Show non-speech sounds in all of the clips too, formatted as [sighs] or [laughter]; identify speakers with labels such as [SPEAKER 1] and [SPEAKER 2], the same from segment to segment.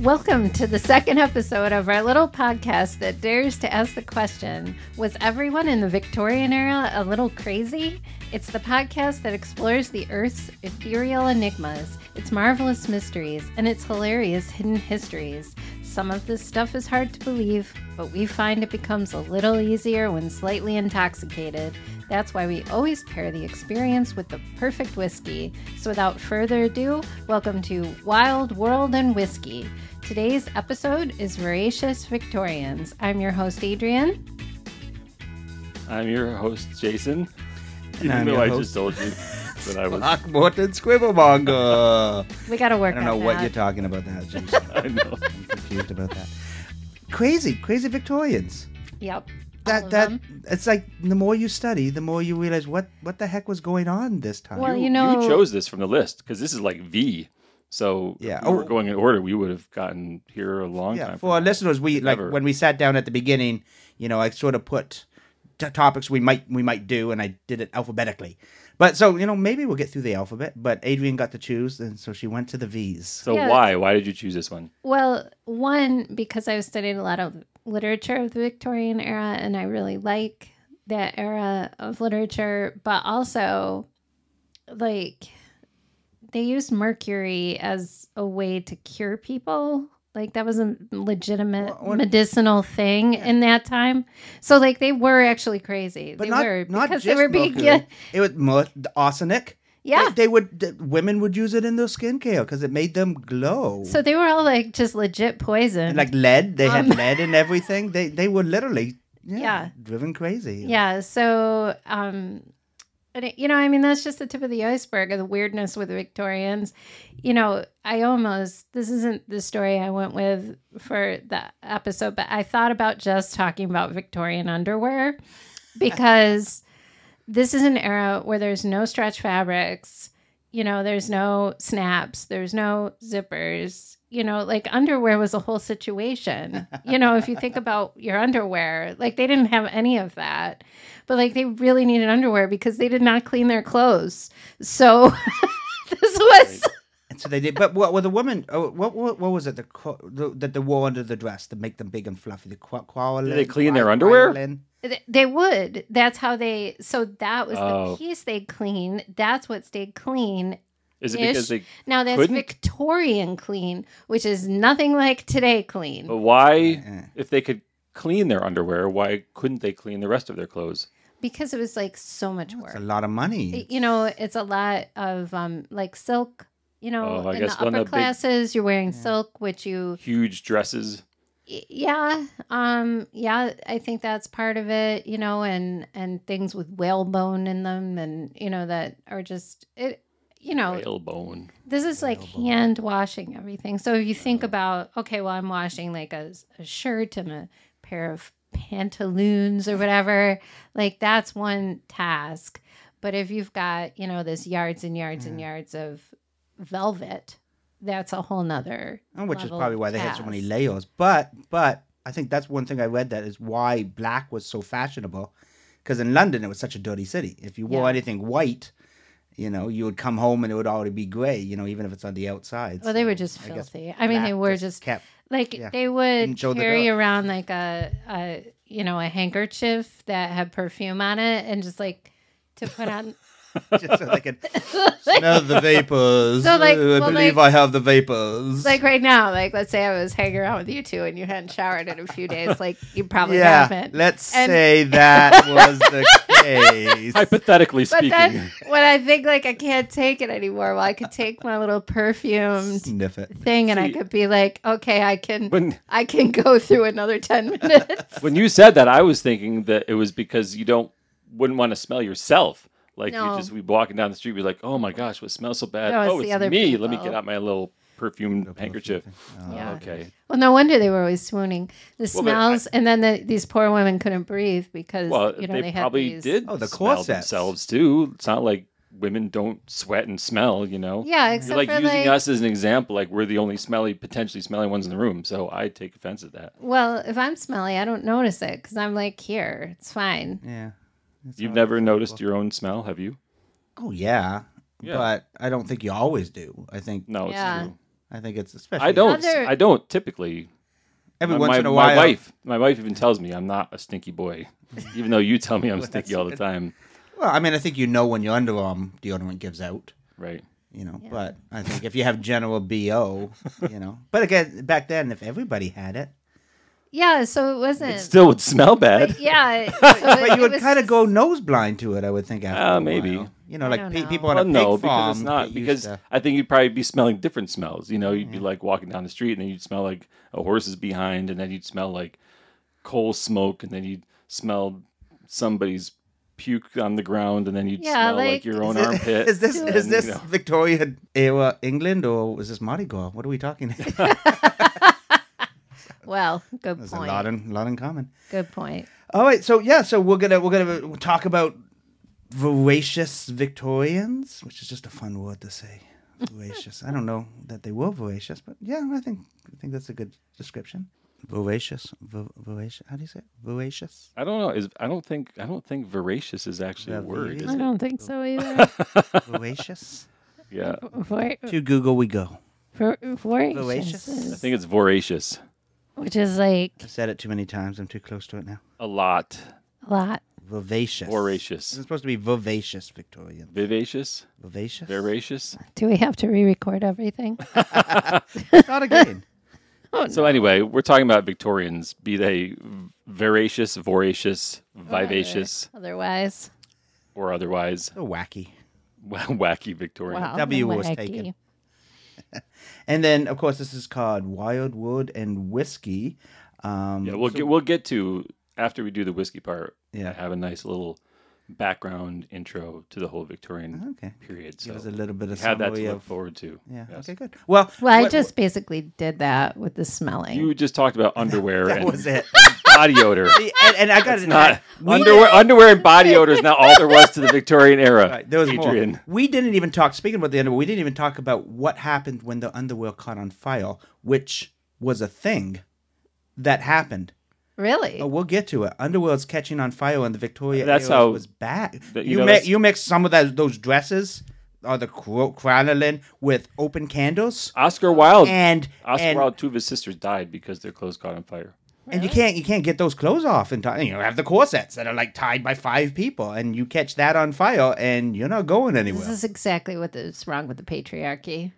[SPEAKER 1] Welcome to the second episode of our little podcast that dares to ask the question Was everyone in the Victorian era a little crazy? It's the podcast that explores the Earth's ethereal enigmas, its marvelous mysteries, and its hilarious hidden histories. Some of this stuff is hard to believe, but we find it becomes a little easier when slightly intoxicated. That's why we always pair the experience with the perfect whiskey. So, without further ado, welcome to Wild World and Whiskey. Today's episode is Voracious Victorians. I'm your host, Adrian.
[SPEAKER 2] I'm your host, Jason.
[SPEAKER 3] And
[SPEAKER 2] Even
[SPEAKER 3] I'm
[SPEAKER 2] though
[SPEAKER 3] your
[SPEAKER 2] I
[SPEAKER 3] host,
[SPEAKER 2] just told you that I
[SPEAKER 3] [laughs]
[SPEAKER 2] was. [laughs]
[SPEAKER 3] Fuck Morton
[SPEAKER 1] [laughs]
[SPEAKER 3] Squibblemonger.
[SPEAKER 1] We got to
[SPEAKER 3] I
[SPEAKER 1] work
[SPEAKER 3] don't know
[SPEAKER 1] on
[SPEAKER 3] what
[SPEAKER 1] that.
[SPEAKER 3] you're talking about. That James.
[SPEAKER 1] [laughs]
[SPEAKER 2] I know.
[SPEAKER 3] I'm confused about that. Crazy, crazy Victorians.
[SPEAKER 1] Yep. All
[SPEAKER 3] That
[SPEAKER 1] of
[SPEAKER 3] that
[SPEAKER 1] them.
[SPEAKER 3] it's like the more you study, the more you realize what what the heck was going on this time.
[SPEAKER 1] Well, you know-
[SPEAKER 2] You chose this from the list because this is like V. So
[SPEAKER 3] Yeah.
[SPEAKER 2] if we were
[SPEAKER 3] Oh.
[SPEAKER 2] going in order, we would have gotten here a long
[SPEAKER 3] yeah,
[SPEAKER 2] time.
[SPEAKER 3] for our
[SPEAKER 2] from now.
[SPEAKER 3] listeners, we like
[SPEAKER 2] Never.
[SPEAKER 3] when we sat down at the beginning. You know, I sort of put t- topics we might we might do, and I did it alphabetically. But so you know, maybe we'll get through the alphabet. But Adrian got to choose, and so she went to the V's.
[SPEAKER 2] So
[SPEAKER 1] Yeah.
[SPEAKER 2] why? Why did you choose this one?
[SPEAKER 1] Well, one, because I've studied a lot of literature of the Victorian era and I really like that era of literature, but also like they used mercury as a way to cure people. Like that was a legitimate
[SPEAKER 3] Well, when-
[SPEAKER 1] medicinal thing in that time. So like they were actually crazy.
[SPEAKER 3] But
[SPEAKER 1] they
[SPEAKER 3] not
[SPEAKER 1] were
[SPEAKER 3] not
[SPEAKER 1] because
[SPEAKER 3] just
[SPEAKER 1] they were being
[SPEAKER 3] mercury. It was mo- the arsenic.
[SPEAKER 1] [laughs] yeah.
[SPEAKER 3] They, they would th- women would use it in their skincare because it made them glow.
[SPEAKER 1] So they were all like just legit poison.
[SPEAKER 3] And like lead, they
[SPEAKER 1] Um. [laughs]
[SPEAKER 3] had lead and everything. They they were literally yeah,
[SPEAKER 1] Yeah.
[SPEAKER 3] driven crazy.
[SPEAKER 1] yeah so um and it- you know i mean that's just the tip of the iceberg of the weirdness with the victorians you know i almost this isn't the story i went with for the episode but i thought about just talking about victorian underwear because this is an era where there's no stretch fabrics you know there's no snaps there's no zippers you know like underwear was a whole situation you know if you
[SPEAKER 2] [laughs]
[SPEAKER 1] think about your underwear like they didn't have any of that but like they really needed underwear because they did not clean their clothes so [laughs] this was
[SPEAKER 3] And so they did. But what were the women? Oh, what, what what was it? The, co- the that they wore under the dress to make them big and fluffy. The qu- quolin,
[SPEAKER 2] Did they clean their
[SPEAKER 3] qui-
[SPEAKER 2] underwear?
[SPEAKER 3] quilin.
[SPEAKER 1] Th- They would. That's how they. So that was the
[SPEAKER 2] Oh.
[SPEAKER 1] piece they cleaned. That's what stayed clean.
[SPEAKER 2] Is it
[SPEAKER 1] Ish.
[SPEAKER 2] because they?
[SPEAKER 1] Now that's
[SPEAKER 2] Couldn't?
[SPEAKER 1] Victorian clean, which is nothing like today clean.
[SPEAKER 2] But why?
[SPEAKER 3] Yeah.
[SPEAKER 2] If they could clean their underwear, why couldn't they clean the rest of their clothes?
[SPEAKER 1] Because it was like so much work.
[SPEAKER 3] It's a lot of money.
[SPEAKER 1] you know, it's a lot of um like silk. You know,
[SPEAKER 2] Oh, I
[SPEAKER 1] in
[SPEAKER 2] guess
[SPEAKER 1] the
[SPEAKER 2] one of
[SPEAKER 1] upper
[SPEAKER 2] the big-
[SPEAKER 1] classes, you're wearing
[SPEAKER 3] Yeah.
[SPEAKER 1] silk, which you
[SPEAKER 2] Huge dresses.
[SPEAKER 1] y- yeah, um, yeah. I think that's part of it. You know, and and things with whalebone in them, and you know that are just it. You know,
[SPEAKER 2] Whalebone.
[SPEAKER 1] This is like
[SPEAKER 3] Available.
[SPEAKER 1] hand washing everything. So if you think about, okay, well, I'm washing like a, a shirt and a pair of pantaloons or whatever, like that's one task. But if you've got, you know, this yards and yards and
[SPEAKER 3] Yeah.
[SPEAKER 1] yards of velvet, that's a whole nother.
[SPEAKER 3] Oh, which is
[SPEAKER 1] level
[SPEAKER 3] probably why they had so many
[SPEAKER 1] task.
[SPEAKER 3] layers. But but I think that's one thing I read that is why black was so fashionable, because in London it was such a dirty city. If you wore
[SPEAKER 1] Yeah.
[SPEAKER 3] anything white, you know, you would come home and it would already be gray. You know, even if it's on the outside.
[SPEAKER 1] Well, oh, they were
[SPEAKER 3] So
[SPEAKER 1] just
[SPEAKER 3] I guess
[SPEAKER 1] filthy. I, mean, they
[SPEAKER 3] black
[SPEAKER 1] were just
[SPEAKER 3] kept. [laughs]
[SPEAKER 1] like
[SPEAKER 3] Yeah.
[SPEAKER 1] they would
[SPEAKER 3] Didn't show the
[SPEAKER 1] carry
[SPEAKER 3] dirt.
[SPEAKER 1] around like a, a you know a handkerchief that had perfume on it and just like to put on
[SPEAKER 3] just so
[SPEAKER 1] [laughs]
[SPEAKER 3] they could smell the vapors.
[SPEAKER 1] So, like,
[SPEAKER 3] Uh, I
[SPEAKER 1] well,
[SPEAKER 3] believe
[SPEAKER 1] like-
[SPEAKER 3] I have the
[SPEAKER 1] [laughs]
[SPEAKER 3] vapors.
[SPEAKER 1] like right now, like let's say I was hanging around with you two and you hadn't showered in a few days, like you probably
[SPEAKER 3] yeah,
[SPEAKER 1] haven't.
[SPEAKER 3] let's
[SPEAKER 1] And- [laughs]
[SPEAKER 3] say that was [laughs] the case.
[SPEAKER 2] Hypothetically
[SPEAKER 1] but
[SPEAKER 2] speaking, [laughs]
[SPEAKER 1] then when I think like I can't take it anymore, well, I could take my little perfumed
[SPEAKER 3] Sniff it.
[SPEAKER 1] thing and I
[SPEAKER 2] See-
[SPEAKER 1] could be like, okay, I can,
[SPEAKER 2] when
[SPEAKER 1] I can go through another ten minutes.
[SPEAKER 2] [laughs] when you said that, I was thinking that it was because you don't wouldn't want to smell yourself. Like
[SPEAKER 1] No.
[SPEAKER 2] you just we walking down the street, be like, oh my gosh, what smells so bad?
[SPEAKER 1] No, it's
[SPEAKER 2] oh,
[SPEAKER 1] the
[SPEAKER 2] it's
[SPEAKER 1] other
[SPEAKER 2] me. Let me
[SPEAKER 1] people.
[SPEAKER 2] get out my little perfumed handkerchief.
[SPEAKER 3] Oh.
[SPEAKER 1] Yeah.
[SPEAKER 2] Okay.
[SPEAKER 1] well, no wonder they were always swooning. The
[SPEAKER 2] Well, but I-
[SPEAKER 1] smells, and then the, these poor women couldn't breathe because
[SPEAKER 2] Well,
[SPEAKER 1] you know
[SPEAKER 2] they,
[SPEAKER 1] they, had
[SPEAKER 2] probably
[SPEAKER 1] these-
[SPEAKER 2] did.
[SPEAKER 3] Oh, the
[SPEAKER 2] smell
[SPEAKER 3] corsets.
[SPEAKER 2] themselves too. It's not like women don't sweat and smell. You know.
[SPEAKER 1] Yeah,
[SPEAKER 2] You're
[SPEAKER 1] except
[SPEAKER 2] like
[SPEAKER 1] for
[SPEAKER 2] using
[SPEAKER 1] like,
[SPEAKER 2] us as an example, like we're the only smelly, potentially smelly ones in the room. So I take offense at that.
[SPEAKER 1] Well, if I'm smelly, I don't notice it because I'm like here, it's fine.
[SPEAKER 3] Yeah. That's
[SPEAKER 2] You've
[SPEAKER 3] all.
[SPEAKER 2] never noticed your own smell, have you?
[SPEAKER 3] Oh yeah.
[SPEAKER 2] Yeah.
[SPEAKER 3] But I don't think you always do. I think
[SPEAKER 2] No, it's
[SPEAKER 1] Yeah.
[SPEAKER 2] true.
[SPEAKER 3] I think it's especially.
[SPEAKER 2] I don't.
[SPEAKER 1] Other-
[SPEAKER 2] I don't typically.
[SPEAKER 3] Every
[SPEAKER 2] my,
[SPEAKER 3] once
[SPEAKER 2] my-
[SPEAKER 3] in a
[SPEAKER 2] my
[SPEAKER 3] while,
[SPEAKER 2] wife. My wife even tells me I'm not a stinky boy, even though you tell me
[SPEAKER 3] [laughs]
[SPEAKER 2] I'm stinky all the time.
[SPEAKER 3] Well, I mean, I think you know when your underarm deodorant gives out.
[SPEAKER 2] Right.
[SPEAKER 3] You know,
[SPEAKER 1] Yeah.
[SPEAKER 3] but I think if you have general
[SPEAKER 2] [laughs]
[SPEAKER 3] bo, you know. But again, back then, if everybody had it,
[SPEAKER 1] Yeah, so it wasn't.
[SPEAKER 2] It still would smell bad.
[SPEAKER 1] [laughs]
[SPEAKER 3] [laughs]
[SPEAKER 1] yeah, so it-
[SPEAKER 3] but
[SPEAKER 1] it
[SPEAKER 3] you would
[SPEAKER 1] was
[SPEAKER 3] kind of
[SPEAKER 1] just-
[SPEAKER 3] go nose blind to it. I would think after
[SPEAKER 2] Uh,
[SPEAKER 3] a
[SPEAKER 2] maybe.
[SPEAKER 3] while. You know,
[SPEAKER 1] I
[SPEAKER 3] like
[SPEAKER 1] don't
[SPEAKER 3] pe-
[SPEAKER 1] know.
[SPEAKER 3] people on
[SPEAKER 2] Well,
[SPEAKER 3] a pig
[SPEAKER 2] no, because
[SPEAKER 3] farm
[SPEAKER 2] it's
[SPEAKER 3] get
[SPEAKER 2] not.
[SPEAKER 3] used
[SPEAKER 2] Because
[SPEAKER 3] to-
[SPEAKER 2] I think you'd probably be smelling different smells. You know, you'd be
[SPEAKER 3] Mm.
[SPEAKER 2] like walking down the street, and then you'd smell like a horse's behind, and then you'd smell like coal smoke, and then you'd smell somebody's puke on the ground, and then you'd
[SPEAKER 1] Yeah,
[SPEAKER 2] smell like,
[SPEAKER 1] like-
[SPEAKER 2] your own armpit.
[SPEAKER 3] [laughs] Is this
[SPEAKER 1] Dude.
[SPEAKER 3] is this
[SPEAKER 2] You know.
[SPEAKER 3] Victoria era England or was this Mardi Gras? What are we talking? There's
[SPEAKER 1] Well, good
[SPEAKER 3] a lot
[SPEAKER 1] point.
[SPEAKER 3] in lot in common.
[SPEAKER 1] Good point.
[SPEAKER 3] All right, so yeah, so we're gonna we're gonna talk about voracious Victorians, which is just a fun word to say. Voracious. I don't know that they were voracious, but yeah, I think I think that's a good description. Voracious, vo- voracious. How do you say it? Voracious.
[SPEAKER 2] I don't know. Is I don't think I don't think voracious is actually a
[SPEAKER 3] Yeah,
[SPEAKER 2] word.
[SPEAKER 3] it
[SPEAKER 2] Is
[SPEAKER 1] I
[SPEAKER 2] it?
[SPEAKER 1] don't think so
[SPEAKER 3] [laughs]
[SPEAKER 1] either.
[SPEAKER 3] Voracious.
[SPEAKER 2] Yeah,
[SPEAKER 1] Vor-
[SPEAKER 3] to Google we go.
[SPEAKER 1] vor-
[SPEAKER 3] Voracious.
[SPEAKER 1] voracious,
[SPEAKER 2] I
[SPEAKER 1] is-
[SPEAKER 2] think it's voracious.
[SPEAKER 1] which is like
[SPEAKER 3] I've said it too many times. I'm too close to it now.
[SPEAKER 2] A lot.
[SPEAKER 1] a lot.
[SPEAKER 3] Vivacious. This
[SPEAKER 2] Voracious.
[SPEAKER 3] is supposed to be vivacious Victorian.
[SPEAKER 2] Vivacious.
[SPEAKER 3] Vivacious.
[SPEAKER 2] Voracious.
[SPEAKER 1] Do we have to re-record everything?
[SPEAKER 3] Not again.
[SPEAKER 2] So anyway, we're talking about Victorians, be they voracious, voracious, vivacious,
[SPEAKER 1] [laughs] Otherwise,
[SPEAKER 2] or otherwise. [laughs]
[SPEAKER 3] so wacky.
[SPEAKER 2] Wacky Victorian.
[SPEAKER 1] wow.
[SPEAKER 3] W
[SPEAKER 1] the
[SPEAKER 3] was
[SPEAKER 1] wacky.
[SPEAKER 3] taken. And then, of course, this is called Wildwood and Whiskey. Um,
[SPEAKER 2] Yeah, we'll get we'll get to after we do the whiskey part.
[SPEAKER 3] Yeah.
[SPEAKER 2] have a nice little background intro to the whole Victorian
[SPEAKER 3] Okay.
[SPEAKER 2] period. So
[SPEAKER 3] Uh-huh. Give us a little bit
[SPEAKER 2] we
[SPEAKER 3] of
[SPEAKER 2] have that to
[SPEAKER 3] summary
[SPEAKER 2] look
[SPEAKER 3] of-
[SPEAKER 2] forward to.
[SPEAKER 3] Yeah.
[SPEAKER 2] Yes.
[SPEAKER 3] Okay. Good. Well,
[SPEAKER 1] Well, I
[SPEAKER 3] what-
[SPEAKER 1] just basically did that with the smelling.
[SPEAKER 2] You just talked about underwear
[SPEAKER 3] [laughs] [laughs] that
[SPEAKER 2] and
[SPEAKER 3] was it.
[SPEAKER 2] body
[SPEAKER 3] [laughs]
[SPEAKER 2] odor.
[SPEAKER 3] and, and I got it.
[SPEAKER 2] Not [laughs] underwear, underwear and body odor is not all there was to the Victorian era.
[SPEAKER 3] Right, there was
[SPEAKER 2] Adrian.
[SPEAKER 3] more. We didn't even talk. Speaking about the underwear, we didn't even talk about what happened when the underwear caught on fire, which was a thing that happened.
[SPEAKER 1] really?
[SPEAKER 3] Oh, we'll get to it. Underworld's catching on fire in the Victoria.
[SPEAKER 2] That's
[SPEAKER 3] era
[SPEAKER 2] how-
[SPEAKER 3] was bad.
[SPEAKER 2] that- you
[SPEAKER 3] you
[SPEAKER 2] know,
[SPEAKER 3] mix
[SPEAKER 2] that's-
[SPEAKER 3] you mix some of that those dresses or the cro- crinoline with open candles,
[SPEAKER 2] Oscar Wilde.
[SPEAKER 3] and
[SPEAKER 2] Oscar
[SPEAKER 3] and,
[SPEAKER 2] Wilde, two of his sisters died because their clothes caught on fire.
[SPEAKER 3] and you can't you can't get those clothes off in time. You have the corsets that are like tied by five people, and you catch that on fire, and you're not going
[SPEAKER 1] This
[SPEAKER 3] anywhere.
[SPEAKER 1] is exactly what is wrong with the
[SPEAKER 3] [laughs]
[SPEAKER 1] patriarchy.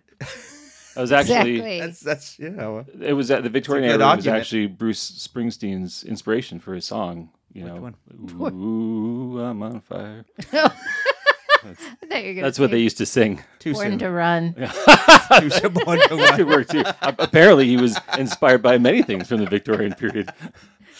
[SPEAKER 2] That was actually
[SPEAKER 1] Exactly.
[SPEAKER 3] That's that's you know
[SPEAKER 2] it was at the Victorian
[SPEAKER 3] It's a
[SPEAKER 2] era.
[SPEAKER 3] good
[SPEAKER 2] It was
[SPEAKER 3] argument.
[SPEAKER 2] actually Bruce Springsteen's inspiration for his song. You know, ooh, I'm on fire.
[SPEAKER 1] I thought you were gonna
[SPEAKER 2] That's what they
[SPEAKER 1] say
[SPEAKER 2] used to [laughs] sing.
[SPEAKER 3] too
[SPEAKER 1] Born
[SPEAKER 3] soon.
[SPEAKER 1] to run. [laughs]
[SPEAKER 3] Too soon. Born to run.
[SPEAKER 2] It worked too. A- Apparently, he was inspired by many things from the Victorian period.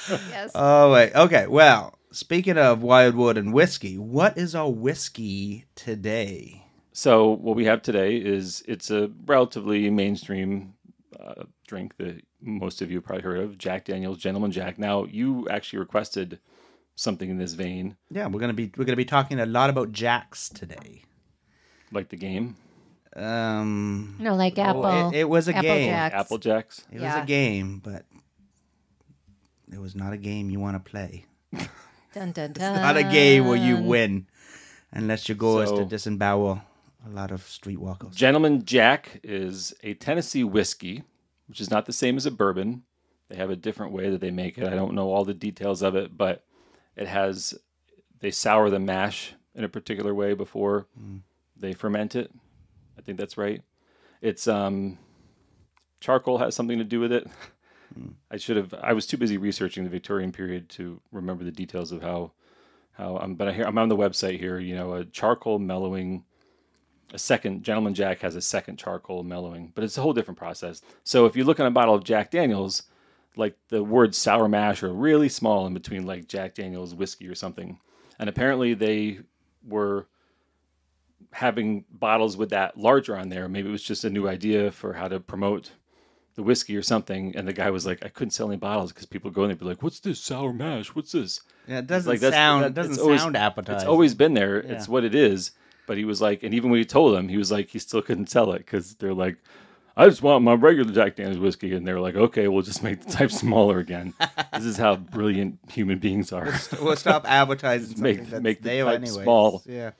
[SPEAKER 1] Yes.
[SPEAKER 3] Oh wait, okay. Well, speaking of wildwood and whiskey, what is our whiskey today?
[SPEAKER 2] So what we have today is it's a relatively mainstream uh, drink that most of you have probably heard of, Jack Daniel's Gentleman Jack. Now you actually requested something in this vein,
[SPEAKER 3] Yeah, we're gonna be we're gonna be talking a lot about jacks today.
[SPEAKER 2] like the game
[SPEAKER 3] Um,
[SPEAKER 1] No, like apple.
[SPEAKER 3] it, it was a
[SPEAKER 1] apple
[SPEAKER 3] game.
[SPEAKER 1] Jacks.
[SPEAKER 2] Apple Jacks.
[SPEAKER 3] It was
[SPEAKER 1] Yeah.
[SPEAKER 3] a game, but it was not a game you want to play.
[SPEAKER 1] Dun, dun, dun.
[SPEAKER 3] Not a game where you win, unless your goal is
[SPEAKER 2] So-
[SPEAKER 3] to disembowel a lot of streetwalkers.
[SPEAKER 2] Gentleman Jack is a Tennessee whiskey, which is not the same as a bourbon. They have a different way that they make it. I don't know all the details of it, but it has they sour the mash in a particular way before they ferment it. I think that's right. It's um charcoal has something to do with it. I should have I was too busy researching the Victorian period to remember the details of how how um, but I hear I'm on the website here, you know, a charcoal mellowing a second gentleman jack has a second charcoal mellowing but it's a whole different process so if you look on a bottle of jack daniels like the words sour mash are really small in between like jack daniels whiskey or something and apparently they were having bottles with that larger on there maybe it was just a new idea for how to promote the whiskey or something and the guy was like i couldn't sell any bottles because people go in there and be like what's this sour mash what's this
[SPEAKER 3] Yeah, it doesn't
[SPEAKER 2] like that's-
[SPEAKER 3] sound
[SPEAKER 2] that-
[SPEAKER 3] it doesn't
[SPEAKER 2] it's always-
[SPEAKER 3] sound appetizing.
[SPEAKER 2] it's
[SPEAKER 3] [laughs]
[SPEAKER 2] always been there. It's what it is. But he was like, and even when he told them, he was like, he still couldn't sell it because they're like, I just want my regular Jack Daniel's whiskey, and they're like, okay, we'll just make the type [laughs] smaller again. this is how brilliant human beings are. [laughs]
[SPEAKER 3] we'll stop advertising.
[SPEAKER 2] Make-
[SPEAKER 3] something that's
[SPEAKER 2] make the
[SPEAKER 3] there
[SPEAKER 2] type
[SPEAKER 3] anyways.
[SPEAKER 2] small.
[SPEAKER 3] Yeah.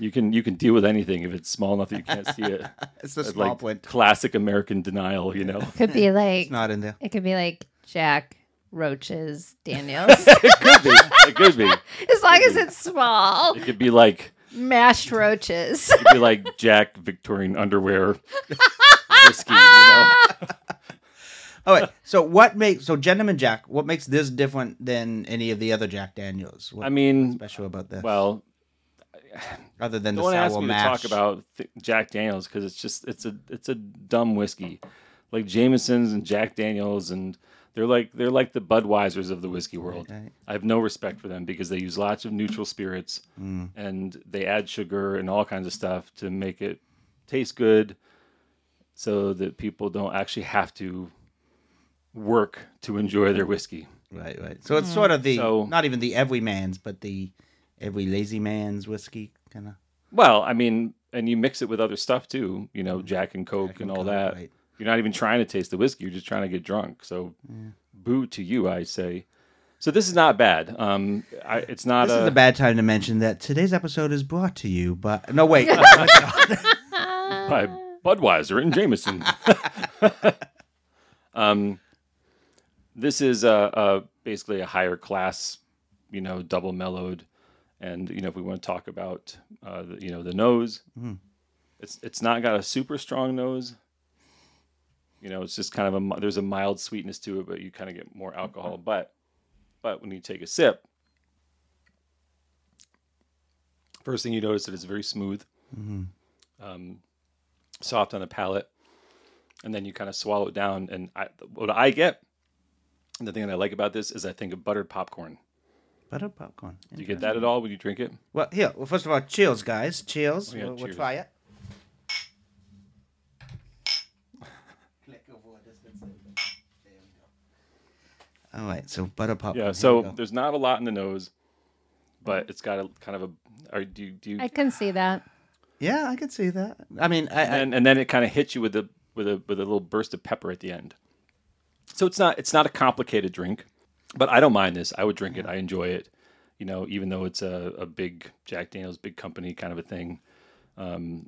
[SPEAKER 2] You can you can deal with anything if it's small enough that you can't see [laughs] it.
[SPEAKER 3] It's the
[SPEAKER 2] That's
[SPEAKER 3] small
[SPEAKER 2] like
[SPEAKER 3] print.
[SPEAKER 2] classic American denial, you know.
[SPEAKER 1] Could be like
[SPEAKER 3] [laughs] It's not in there.
[SPEAKER 1] it could be like Jack Roaches Daniels.
[SPEAKER 2] [laughs]
[SPEAKER 1] [laughs]
[SPEAKER 2] it [laughs] could be. It could be.
[SPEAKER 1] as long as it's small,
[SPEAKER 2] It could be like
[SPEAKER 1] mashed
[SPEAKER 2] [laughs]
[SPEAKER 1] roaches.
[SPEAKER 2] it could be like Jack Victorian [laughs] underwear whiskey, you know.
[SPEAKER 3] All right. So what makes so Gentleman Jack? What makes this different than any of the other Jack Daniels? What
[SPEAKER 2] I mean,
[SPEAKER 3] special about this?
[SPEAKER 2] well,
[SPEAKER 3] other than the
[SPEAKER 2] don't ask
[SPEAKER 3] sour
[SPEAKER 2] me
[SPEAKER 3] mash.
[SPEAKER 2] to talk about th- Jack Daniels because it's just it's a it's a dumb whiskey, like Jameson's and Jack Daniels, and they're like they're like the Budweisers of the whiskey world.
[SPEAKER 3] right.
[SPEAKER 2] I have no respect for them because they use lots of neutral spirits
[SPEAKER 3] Mm.
[SPEAKER 2] and they add sugar and all kinds of stuff to make it taste good, so that people don't actually have to work to enjoy their whiskey.
[SPEAKER 3] Right, right. So it's sort of the
[SPEAKER 2] So-
[SPEAKER 3] not even the everyman's, but the every lazy man's whiskey kind of.
[SPEAKER 2] Well, I mean, and you mix it with other stuff too, you know, Jack and Coke and, all
[SPEAKER 3] Mm-hmm.
[SPEAKER 2] that.
[SPEAKER 3] Coke, right.
[SPEAKER 2] You're not even trying to taste the whiskey; you're just trying to get drunk. So, boo to you, I say. So this is not bad. Um, I, it's not
[SPEAKER 3] This
[SPEAKER 2] a,
[SPEAKER 3] is a bad time to mention that today's episode is brought to you by. No, wait.
[SPEAKER 2] [laughs]
[SPEAKER 3] Oh, God.
[SPEAKER 2] by Budweiser and Jameson. [laughs] um, this is a, a basically a higher class, you know, double mellowed, and you know, if we want to talk about, uh, the, you know, the nose, it's it's not got a super strong nose. You know, it's just kind of a mi- there's a mild sweetness to it, but you kind of get more alcohol. But but when you take a sip, first thing you notice that it's very smooth um, soft on the palate, and then you kind of swallow it down. And I, what I get, and the thing that I like about this is I think of buttered popcorn.
[SPEAKER 3] Butter popcorn.
[SPEAKER 2] Do you get that at all when you drink it?
[SPEAKER 3] Well, here. Well, first of all, cheers, guys. Cheers.
[SPEAKER 2] yeah,
[SPEAKER 3] we'll, we'll
[SPEAKER 2] cheers.
[SPEAKER 3] try it. [laughs] All right, so butter popcorn.
[SPEAKER 2] Yeah.
[SPEAKER 3] here we
[SPEAKER 2] So
[SPEAKER 3] go.
[SPEAKER 2] there's not a lot in the nose, but it's got a kind of a. Or do you, do you,
[SPEAKER 1] I can see that.
[SPEAKER 3] yeah, I could see that. I mean, I, I,
[SPEAKER 2] and and then it kind of hits you with a with a with a little burst of pepper at the end. So it's not it's not a complicated drink, but I don't mind this. I would drink it. I enjoy it. You know, even though it's a, a big Jack Daniels, big company kind of a thing. Um,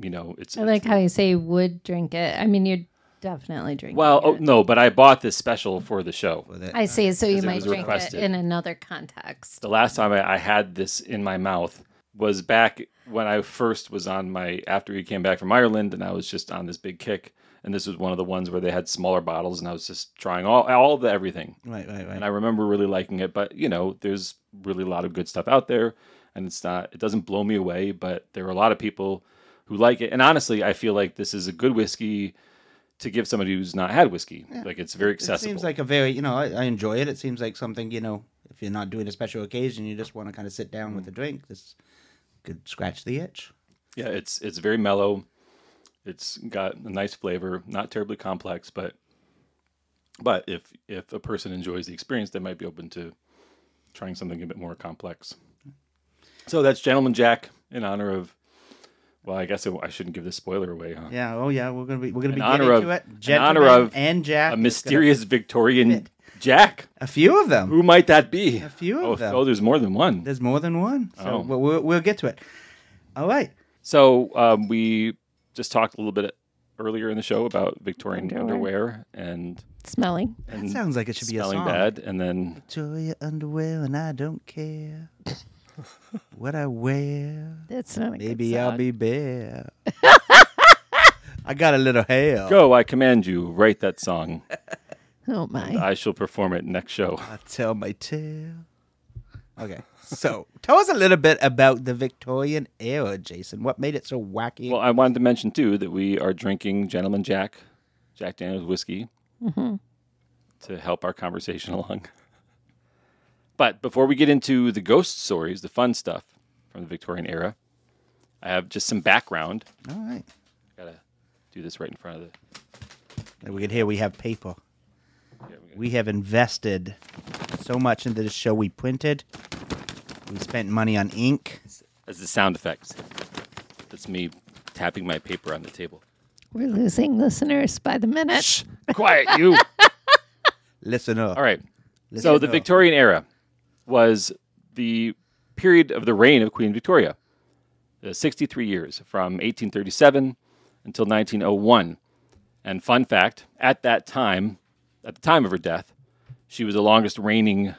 [SPEAKER 2] you know, it's
[SPEAKER 1] I like how you say you would drink it. I mean, you're definitely drinking.
[SPEAKER 2] Well,
[SPEAKER 1] it.
[SPEAKER 2] oh, no, but I bought this special for the show.
[SPEAKER 3] with it.
[SPEAKER 1] I see. So you
[SPEAKER 2] it
[SPEAKER 1] might
[SPEAKER 2] was
[SPEAKER 1] drink
[SPEAKER 2] requested.
[SPEAKER 1] it in another context.
[SPEAKER 2] The last time I, I had this in my mouth was back when I first was on my after we came back from Ireland, and I was just on this big kick. And this was one of the ones where they had smaller bottles, and I was just trying all all the everything.
[SPEAKER 3] right, right, right.
[SPEAKER 2] And I remember really liking it, but you know, there's really a lot of good stuff out there, and it's not it doesn't blow me away. But there are a lot of people who like it, and honestly, I feel like this is a good whiskey to give somebody who's not had whiskey. Like it's very
[SPEAKER 3] it
[SPEAKER 2] accessible.
[SPEAKER 3] seems like a very, you know, I, I enjoy it. It seems like something, you know, if you're not doing a special occasion, you just want to kind of sit
[SPEAKER 2] Mm.
[SPEAKER 3] down with a drink. This could scratch the itch.
[SPEAKER 2] Yeah, it's it's very mellow. It's got a nice flavor, not terribly complex, but but if if a person enjoys the experience, they might be open to trying something a bit more complex. So that's Gentleman Jack in honor of. Well, I guess I, I shouldn't give the spoiler away, huh?
[SPEAKER 3] Yeah. Oh, yeah. We're gonna be we're gonna be
[SPEAKER 2] In
[SPEAKER 3] getting
[SPEAKER 2] honor of-
[SPEAKER 3] to it.
[SPEAKER 2] in honor
[SPEAKER 3] Gentlemen
[SPEAKER 2] of
[SPEAKER 3] and Jack.
[SPEAKER 2] A
[SPEAKER 3] is gonna-
[SPEAKER 2] mysterious Victorian Jack.
[SPEAKER 3] a few of them.
[SPEAKER 2] Who might that be?
[SPEAKER 3] A few of
[SPEAKER 2] oh,
[SPEAKER 3] them.
[SPEAKER 2] Oh, there's more than one.
[SPEAKER 3] There's more than one. So
[SPEAKER 2] Oh.
[SPEAKER 3] we'll, we'll we'll get to it. All right.
[SPEAKER 2] So um, we just talked a little bit earlier in the show about Victorian underwear, and
[SPEAKER 1] Smelling.
[SPEAKER 2] and
[SPEAKER 3] That sounds like it should be a
[SPEAKER 2] smelling
[SPEAKER 3] song.
[SPEAKER 2] bad, and then
[SPEAKER 3] Enjoy your underwear, and I don't
[SPEAKER 2] [laughs]
[SPEAKER 3] care what I wear.
[SPEAKER 1] That's not a good
[SPEAKER 3] Maybe I'll
[SPEAKER 1] sound.
[SPEAKER 3] be bare.
[SPEAKER 2] [laughs]
[SPEAKER 3] I got a little hair.
[SPEAKER 2] go, I command you, write that
[SPEAKER 3] [laughs]
[SPEAKER 2] song.
[SPEAKER 1] Oh my.
[SPEAKER 2] I shall perform it next show.
[SPEAKER 3] I tell my tale. Okay, so tell us a little bit about the Victorian era, Jason. What made it so wacky?
[SPEAKER 2] Well, I wanted to mention too that we are drinking Gentleman Jack, Jack Daniel's whiskey, to help our conversation [laughs] along. But before we get into the ghost stories, the fun stuff from the Victorian era, I have just some background.
[SPEAKER 3] All right,
[SPEAKER 2] Gotta do this right in front of the
[SPEAKER 3] And we can hear we have paper.
[SPEAKER 2] yeah, we got-
[SPEAKER 3] We have invested so much into this show. We printed. We spent money on ink.
[SPEAKER 2] as the sound effects. That's me tapping my paper on the table.
[SPEAKER 1] We're losing listeners by the minute.
[SPEAKER 2] Quiet you.
[SPEAKER 3] Listen up.
[SPEAKER 2] All right.
[SPEAKER 3] Listen
[SPEAKER 2] So the
[SPEAKER 3] up.
[SPEAKER 2] Victorian era was the period of the reign of Queen Victoria. uh, 63 years from 1837 until 1901. And fun fact, at that time, at the time of her death, she was the longest reigning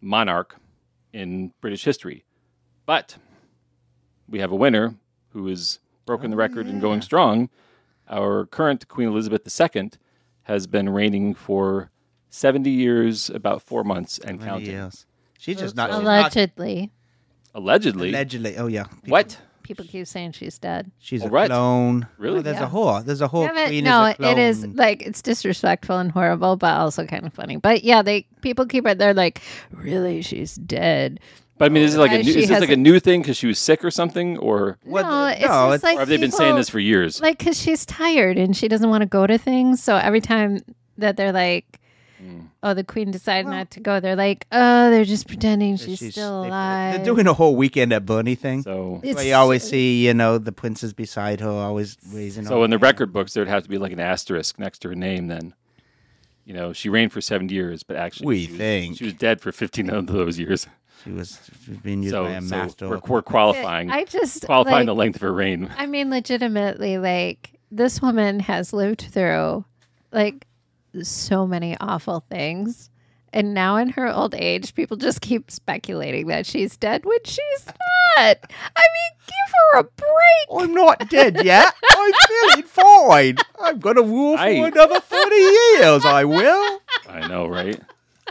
[SPEAKER 2] monarch in British history. But we have a winner who has broken the record and going strong. Our current Queen Elizabeth II has been reigning for 70 years, about four months, and counting.
[SPEAKER 3] Yes. She's just not. she's not-
[SPEAKER 1] Allegedly,
[SPEAKER 2] Allegedly.
[SPEAKER 3] Allegedly. Oh, yeah. People-
[SPEAKER 2] What?
[SPEAKER 1] people keep saying she's dead.
[SPEAKER 3] She's a
[SPEAKER 2] All right.
[SPEAKER 3] clone.
[SPEAKER 2] Really?
[SPEAKER 3] Oh, there's
[SPEAKER 1] Yeah.
[SPEAKER 3] a whore. There's a whore.
[SPEAKER 1] Yeah, but
[SPEAKER 3] queen
[SPEAKER 1] no,
[SPEAKER 3] is a clone.
[SPEAKER 1] it is like it's disrespectful and horrible, but also kind of funny. But yeah, they people keep it. They're like, really, she's dead.
[SPEAKER 2] But I mean, is it like a
[SPEAKER 1] Uh,
[SPEAKER 2] new,
[SPEAKER 1] she
[SPEAKER 2] is this like a
[SPEAKER 1] hasn't-
[SPEAKER 2] new thing because she was sick or something, or,
[SPEAKER 3] What-
[SPEAKER 1] no, it's
[SPEAKER 3] no,
[SPEAKER 1] just
[SPEAKER 3] it's-
[SPEAKER 1] like
[SPEAKER 2] or have they been saying
[SPEAKER 1] people-
[SPEAKER 2] this for years?
[SPEAKER 1] Like, because she's tired and she doesn't want to go to things. So every time that they're like,
[SPEAKER 3] Hmm.
[SPEAKER 2] Mm.
[SPEAKER 1] oh, the queen decided
[SPEAKER 3] Well-
[SPEAKER 1] not to go, they're like, oh, they're just pretending
[SPEAKER 3] Yeah,
[SPEAKER 1] she's,
[SPEAKER 3] she's-
[SPEAKER 1] still
[SPEAKER 3] they-
[SPEAKER 1] alive.
[SPEAKER 3] They're doing a whole weekend at Bernie thing.
[SPEAKER 2] So,
[SPEAKER 1] It's-
[SPEAKER 3] where you always see, you know, the princess beside her always raising.
[SPEAKER 2] so
[SPEAKER 3] her
[SPEAKER 2] in the
[SPEAKER 3] hand.
[SPEAKER 2] record books, there'd have to be like an asterisk next to her name. Then, you know, she reigned for seventy years, but actually,
[SPEAKER 3] We
[SPEAKER 2] she was,
[SPEAKER 3] think.
[SPEAKER 2] she was dead for fifteen of those years.
[SPEAKER 3] she was being used by
[SPEAKER 2] So,
[SPEAKER 3] a
[SPEAKER 2] so
[SPEAKER 3] master.
[SPEAKER 2] we're, we're qualifying
[SPEAKER 1] I just
[SPEAKER 2] qualifying
[SPEAKER 1] like,
[SPEAKER 2] the length of her reign.
[SPEAKER 1] I mean, legitimately, like this woman has lived through like so many awful things. And now in her old age, people just keep speculating that she's dead when she's not. I mean, give her a break.
[SPEAKER 3] I'm not dead yet. I'm feeling fine. I'm gonna rule for
[SPEAKER 2] I-
[SPEAKER 3] another thirty years. I will.
[SPEAKER 2] I know, right?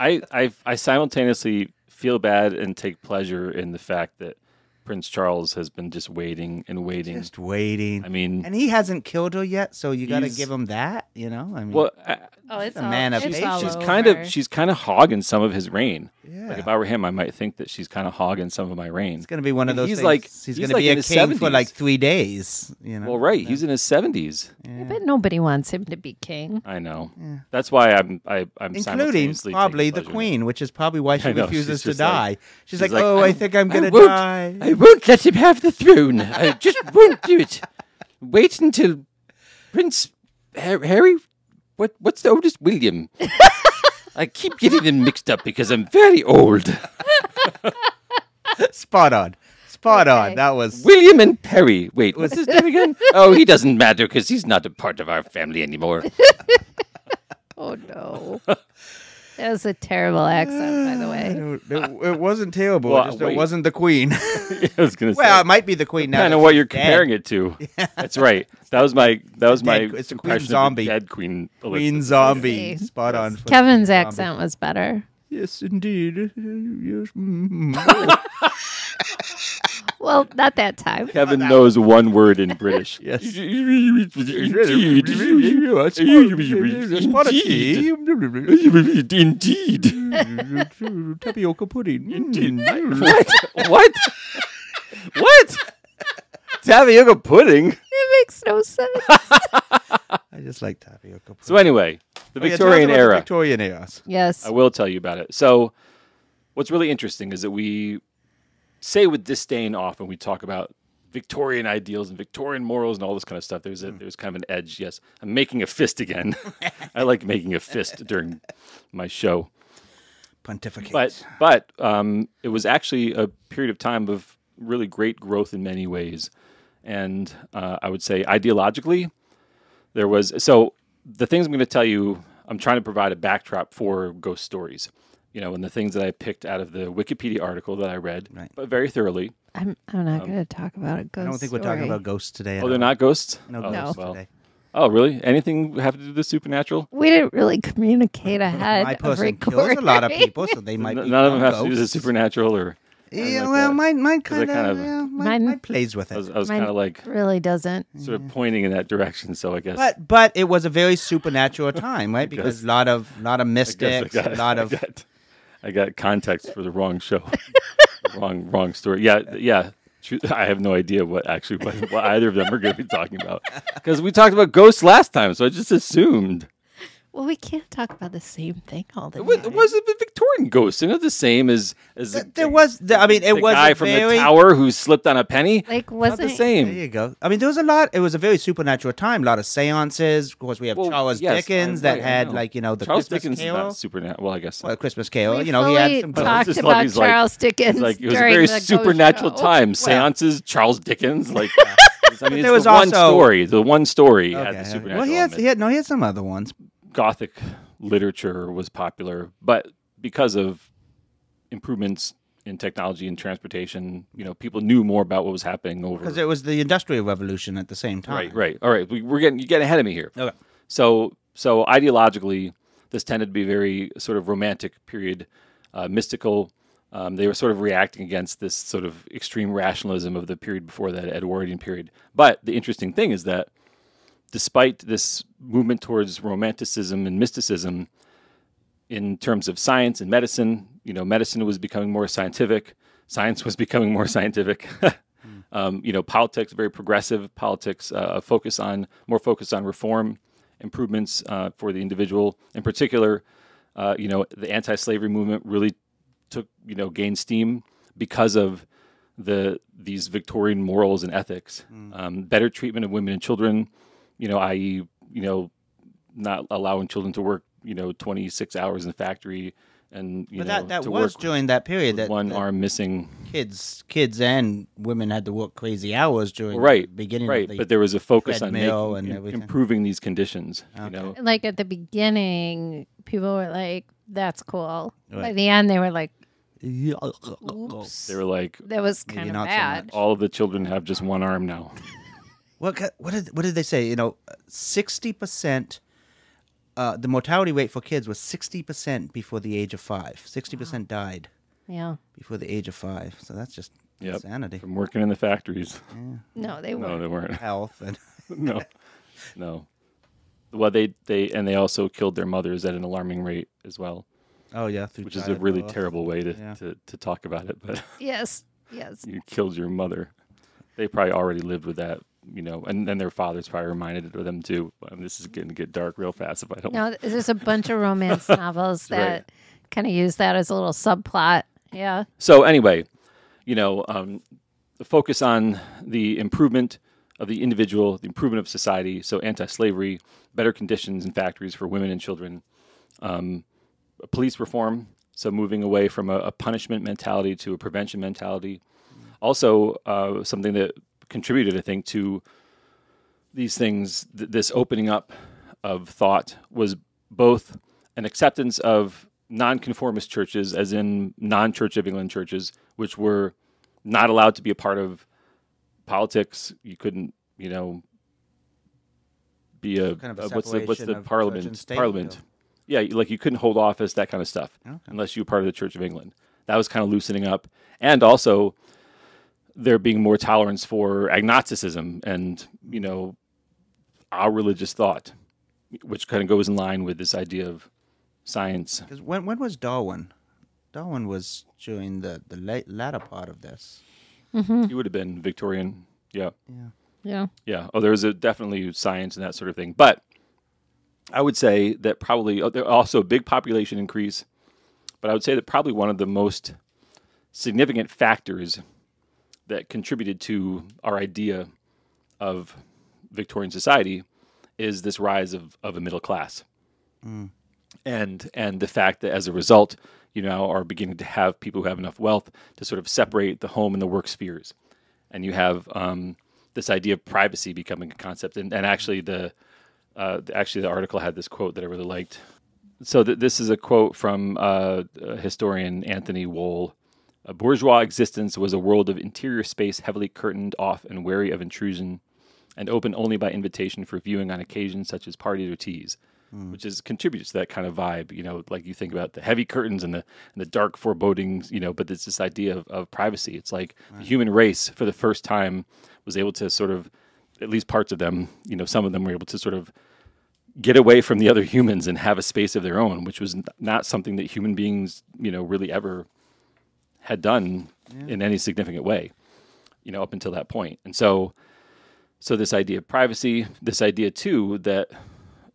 [SPEAKER 2] I, I I simultaneously feel bad and take pleasure in the fact that Prince Charles has been just waiting and waiting.
[SPEAKER 3] Just waiting.
[SPEAKER 2] I mean,
[SPEAKER 3] and he hasn't killed her yet, so you gotta
[SPEAKER 2] He's-
[SPEAKER 3] give him that. You know, I mean,
[SPEAKER 2] well, I,
[SPEAKER 1] Oh, it's
[SPEAKER 3] a all- man of it's patience. all
[SPEAKER 2] she's kind of she's kind of hogging some of his reign.
[SPEAKER 3] yeah.
[SPEAKER 2] Like if I were him, I might think that she's kind of hogging some of my reign.
[SPEAKER 3] it's gonna be one
[SPEAKER 2] And
[SPEAKER 3] of those.
[SPEAKER 2] he's
[SPEAKER 3] things.
[SPEAKER 2] like-
[SPEAKER 3] he's,
[SPEAKER 2] he's
[SPEAKER 3] gonna
[SPEAKER 2] like
[SPEAKER 3] be
[SPEAKER 2] in
[SPEAKER 3] a
[SPEAKER 2] his
[SPEAKER 3] king for
[SPEAKER 2] 70s.
[SPEAKER 3] like three days. You know.
[SPEAKER 2] Well, right, he's in his seventies.
[SPEAKER 3] Yeah.
[SPEAKER 1] But nobody wants him to be king.
[SPEAKER 2] I know.
[SPEAKER 3] Yeah.
[SPEAKER 2] That's why I'm I, I'm
[SPEAKER 3] including
[SPEAKER 2] simultaneously taking
[SPEAKER 3] probably the
[SPEAKER 2] pleasure in it.
[SPEAKER 3] queen, which is probably why she
[SPEAKER 2] [laughs] I know, she's
[SPEAKER 3] refuses to
[SPEAKER 2] just like-
[SPEAKER 3] die. she's,
[SPEAKER 2] she's
[SPEAKER 3] like,
[SPEAKER 2] like,
[SPEAKER 3] "Oh,
[SPEAKER 2] I-
[SPEAKER 3] I think I'm
[SPEAKER 2] I
[SPEAKER 3] gonna
[SPEAKER 2] won't.
[SPEAKER 3] die."
[SPEAKER 2] [laughs] I won't let him have the throne. [laughs] I just won't do it. Wait until Prince Har- Harry. What? What's the oldest [laughs] William? I keep getting them mixed up because I'm very old.
[SPEAKER 3] Spot on, spot
[SPEAKER 1] Okay.
[SPEAKER 3] on. That was
[SPEAKER 2] William and Perry. Wait, what's his name [laughs] again? Oh, he doesn't matter because he's not a part of our family anymore.
[SPEAKER 1] Oh
[SPEAKER 2] [laughs]
[SPEAKER 1] no. that was a terrible accent, by the
[SPEAKER 2] [sighs]
[SPEAKER 3] I
[SPEAKER 1] way.
[SPEAKER 3] don't know. [laughs] It, it wasn't terrible.
[SPEAKER 2] Well,
[SPEAKER 3] just
[SPEAKER 2] wait.
[SPEAKER 3] it wasn't
[SPEAKER 2] [laughs]
[SPEAKER 3] the
[SPEAKER 2] [laughs]
[SPEAKER 3] queen. [laughs]
[SPEAKER 2] I was gonna
[SPEAKER 3] well,
[SPEAKER 2] say.
[SPEAKER 3] it might be the queen now.
[SPEAKER 2] kind of
[SPEAKER 3] that
[SPEAKER 2] what
[SPEAKER 3] she's
[SPEAKER 2] you're
[SPEAKER 3] dead.
[SPEAKER 2] comparing it [laughs] to. That's right. That was my that was my
[SPEAKER 3] Dead- it's a queen
[SPEAKER 2] impression of the
[SPEAKER 3] zombie.
[SPEAKER 2] dead queen. Elizabeth.
[SPEAKER 3] Queen zombie.
[SPEAKER 1] Let's see.
[SPEAKER 3] Spot on. for-
[SPEAKER 1] Kevin's accent was better.
[SPEAKER 3] Yes, indeed. Yes. mm.
[SPEAKER 1] Well, not that time.
[SPEAKER 2] Kevin knows one word in
[SPEAKER 3] [laughs]
[SPEAKER 2] British. [laughs]
[SPEAKER 3] Yes.
[SPEAKER 2] Indeed.
[SPEAKER 3] Spot on.
[SPEAKER 2] Indeed. [laughs]
[SPEAKER 3] [laughs]
[SPEAKER 2] Indeed.
[SPEAKER 3] Tapioca pudding. Mm.
[SPEAKER 2] What? What? What? Tapioca pudding.
[SPEAKER 1] It makes no sense.
[SPEAKER 2] [laughs]
[SPEAKER 3] I just like tapioca pudding.
[SPEAKER 2] So anyway, the
[SPEAKER 3] Oh, yeah, tell us
[SPEAKER 2] Victorian
[SPEAKER 3] about the
[SPEAKER 2] era.
[SPEAKER 3] Victorian eras.
[SPEAKER 1] yes.
[SPEAKER 2] I will tell you about it. So, what's really interesting is that we say with disdain often we talk about Victorian ideals and Victorian morals and all this kind of stuff. There's
[SPEAKER 3] Mm.
[SPEAKER 2] a, there's kind of an edge. Yes, I'm making a fist again. [laughs] I like making a fist during my show.
[SPEAKER 3] Pontificate.
[SPEAKER 2] But but um, it was actually a period of time of really great growth in many ways, and uh, I would say ideologically, there was so the things I'm going to tell you. I'm trying to provide a backdrop for ghost stories, you know, and the things that I picked out of the Wikipedia article that I read,
[SPEAKER 3] Right.
[SPEAKER 2] but very thoroughly.
[SPEAKER 1] I'm, I'm not going to talk about a ghost.
[SPEAKER 3] Um, I don't think we're talking about ghosts today. at
[SPEAKER 2] Oh, they're
[SPEAKER 3] all.
[SPEAKER 2] not ghosts.
[SPEAKER 3] No
[SPEAKER 2] oh,
[SPEAKER 3] ghosts
[SPEAKER 2] well.
[SPEAKER 3] today.
[SPEAKER 2] Oh, really? Anything have to do with the supernatural?
[SPEAKER 1] We didn't really communicate ahead.
[SPEAKER 3] [laughs] My
[SPEAKER 1] of
[SPEAKER 3] person kills a lot of
[SPEAKER 1] recording.
[SPEAKER 3] people, so they might.
[SPEAKER 2] N-
[SPEAKER 3] be
[SPEAKER 2] none of them have
[SPEAKER 3] ghosts.
[SPEAKER 2] to do with the supernatural, or
[SPEAKER 3] Yeah,
[SPEAKER 2] like
[SPEAKER 3] well,
[SPEAKER 2] that.
[SPEAKER 3] mine, mine
[SPEAKER 2] Those are
[SPEAKER 3] kind
[SPEAKER 2] kind
[SPEAKER 3] of,
[SPEAKER 2] of-
[SPEAKER 3] yeah, mine,
[SPEAKER 1] Mine-
[SPEAKER 3] mine, plays with
[SPEAKER 2] I was,
[SPEAKER 3] it.
[SPEAKER 2] I was
[SPEAKER 1] Mine-
[SPEAKER 2] kind of like
[SPEAKER 1] [laughs] Really doesn't.
[SPEAKER 2] sort of pointing in that direction. So I guess
[SPEAKER 3] But but it was a
[SPEAKER 2] [laughs]
[SPEAKER 3] very supernatural time, right? Because a lot of lot of
[SPEAKER 2] guess
[SPEAKER 3] mystics, a lot of
[SPEAKER 2] I got, I got context for the wrong show, [laughs] wrong wrong story. Yeah, th- yeah. True. [laughs] I have no idea what actually what, what [laughs] either of them are going to be talking about because we talked about ghosts last time, so I just assumed.
[SPEAKER 1] Well, we can't talk about the same thing all the
[SPEAKER 2] It was,
[SPEAKER 1] time.
[SPEAKER 2] it was a Victorian ghost. Isn't it the same as as
[SPEAKER 3] Th-
[SPEAKER 2] the,
[SPEAKER 3] there was, th- I mean, it
[SPEAKER 2] the
[SPEAKER 3] was
[SPEAKER 2] guy
[SPEAKER 3] a
[SPEAKER 2] from the
[SPEAKER 3] very,
[SPEAKER 2] tower who slipped on a penny?
[SPEAKER 1] like
[SPEAKER 2] Not
[SPEAKER 1] wasn't
[SPEAKER 2] the
[SPEAKER 3] There
[SPEAKER 2] same.
[SPEAKER 3] you go. I mean, there was a lot. It was a very supernatural time. A lot of seances. Of course, we have
[SPEAKER 2] Well,
[SPEAKER 3] Charles
[SPEAKER 2] yes,
[SPEAKER 3] Dickens
[SPEAKER 2] I-
[SPEAKER 3] that
[SPEAKER 2] right, I
[SPEAKER 3] had
[SPEAKER 2] know.
[SPEAKER 3] like you know the
[SPEAKER 2] Charles
[SPEAKER 3] Christmas
[SPEAKER 2] Dickens is
[SPEAKER 3] Carol.
[SPEAKER 2] not supernatural. Well, I guess.
[SPEAKER 3] well, Christmas Carol.
[SPEAKER 1] We
[SPEAKER 3] you know, he had
[SPEAKER 1] fully
[SPEAKER 3] some.
[SPEAKER 2] But I
[SPEAKER 1] talked
[SPEAKER 2] just love
[SPEAKER 1] about
[SPEAKER 2] he's like-
[SPEAKER 1] Charles Dickens.
[SPEAKER 2] It's like it was a
[SPEAKER 1] during
[SPEAKER 2] very
[SPEAKER 1] the ghost
[SPEAKER 2] supernatural
[SPEAKER 1] show.
[SPEAKER 2] time.
[SPEAKER 1] Well,
[SPEAKER 2] Seances, Charles
[SPEAKER 3] [laughs]
[SPEAKER 2] Dickens, like I mean, there
[SPEAKER 3] there
[SPEAKER 2] was
[SPEAKER 3] was
[SPEAKER 2] the one
[SPEAKER 3] also-
[SPEAKER 2] story. The one story
[SPEAKER 3] Okay.
[SPEAKER 2] had the supernatural.
[SPEAKER 3] well, he had,
[SPEAKER 2] element.
[SPEAKER 3] he had no, he had some other ones.
[SPEAKER 2] Gothic literature was popular, but because of improvements in technology and transportation, you know, people knew more about what was happening over.
[SPEAKER 3] Because it was the Industrial Revolution at the same time.
[SPEAKER 2] Right, right. All right, we, we're getting you get ahead of me here.
[SPEAKER 3] Okay.
[SPEAKER 2] So, so ideologically, this tended to be very sort of romantic period, uh, mystical. Um, they were sort of reacting against this sort of extreme rationalism of the period before that Edwardian period. But the interesting thing is that, despite this movement towards romanticism and mysticism, in terms of science and medicine, you know, medicine was becoming more scientific. Science was [laughs] becoming more scientific. [laughs] um, you know, politics very progressive. Politics uh, focus on more focus on reform, improvements uh, for the individual. In particular, uh, you know, the anti-slavery movement really took you know gained steam because of the these Victorian morals and ethics,
[SPEAKER 3] Mm.
[SPEAKER 2] um, better treatment of women and children. You know, i.e., you know, not allowing children to work you know 26 hours in the factory and you
[SPEAKER 3] But
[SPEAKER 2] know
[SPEAKER 3] that, that
[SPEAKER 2] to
[SPEAKER 3] was
[SPEAKER 2] work
[SPEAKER 3] during that period
[SPEAKER 2] with
[SPEAKER 3] that,
[SPEAKER 2] one
[SPEAKER 3] that
[SPEAKER 2] arm missing
[SPEAKER 3] kids kids and women had to work crazy hours during the
[SPEAKER 2] right
[SPEAKER 3] beginning
[SPEAKER 2] right
[SPEAKER 3] of the
[SPEAKER 2] but there was a focus on making,
[SPEAKER 3] treadmill and
[SPEAKER 2] im-
[SPEAKER 3] everything.
[SPEAKER 2] improving these conditions you know
[SPEAKER 1] like at the beginning, people were like, "That's cool." By
[SPEAKER 3] Right.
[SPEAKER 1] the end, they were like,
[SPEAKER 3] Oops.
[SPEAKER 1] "Oops,
[SPEAKER 2] they were like
[SPEAKER 1] that was
[SPEAKER 3] Maybe
[SPEAKER 1] kind of
[SPEAKER 3] not so
[SPEAKER 1] bad."
[SPEAKER 2] all of the children have just one arm now
[SPEAKER 3] What ki- what did what did they say? You know, sixty percent. Uh, the mortality rate for kids was sixty percent before the age of five. Sixty percent died
[SPEAKER 1] yeah,
[SPEAKER 3] before the age of five. So that's just
[SPEAKER 2] Yep.
[SPEAKER 3] insanity.
[SPEAKER 2] from working in the factories
[SPEAKER 1] no, they
[SPEAKER 2] no
[SPEAKER 1] were.
[SPEAKER 2] they weren't
[SPEAKER 3] Health and [laughs]
[SPEAKER 2] [laughs] no no well they they and they also killed their mothers at an alarming rate as well
[SPEAKER 3] oh yeah, through
[SPEAKER 2] which is a
[SPEAKER 3] childbirth.
[SPEAKER 2] really terrible way to,
[SPEAKER 3] Yeah.
[SPEAKER 2] to, to talk about it but [laughs]
[SPEAKER 1] Yes, yes.
[SPEAKER 2] you killed your mother. They probably already lived with that, you know, and then their fathers probably reminded of them too. Um, this is going to get dark real fast if I don't.
[SPEAKER 1] No, there's a bunch of
[SPEAKER 2] [laughs]
[SPEAKER 1] romance novels that
[SPEAKER 2] Right.
[SPEAKER 1] kind of use that as a little subplot. Yeah,
[SPEAKER 2] So anyway, you know, um, the focus on the improvement of the individual, the improvement of society. So anti-slavery, better conditions in factories for women and children, um, police reform. So moving away from a, a punishment mentality to a prevention mentality. Also, uh, something that contributed, I think, to these things, th- this opening up of thought was both an acceptance of nonconformist churches, as in non Church of England churches, which were not allowed to be a part of politics. You couldn't, you know, be a,
[SPEAKER 3] Kind of a
[SPEAKER 2] uh, what's the what's
[SPEAKER 3] separation
[SPEAKER 2] the
[SPEAKER 3] of church and
[SPEAKER 2] parliament
[SPEAKER 3] state,
[SPEAKER 2] parliament.
[SPEAKER 3] though.
[SPEAKER 2] Yeah, you- like you couldn't hold office, that kind of stuff, unless you were part of the Church of England. That was kind of loosening up, and also there being more tolerance for agnosticism and you know our religious thought, which kind of goes in line with this idea of science.
[SPEAKER 3] 'Cause when when was Darwin? Darwin was during the the late, latter part of this.
[SPEAKER 2] You would have been Victorian, yeah,
[SPEAKER 1] yeah.
[SPEAKER 2] yeah. Oh, there was a definitely science and that sort of thing, but I would say that probably oh, there also a big population increase, but I would say that probably one of the most significant factors that contributed to our idea of Victorian society is this rise of, of a middle class. And and the fact that as a result, you now are beginning to have people who have enough wealth to sort of separate the home and the work spheres. And you have um, this idea of privacy becoming a concept. And, and actually the uh, actually the article had this quote that I really liked. So th- this is a quote from uh, uh, historian Anthony Wohl. A bourgeois existence was a world of interior space heavily curtained off and wary of intrusion, and open only by invitation for viewing on occasions such as parties or teas, which is contributes to that kind of vibe. You know, like you think about the heavy curtains and the and the dark forebodings. You know, but it's this idea of, of privacy. It's like the human race for the first time was able to sort of, at least parts of them. You know, some of them were able to sort of get away from the other humans and have a space of their own, which was n- not something that human beings, you know, really ever had done in any significant way, you know, up until that point. And so, so this idea of privacy, this idea too that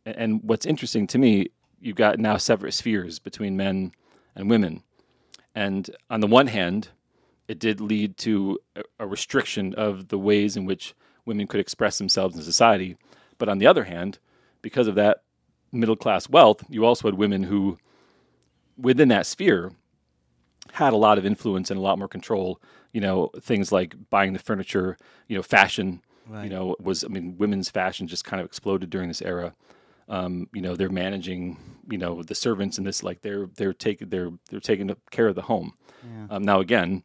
[SPEAKER 2] A- And what's interesting to me, you've got now separate spheres between men and women. And on the one hand, it did lead to a- a restriction of the ways in which women could express themselves in society. But on the other hand, because of that middle class wealth, you also had women who, within that sphere, had a lot of influence and a lot more control. You know, things like buying the furniture, you know, fashion, you know, was, I mean, women's fashion just kind of exploded during this era. Um, you know, they're managing, you know, the servants and this, like they're, they're taking, they're, they're taking care of the home. Um, now again,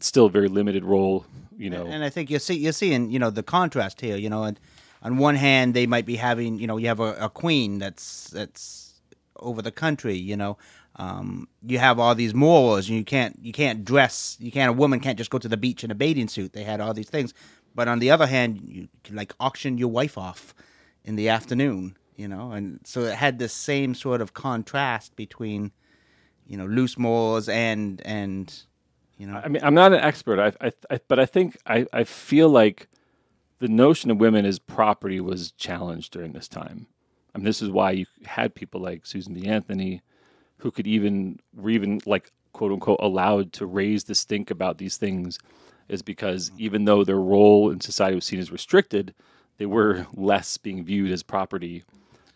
[SPEAKER 2] still very limited role, you know,
[SPEAKER 3] And I think you see you're seeing, you know, the contrast here, you know, and on one hand they might be having, you know, you have a, a queen that's that's over the country, you know. Um, you have all these morals and you can't you can't dress you can't a woman can't just go to the beach in a bathing suit. They had all these things. But on the other hand, you can like auction your wife off in the afternoon, you know, and so it had this same sort of contrast between, you know, loose morals and and you know
[SPEAKER 2] I mean, I'm not an expert, I, I, I, but I think I, I feel like the notion of women as property was challenged during this time. I mean, this is why you had people like Susan B. Anthony, who could even were even like quote unquote allowed to raise the stink about these things, is because even though their role in society was seen as restricted, they were less being viewed as property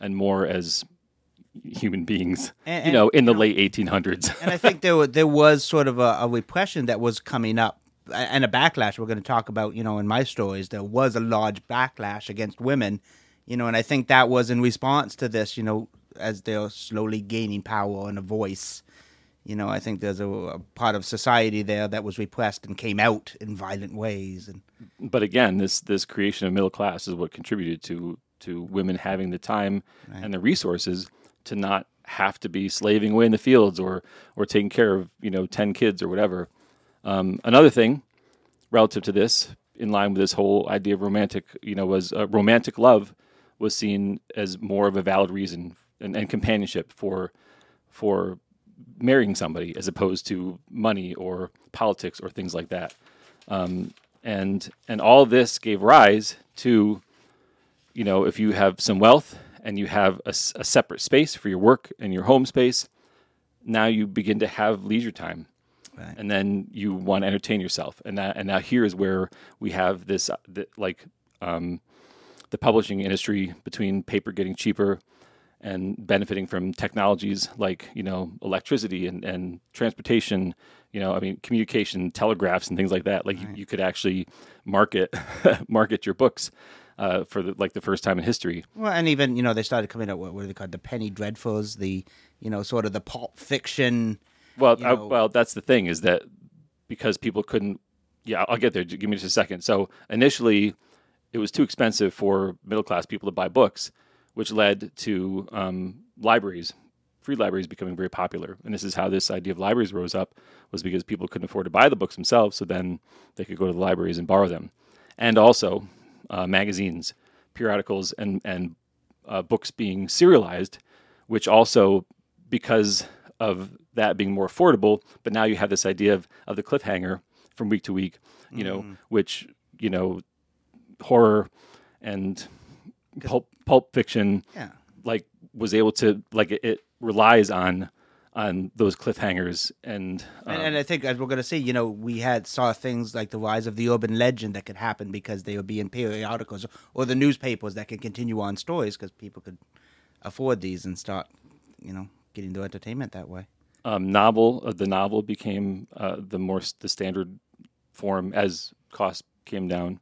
[SPEAKER 2] and more as human beings.
[SPEAKER 3] And-
[SPEAKER 2] you
[SPEAKER 3] and-
[SPEAKER 2] know, in the late [laughs] 1800s.
[SPEAKER 3] and I think there was, there was sort of a, a repression that was coming up a- and a backlash. We're going to talk about, you know, in my stories, there was a large backlash against women, you know, and I think that was in response to this, you know, as they're slowly gaining power and a voice. You know, I think there's a, a part of society there that was repressed and came out in violent ways. And
[SPEAKER 2] but again, this this creation of middle class is what contributed to to women having the time and the resources to not have to be slaving away in the fields or or taking care of you know ten kids or whatever. Um, another thing relative to this, in line with this whole idea of romantic, you know, was uh, romantic love was seen as more of a valid reason and, and companionship for for marrying somebody as opposed to money or politics or things like that and and all this gave rise to you know if you have some wealth and you have a, s- a separate space for your work and your home space now you begin to have leisure time
[SPEAKER 3] Right.
[SPEAKER 2] and then you want to entertain yourself and that and now here is where we have this uh, th- like um, the publishing industry between paper getting cheaper and benefiting from technologies like you know electricity and, and transportation you know i mean communication telegraphs and things like that like you, you could actually market [laughs] market your books uh, for the, like the first time in history
[SPEAKER 3] Well, and even you know they started coming out. What, what are they called? The penny dreadfuls, the you know sort of the pulp fiction.
[SPEAKER 2] Well,
[SPEAKER 3] you
[SPEAKER 2] I,
[SPEAKER 3] know-
[SPEAKER 2] well, that's the thing is that because people couldn't. Yeah, I'll get there. Ju- Give me just a second. So initially, it was too expensive for middle class people to buy books, which led to um, libraries, free libraries becoming very popular. And this is how this idea of libraries rose up was because people couldn't afford to buy the books themselves, so then they could go to the libraries and borrow them, and also uh, magazines, periodicals, and and uh, books being serialized, which also because of that being more affordable. But now you have this idea of, of the cliffhanger from week to week, you know, which, you know, horror and pulp, pulp fiction
[SPEAKER 3] Yeah,
[SPEAKER 2] like was able to like it, it relies on on those cliffhangers and, um,
[SPEAKER 3] and, and I think as we're going to see, you know, we had saw things like the rise of the urban legend that could happen because they would be in periodicals or the newspapers that could continue on stories because people could afford these and start, you know, getting their entertainment that way.
[SPEAKER 2] um, novel uh, the novel became uh, the more s- the standard form as costs came down.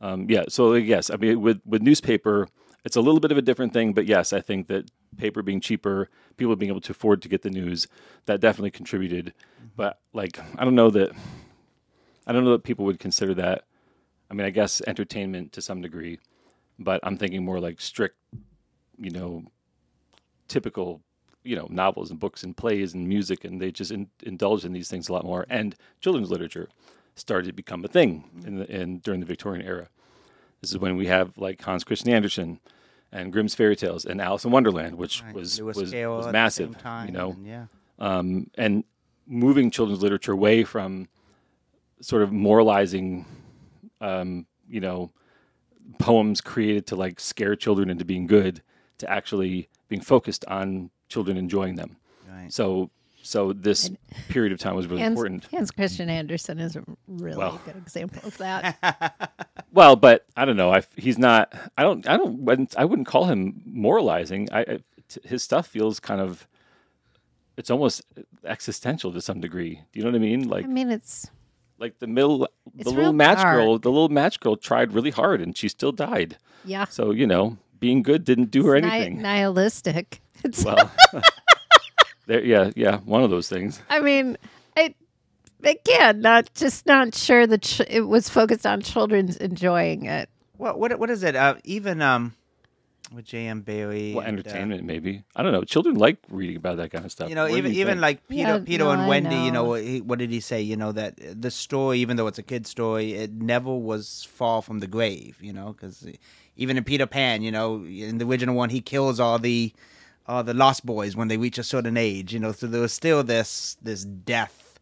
[SPEAKER 2] Um, yeah, so yes, I mean with with newspaper, it's a little bit of a different thing, but yes, I think that paper being cheaper, people being able to afford to get the news, that definitely contributed. But like, I don't know that, I don't know that people would consider that. I mean, I guess entertainment to some degree, but I'm thinking more like strict, you know, typical you know novels and books and plays and music and they just in, indulged in these things a lot more and children's literature started to become a thing in the in during the Victorian era this is when we have like Hans Christian Andersen and Grimm's fairy tales and Alice in Wonderland which was
[SPEAKER 3] Lewis
[SPEAKER 2] was, was
[SPEAKER 3] Carroll at the
[SPEAKER 2] massive
[SPEAKER 3] same time,
[SPEAKER 2] you know
[SPEAKER 3] and yeah.
[SPEAKER 2] um, and moving children's literature away from sort of moralizing, um, you know, poems created to like scare children into being good to actually being focused on children enjoying them.
[SPEAKER 3] Right.
[SPEAKER 2] So so this period of time was really
[SPEAKER 1] Hans,
[SPEAKER 2] important.
[SPEAKER 1] Hans Christian Andersen is a really
[SPEAKER 2] Well.
[SPEAKER 1] good example of
[SPEAKER 2] [laughs]
[SPEAKER 1] that.
[SPEAKER 2] Well, but I don't know. I he's not. I don't. I don't. wouldn't- I wouldn't call him moralizing. I, I t- his stuff feels kind of. It's almost existential to some degree. Do you know what I mean? Like
[SPEAKER 1] I mean, it's
[SPEAKER 2] like the middle,
[SPEAKER 1] It's
[SPEAKER 2] the little
[SPEAKER 1] real
[SPEAKER 2] match girl, the little match girl tried really hard and she still died.
[SPEAKER 1] yeah,
[SPEAKER 2] So you know, being good didn't do her
[SPEAKER 1] ni-
[SPEAKER 2] anything.
[SPEAKER 1] nihilistic. It's
[SPEAKER 2] Well, [laughs] there, yeah, yeah, one of those things.
[SPEAKER 1] I mean, I again not just not sure that ch- it was focused on children's enjoying it.
[SPEAKER 3] What what what is it? Uh, even um, with J.M. Bailey.
[SPEAKER 2] Well,
[SPEAKER 3] and, uh,
[SPEAKER 2] entertainment maybe. I don't know. Children like reading about that kind of stuff.
[SPEAKER 3] you know,
[SPEAKER 2] What do
[SPEAKER 3] even even
[SPEAKER 2] think?
[SPEAKER 3] like Peter,
[SPEAKER 1] Yeah,
[SPEAKER 3] Peter
[SPEAKER 1] no, I
[SPEAKER 3] and Wendy. You
[SPEAKER 1] know.
[SPEAKER 3] know, he, what did he say? You know that uh, the story, even though it's a kid's story, it never was far from the grave. You know, because even in Peter Pan, you know, in the original one, he kills all the all the lost boys when they reach a certain age. You know, so there was still this this death,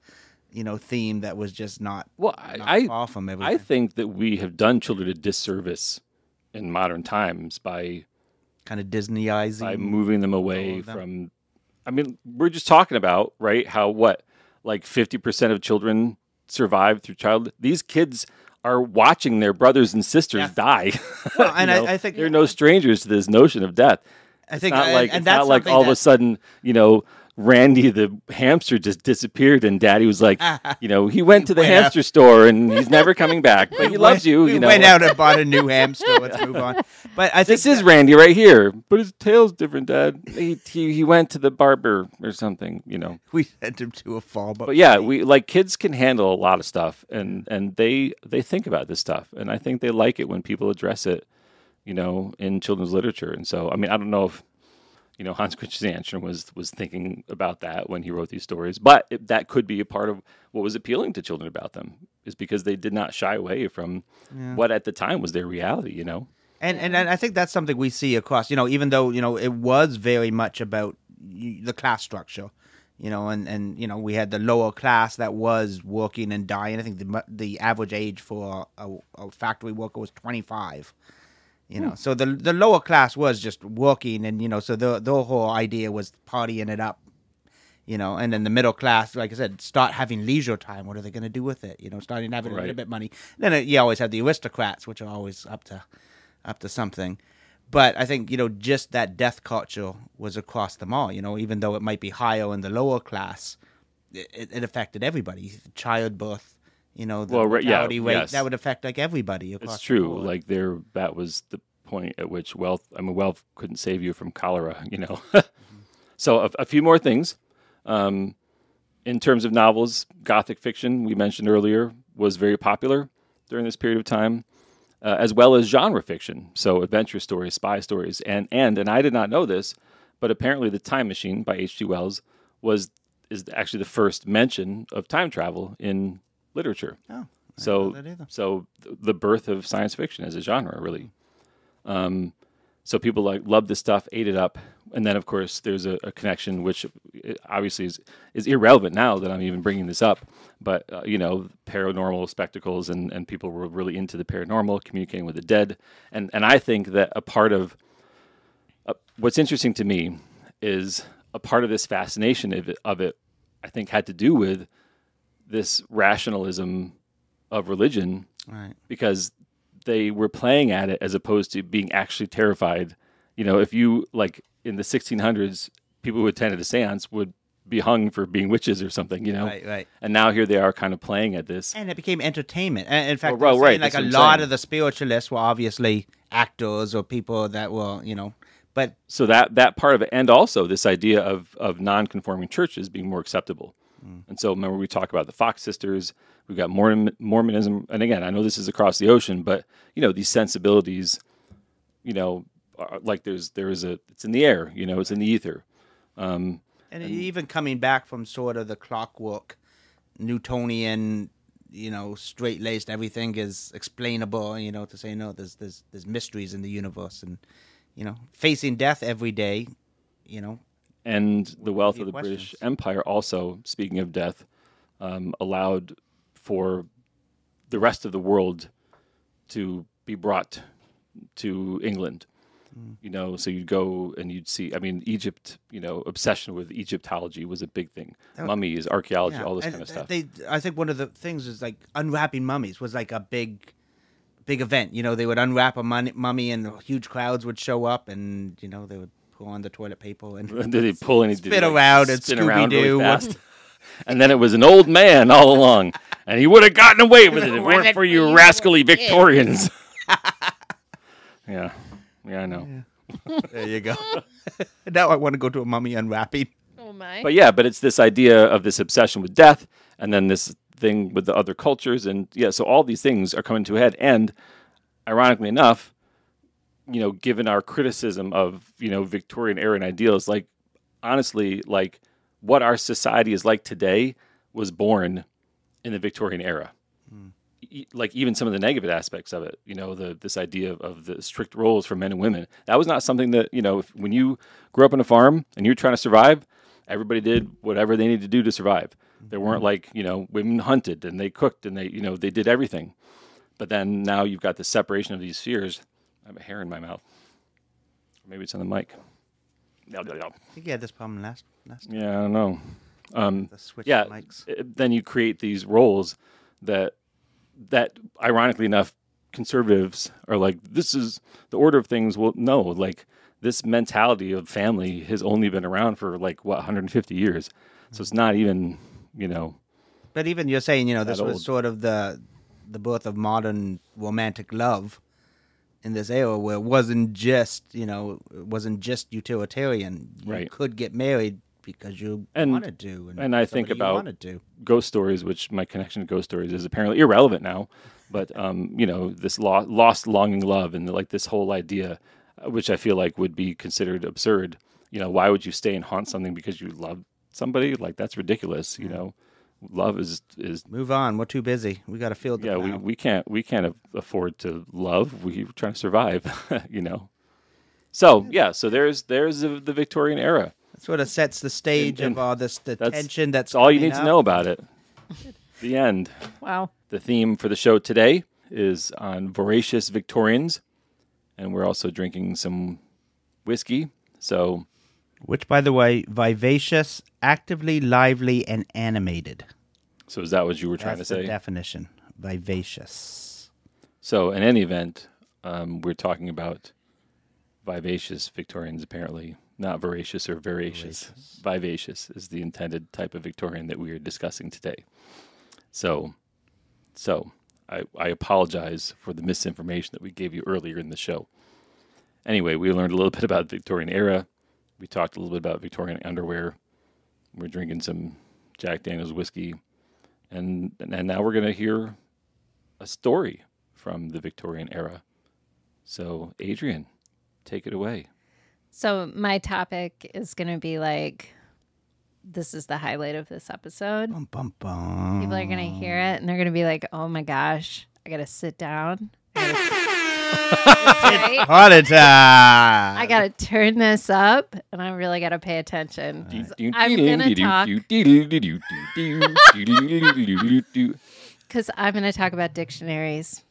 [SPEAKER 3] you know, theme that was just not
[SPEAKER 2] Well,
[SPEAKER 3] not
[SPEAKER 2] I, I
[SPEAKER 3] far from everything.
[SPEAKER 2] I think that we have done children a disservice in modern times by
[SPEAKER 3] kind of Disneyizing.
[SPEAKER 2] by moving them away
[SPEAKER 3] Mm-hmm. of them.
[SPEAKER 2] from. I mean, we're just talking about right how what like fifty percent of children survive through child. These kids are watching their brothers and sisters
[SPEAKER 3] Yeah.
[SPEAKER 2] die. [laughs]
[SPEAKER 3] Well, and
[SPEAKER 2] You
[SPEAKER 3] I-
[SPEAKER 2] know,
[SPEAKER 3] I think-
[SPEAKER 2] they're no strangers to this notion of death.
[SPEAKER 3] I think,
[SPEAKER 2] it's not
[SPEAKER 3] and-
[SPEAKER 2] like
[SPEAKER 3] and
[SPEAKER 2] it's
[SPEAKER 3] that's
[SPEAKER 2] not like
[SPEAKER 3] something
[SPEAKER 2] all of
[SPEAKER 3] that-
[SPEAKER 2] a sudden, you know, Randy the hamster just disappeared, and Daddy was
[SPEAKER 3] [laughs]
[SPEAKER 2] like, you know, he went to the
[SPEAKER 3] went
[SPEAKER 2] hamster store and he's never coming back,
[SPEAKER 3] [laughs]
[SPEAKER 2] but he loves you.
[SPEAKER 3] We
[SPEAKER 2] You know,
[SPEAKER 3] went out and bought a new hamster. Let's move
[SPEAKER 2] [laughs]
[SPEAKER 3] on. But I think
[SPEAKER 2] this is Randy right here, but his tail's different, Dad. He he, he went to the barber or something, you know.
[SPEAKER 3] [laughs] we sent him to a farm.
[SPEAKER 2] But yeah, we like kids can handle a lot of stuff, and and they they think about this stuff, and I think they like it when people address it, you know, in children's literature. And so, I mean, I don't know if you know Hans Christian Andersen was was thinking about that when he wrote these stories, but it, that could be a part of what was appealing to children about them is because they did not shy away from what at the time was their reality, you know.
[SPEAKER 3] and, and and I think that's something we see across. You know, even though you know it was very much about y- the class structure. You know, and, and you know we had the lower class that was working and dying. I think the mu- the average age for a, a factory worker was twenty five. You know, so the the lower class was just working, and you know, so the the whole idea was partying it up, you know, and then the middle class, like I said, start having leisure time. What are they going to do with it? You know, starting having a
[SPEAKER 2] Right.
[SPEAKER 3] little bit of money. Then uh, you always have the aristocrats, which are always up to up to something. But I think you know, just that death culture was across them all. You know, even though it might be higher in the lower class, it, it, it affected everybody. Childbirth, you know, the
[SPEAKER 2] Well, right, yeah,
[SPEAKER 3] mortality rate
[SPEAKER 2] yes.
[SPEAKER 3] that would affect like everybody. Across
[SPEAKER 2] It's
[SPEAKER 3] the
[SPEAKER 2] true.
[SPEAKER 3] board.
[SPEAKER 2] Like there, that was the point at which wealth. I mean, wealth couldn't save you from cholera. [laughs] You know. so a, a few more things. Um, in terms of novels, Gothic fiction we mentioned earlier was very popular during this period of time, uh, as well as genre fiction. So adventure stories, spy stories, and and and I did not know this, but apparently, The Time Machine by H.G. Wells was is actually the first mention of time travel in literature.
[SPEAKER 3] Oh, I didn't know
[SPEAKER 2] So,
[SPEAKER 3] that either.
[SPEAKER 2] so th- the birth of science fiction as a genre, really. Um, so people like loved this stuff, ate it up, and then of course there's a, a connection which uh, obviously is is irrelevant now that I'm even bringing this up. But uh, you know, paranormal spectacles and and people were really into the paranormal, communicating with the dead, and and I think that a part of uh, what's interesting to me is a part of this fascination of it, of it I think had to do with this rationalism of religion
[SPEAKER 3] right.
[SPEAKER 2] because they were playing at it as opposed to being actually terrified. You know, if you like in the 1600s, people who attended a séance would be hung for being witches or something. You know,
[SPEAKER 3] Right, right.
[SPEAKER 2] and now here they are kind of playing at this.
[SPEAKER 3] And it became entertainment. And in fact,
[SPEAKER 2] Well,
[SPEAKER 3] I'm
[SPEAKER 2] right,
[SPEAKER 3] saying,
[SPEAKER 2] that's
[SPEAKER 3] like a
[SPEAKER 2] what I'm
[SPEAKER 3] lot
[SPEAKER 2] saying.
[SPEAKER 3] of the spiritualists were obviously actors or people that were, you know, but
[SPEAKER 2] so that that part of it, and also this idea of of non-conforming churches being more acceptable. And so remember we talk about the Fox sisters, we've got Mormon, Mormonism, and again I know this is across the ocean, but you know these sensibilities, you know, are, like there's there is a it's in the air, you know, it's in the ether.
[SPEAKER 3] and, even coming back from sort of the clockwork Newtonian, you know, straight laced everything is explainable, you know, to say no, there's there's there's mysteries in the universe and you know, facing death every day, you know.
[SPEAKER 2] and the wealth of the
[SPEAKER 3] questions.
[SPEAKER 2] British Empire also, speaking of death, um, allowed for the rest of the world to be brought to England.
[SPEAKER 3] Hmm.
[SPEAKER 2] you know so you'd go and you'd see i mean egypt you know obsession with egyptology was a big thing mummies archaeology all this
[SPEAKER 3] Oh, and
[SPEAKER 2] kind of stuff
[SPEAKER 3] They, I think one of the things is like unwrapping mummies was like a big, big event. You know, they would unwrap a mun- mummy and huge crowds would show up, and you know they would pull on the toilet paper and
[SPEAKER 2] [laughs] did they pull any did
[SPEAKER 3] Spin
[SPEAKER 2] they,
[SPEAKER 3] around and
[SPEAKER 2] spin around really
[SPEAKER 3] Scooby-Doo.
[SPEAKER 2] fast [laughs] and then it was an old man all along and he would have gotten away with it if it weren't for you rascally victorians [laughs] yeah yeah i know
[SPEAKER 3] [laughs] there you go. [laughs] now I want to go to a mummy unwrapping.
[SPEAKER 1] Oh my.
[SPEAKER 2] But yeah, but it's this idea of this obsession with death, and then this thing with the other cultures, and yeah, so all these things are coming to a head. And ironically enough, you know, given our criticism of you know Victorian era and ideals, like honestly, like what our society is like today was born in the Victorian era. E- Like even some of the negative aspects of it, you know, the this idea of, of the strict roles for men and women. That was not something that you know, if, when you grew up on a farm and you're trying to survive, everybody did whatever they needed to do to survive. There weren't like you know, women hunted and they cooked and they you know they did everything. But then now you've got the separation of these spheres. I have a hair in my mouth. Maybe it's on the mic. Yeah,
[SPEAKER 3] I think you had this problem last last
[SPEAKER 2] I don't know
[SPEAKER 3] the switch
[SPEAKER 2] Mm. yeah,
[SPEAKER 3] mics.
[SPEAKER 2] uh, then you create these roles that that ironically enough conservatives are like this is the order of things well no like this mentality of family has only been around for like what 150 years so it's not even you know
[SPEAKER 3] But even you're saying, you know, this
[SPEAKER 2] That
[SPEAKER 3] was
[SPEAKER 2] old.
[SPEAKER 3] sort of the the birth of modern romantic love in this era where it wasn't just, you know, it wasn't just utilitarian. You
[SPEAKER 2] Right.
[SPEAKER 3] could get married because you
[SPEAKER 2] And-
[SPEAKER 3] wanted to and,
[SPEAKER 2] and I think
[SPEAKER 3] somebody you
[SPEAKER 2] about-
[SPEAKER 3] wanted to.
[SPEAKER 2] ghost stories which my connection to ghost stories is apparently irrelevant now but um you know this lo- lost longing love and like this whole idea uh, which i feel like would be considered absurd you know why would you stay and haunt something because you love somebody like that's ridiculous you know love is is
[SPEAKER 3] Move on. We're too busy. We got to field them
[SPEAKER 2] yeah we,
[SPEAKER 3] now.
[SPEAKER 2] we can't we can't a- afford to love we're trying to survive [laughs] you know so yeah so there's there's the, the victorian era
[SPEAKER 3] That sort of sets the stage
[SPEAKER 2] and-
[SPEAKER 3] of all this the
[SPEAKER 2] that's-
[SPEAKER 3] tension that's
[SPEAKER 2] that's all you
[SPEAKER 3] coming
[SPEAKER 2] need
[SPEAKER 3] up.
[SPEAKER 2] to know about [laughs] it the end
[SPEAKER 1] wow.
[SPEAKER 2] The theme for the show today is on voracious Victorians, and we're also drinking some whiskey. So
[SPEAKER 3] Which by the way, vivacious, actively lively and animated.
[SPEAKER 2] so is that what you were trying
[SPEAKER 3] That's
[SPEAKER 2] to
[SPEAKER 3] the
[SPEAKER 2] say?
[SPEAKER 3] definition. Vivacious.
[SPEAKER 2] So in any event, um, we're talking about vivacious Victorians apparently, not voracious or voracious. Vivacious is the intended type of Victorian that we are discussing today. So so I, I apologize for the misinformation that we gave you earlier in the show. Anyway, we learned a little [laughs] bit about the Victorian era. We talked a little bit about Victorian underwear. We're drinking some Jack Daniels whiskey. And and now we're gonna hear a story from the Victorian era. So, Adrian, take it away.
[SPEAKER 1] So my topic is going to be like, this is the highlight of this episode.
[SPEAKER 3] Bum bum bum.
[SPEAKER 1] [laughs] People are going to hear it and they're going to be like, oh my gosh, I got to sit down. Right?
[SPEAKER 3] Heart attack.
[SPEAKER 1] I got to turn this up and I really got to pay attention. I'm gonna talk.
[SPEAKER 2] That's
[SPEAKER 1] Because I'm going to talk about dictionaries.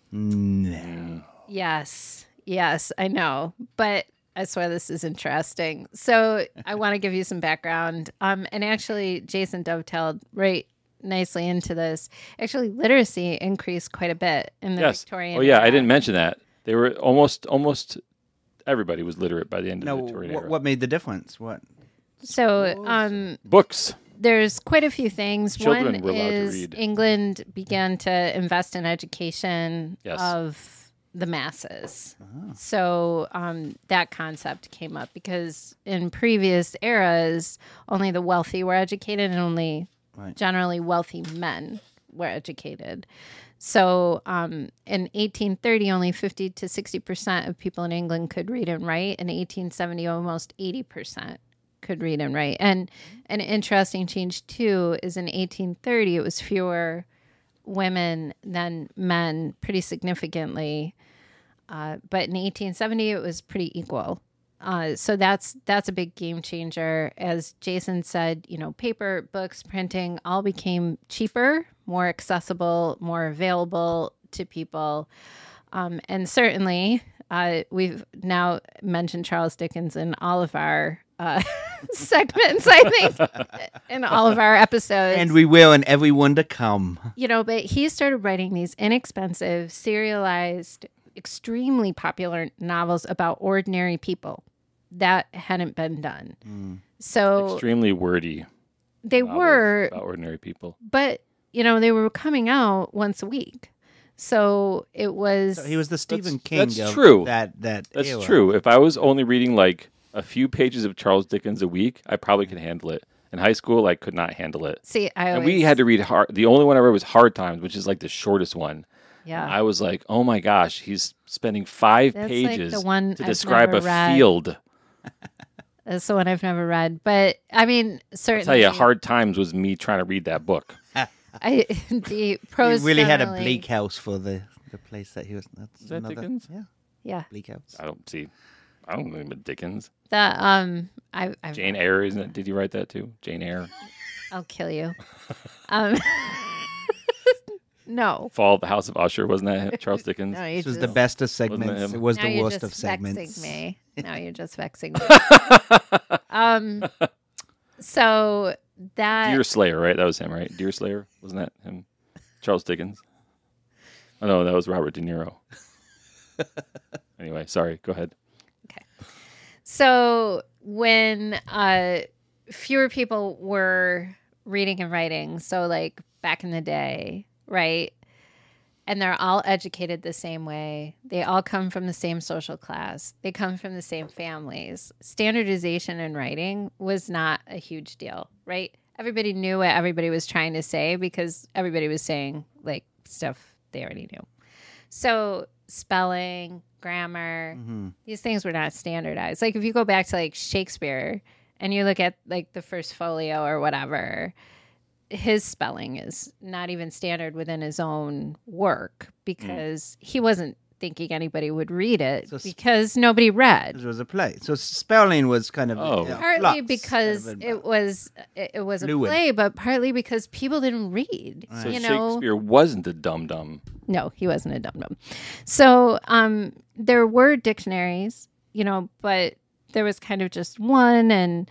[SPEAKER 1] Yes. Yes, I know. But I swear this is interesting. So I want to give you some background. Um, and actually, Jason dovetailed right nicely into this. Actually, literacy increased quite a bit in [laughs] the
[SPEAKER 2] yes.
[SPEAKER 1] Victorian.
[SPEAKER 2] Oh yeah, I
[SPEAKER 1] era.
[SPEAKER 2] didn't mention that. They were almost almost everybody was literate by the end of
[SPEAKER 3] No,
[SPEAKER 2] the Victorian
[SPEAKER 3] what,
[SPEAKER 2] era.
[SPEAKER 3] what made the difference? What?
[SPEAKER 1] So um,
[SPEAKER 2] Books.
[SPEAKER 1] there's quite a few things.
[SPEAKER 2] Children
[SPEAKER 1] One
[SPEAKER 2] were allowed to
[SPEAKER 1] is
[SPEAKER 2] read.
[SPEAKER 1] England began to invest in education
[SPEAKER 2] Yes. Ah.
[SPEAKER 1] of the masses. So um, that concept came up because in previous eras, only the wealthy were educated and only
[SPEAKER 3] Right.
[SPEAKER 1] generally wealthy men were educated. So um, in 1830, only 50 to 60% of people in England could read and write. In 1870, almost 80% could read and write. And an interesting change, too, is in 1830, it was fewer women than men, pretty significantly. Uh, but in 1870, it was pretty equal. Uh, so that's that's a big game changer. As Jason said, you know, paper, books, printing all became cheaper, more accessible, more available to people, um, and certainly uh, we've now mentioned Charles Dickens in all of our uh, [laughs] segments, I
[SPEAKER 3] [laughs]
[SPEAKER 1] think, in all of our episodes.
[SPEAKER 3] And we will, and everyone to come.
[SPEAKER 1] you know, but he started writing these inexpensive, serialized, extremely popular novels about ordinary people. That hadn't been done. So
[SPEAKER 2] Extremely wordy.
[SPEAKER 1] they
[SPEAKER 2] Mm. novels
[SPEAKER 1] were
[SPEAKER 2] about ordinary people.
[SPEAKER 1] but you know they were coming out once a week so it was
[SPEAKER 3] So he was the Stephen King.
[SPEAKER 2] that's
[SPEAKER 3] of
[SPEAKER 2] true.
[SPEAKER 3] That that
[SPEAKER 2] That's
[SPEAKER 3] era.
[SPEAKER 2] true. If I was only reading like a few pages of Charles Dickens a week, I probably could handle it. In high school, I could not handle it.
[SPEAKER 1] see i
[SPEAKER 2] And
[SPEAKER 1] always,
[SPEAKER 2] we had to read hard. The only one I read was Hard Times, which is like the shortest one.
[SPEAKER 1] yeah
[SPEAKER 2] I was like, oh my gosh, he's spending five
[SPEAKER 1] Ah. That's like the
[SPEAKER 2] pages
[SPEAKER 1] one
[SPEAKER 2] to
[SPEAKER 1] I've
[SPEAKER 2] describe a
[SPEAKER 1] never read.
[SPEAKER 2] field.
[SPEAKER 1] that's the one i've never read but i mean
[SPEAKER 2] I
[SPEAKER 1] certainly
[SPEAKER 2] tell you, Hard Times was me trying to read that book.
[SPEAKER 1] I, [laughs] the
[SPEAKER 3] He
[SPEAKER 1] prose
[SPEAKER 3] really had a
[SPEAKER 1] generally-
[SPEAKER 3] bleak house for the the place that he was. That's
[SPEAKER 2] that
[SPEAKER 3] another,
[SPEAKER 2] Dickens?
[SPEAKER 3] Yeah,
[SPEAKER 1] yeah
[SPEAKER 3] bleak house.
[SPEAKER 2] I don't see. I don't remember Dickens.
[SPEAKER 1] that um i i
[SPEAKER 2] Jane Eyre, isn't it? Did you write that too? Jane Eyre.
[SPEAKER 1] i'll kill
[SPEAKER 3] [laughs]
[SPEAKER 1] you um no
[SPEAKER 2] Fall of the House of Usher, wasn't
[SPEAKER 1] [laughs]
[SPEAKER 2] that Charles Dickens?
[SPEAKER 1] no you
[SPEAKER 3] This was
[SPEAKER 1] just,
[SPEAKER 3] the best of segments.
[SPEAKER 2] him?
[SPEAKER 3] It was
[SPEAKER 1] now
[SPEAKER 3] the
[SPEAKER 1] you're
[SPEAKER 3] worst
[SPEAKER 1] just
[SPEAKER 3] of segments.
[SPEAKER 1] vexing me now you're just vexing me
[SPEAKER 3] [laughs]
[SPEAKER 1] um so that
[SPEAKER 2] Deer Slayer, right? That was him, right? Deer Slayer, wasn't that him? Charles Dickens. Oh no, that was Robert De Niro. anyway, sorry. Go ahead.
[SPEAKER 1] So when uh, fewer people were reading and writing, so like back in the day, right? And they're all educated the same way. They all come from the same social class. They come from the same families. Standardization in writing was not a huge deal, right? Everybody knew what everybody was trying to say because everybody was saying like stuff they already knew. So spelling, grammar,
[SPEAKER 3] hmm
[SPEAKER 1] these things were not standardized. Like if you go back to like Shakespeare and you look at like the first folio or whatever, his spelling is not even standard within his own
[SPEAKER 3] Hmm.
[SPEAKER 1] work because he wasn't thinking anybody would read it
[SPEAKER 3] So s-
[SPEAKER 1] because nobody read.
[SPEAKER 3] It was a play. So spelling was kind of
[SPEAKER 2] Oh.
[SPEAKER 3] uh,
[SPEAKER 1] Partly
[SPEAKER 3] flux,
[SPEAKER 1] because
[SPEAKER 3] kind of a-
[SPEAKER 1] it was it, it was
[SPEAKER 3] Fluid.
[SPEAKER 1] a play, but partly because people didn't read.
[SPEAKER 2] So
[SPEAKER 1] You know,
[SPEAKER 2] Shakespeare wasn't a dum dum.
[SPEAKER 1] no, he wasn't a dum dum. So um, there were dictionaries, you know, but there was kind of just one. And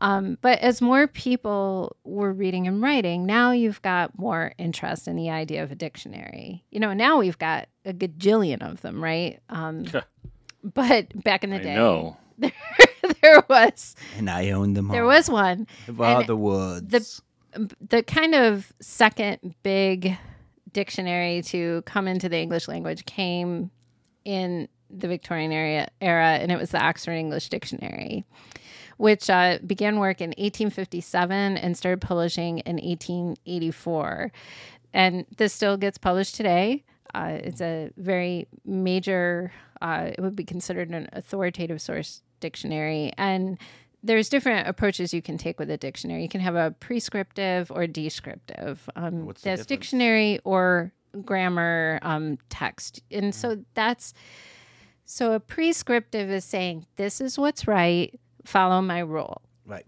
[SPEAKER 1] um, but as more people were reading and writing, now you've got more interest in the idea of a dictionary. You know, now we've got a gajillion of them, right?
[SPEAKER 2] [laughs]
[SPEAKER 1] Um, but back in the
[SPEAKER 2] I
[SPEAKER 1] day,
[SPEAKER 2] know.
[SPEAKER 1] [laughs] there was
[SPEAKER 3] and I own them all.
[SPEAKER 1] there was one.
[SPEAKER 3] of all
[SPEAKER 1] and
[SPEAKER 3] the words.
[SPEAKER 1] the kind of second big dictionary to come into the English language came in the Victorian era, era and it was the Oxford English Dictionary, which uh, began work in 1857 and started publishing in 1884. And this still gets published today. Uh, it's a very major, uh, it would be considered an authoritative source dictionary. And there's different approaches you can take with a dictionary. You can have a prescriptive or descriptive. Um,
[SPEAKER 3] What's the
[SPEAKER 1] that's
[SPEAKER 3] difference?
[SPEAKER 1] dictionary or grammar um, text. And
[SPEAKER 3] Mm.
[SPEAKER 1] so that's so a prescriptive is saying, this is what's right, follow my rule.
[SPEAKER 3] right.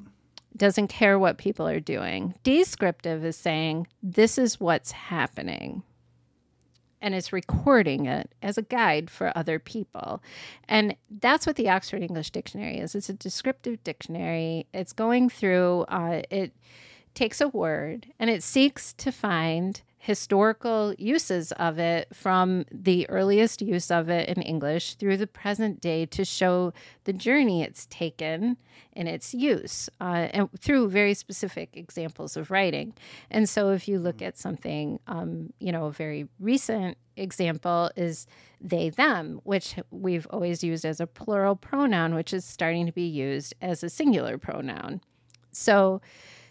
[SPEAKER 1] Doesn't care what people are doing. Descriptive is saying, this is what's happening. And it's recording it as a guide for other people. And that's what the Oxford English Dictionary is it's a descriptive dictionary. It's going through, uh, it takes a word and it seeks to find historical uses of it from the earliest use of it in English through the present day to show the journey it's taken in its use uh, and through very specific examples of writing. And so if you look at something, um, you know, a very recent example is they them which we've always used as a plural pronoun which is starting to be used as a singular pronoun so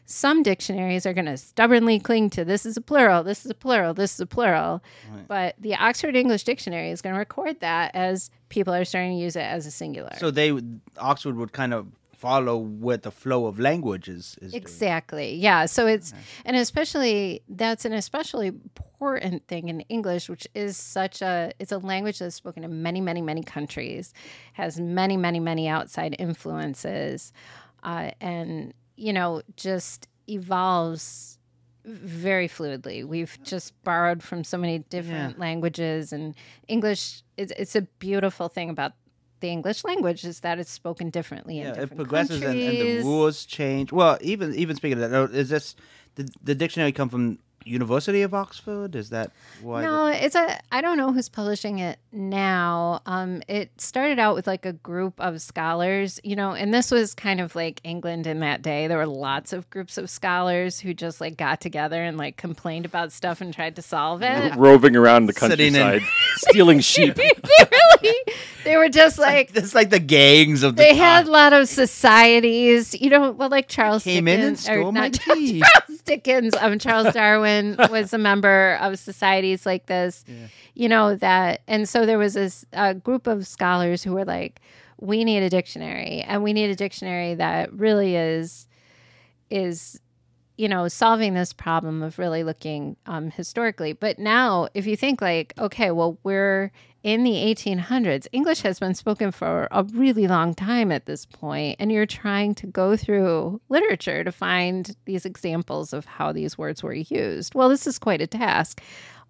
[SPEAKER 1] some dictionaries are going to stubbornly cling to this is a plural, this is a plural, this is a plural.
[SPEAKER 3] Right.
[SPEAKER 1] But the Oxford English Dictionary is going to record that as people are starting to use it as a singular.
[SPEAKER 3] So they would- Oxford would kind of follow where the flow of language is. is doing.
[SPEAKER 1] Exactly. Yeah. So it's, and especially, that's an especially important thing in English, which is such a, it's a language that's spoken in many, many, many countries, has many, many, many outside influences, uh, and, you know, just evolves very fluidly. We've just borrowed from so many different languages, and English. It's, it's a beautiful thing about the English language is that it's spoken differently in
[SPEAKER 3] Yeah,
[SPEAKER 1] different
[SPEAKER 3] it progresses and, and the
[SPEAKER 1] countries.
[SPEAKER 3] rules change. Well, even even speaking of that, is this did the dictionary come from University of Oxford? Is that why? the-
[SPEAKER 1] No, it's a. I don't know who's publishing it now. Um, it started out with like a group of scholars, you know, and this was kind of like England in that day. There were lots of groups of scholars who just like got together and like complained about stuff and tried to solve it.
[SPEAKER 2] roving around the
[SPEAKER 3] Sitting in-
[SPEAKER 2] countryside,
[SPEAKER 1] [laughs]
[SPEAKER 2] stealing sheep.
[SPEAKER 1] they really, they were just like
[SPEAKER 3] [laughs] it's like the gangs of the
[SPEAKER 1] they
[SPEAKER 3] time.
[SPEAKER 1] had a lot of societies, you know, well, like Charles
[SPEAKER 3] came in and
[SPEAKER 1] Dickens,
[SPEAKER 3] stole
[SPEAKER 1] or
[SPEAKER 3] my
[SPEAKER 1] not [laughs]
[SPEAKER 3] tea.
[SPEAKER 1] Charles Dickens, um, Charles Darwin was a member of societies like this, you know, that, and so there was this uh, group of scholars who were like, we need a dictionary, and we need a dictionary that really is, is, you know, solving this problem of really looking um, historically. But now, if you think like, okay, well, we're in the 1800s, English has been spoken for a really long time at this point, and you're trying to go through literature to find these examples of how these words were used. Well, this is quite a task.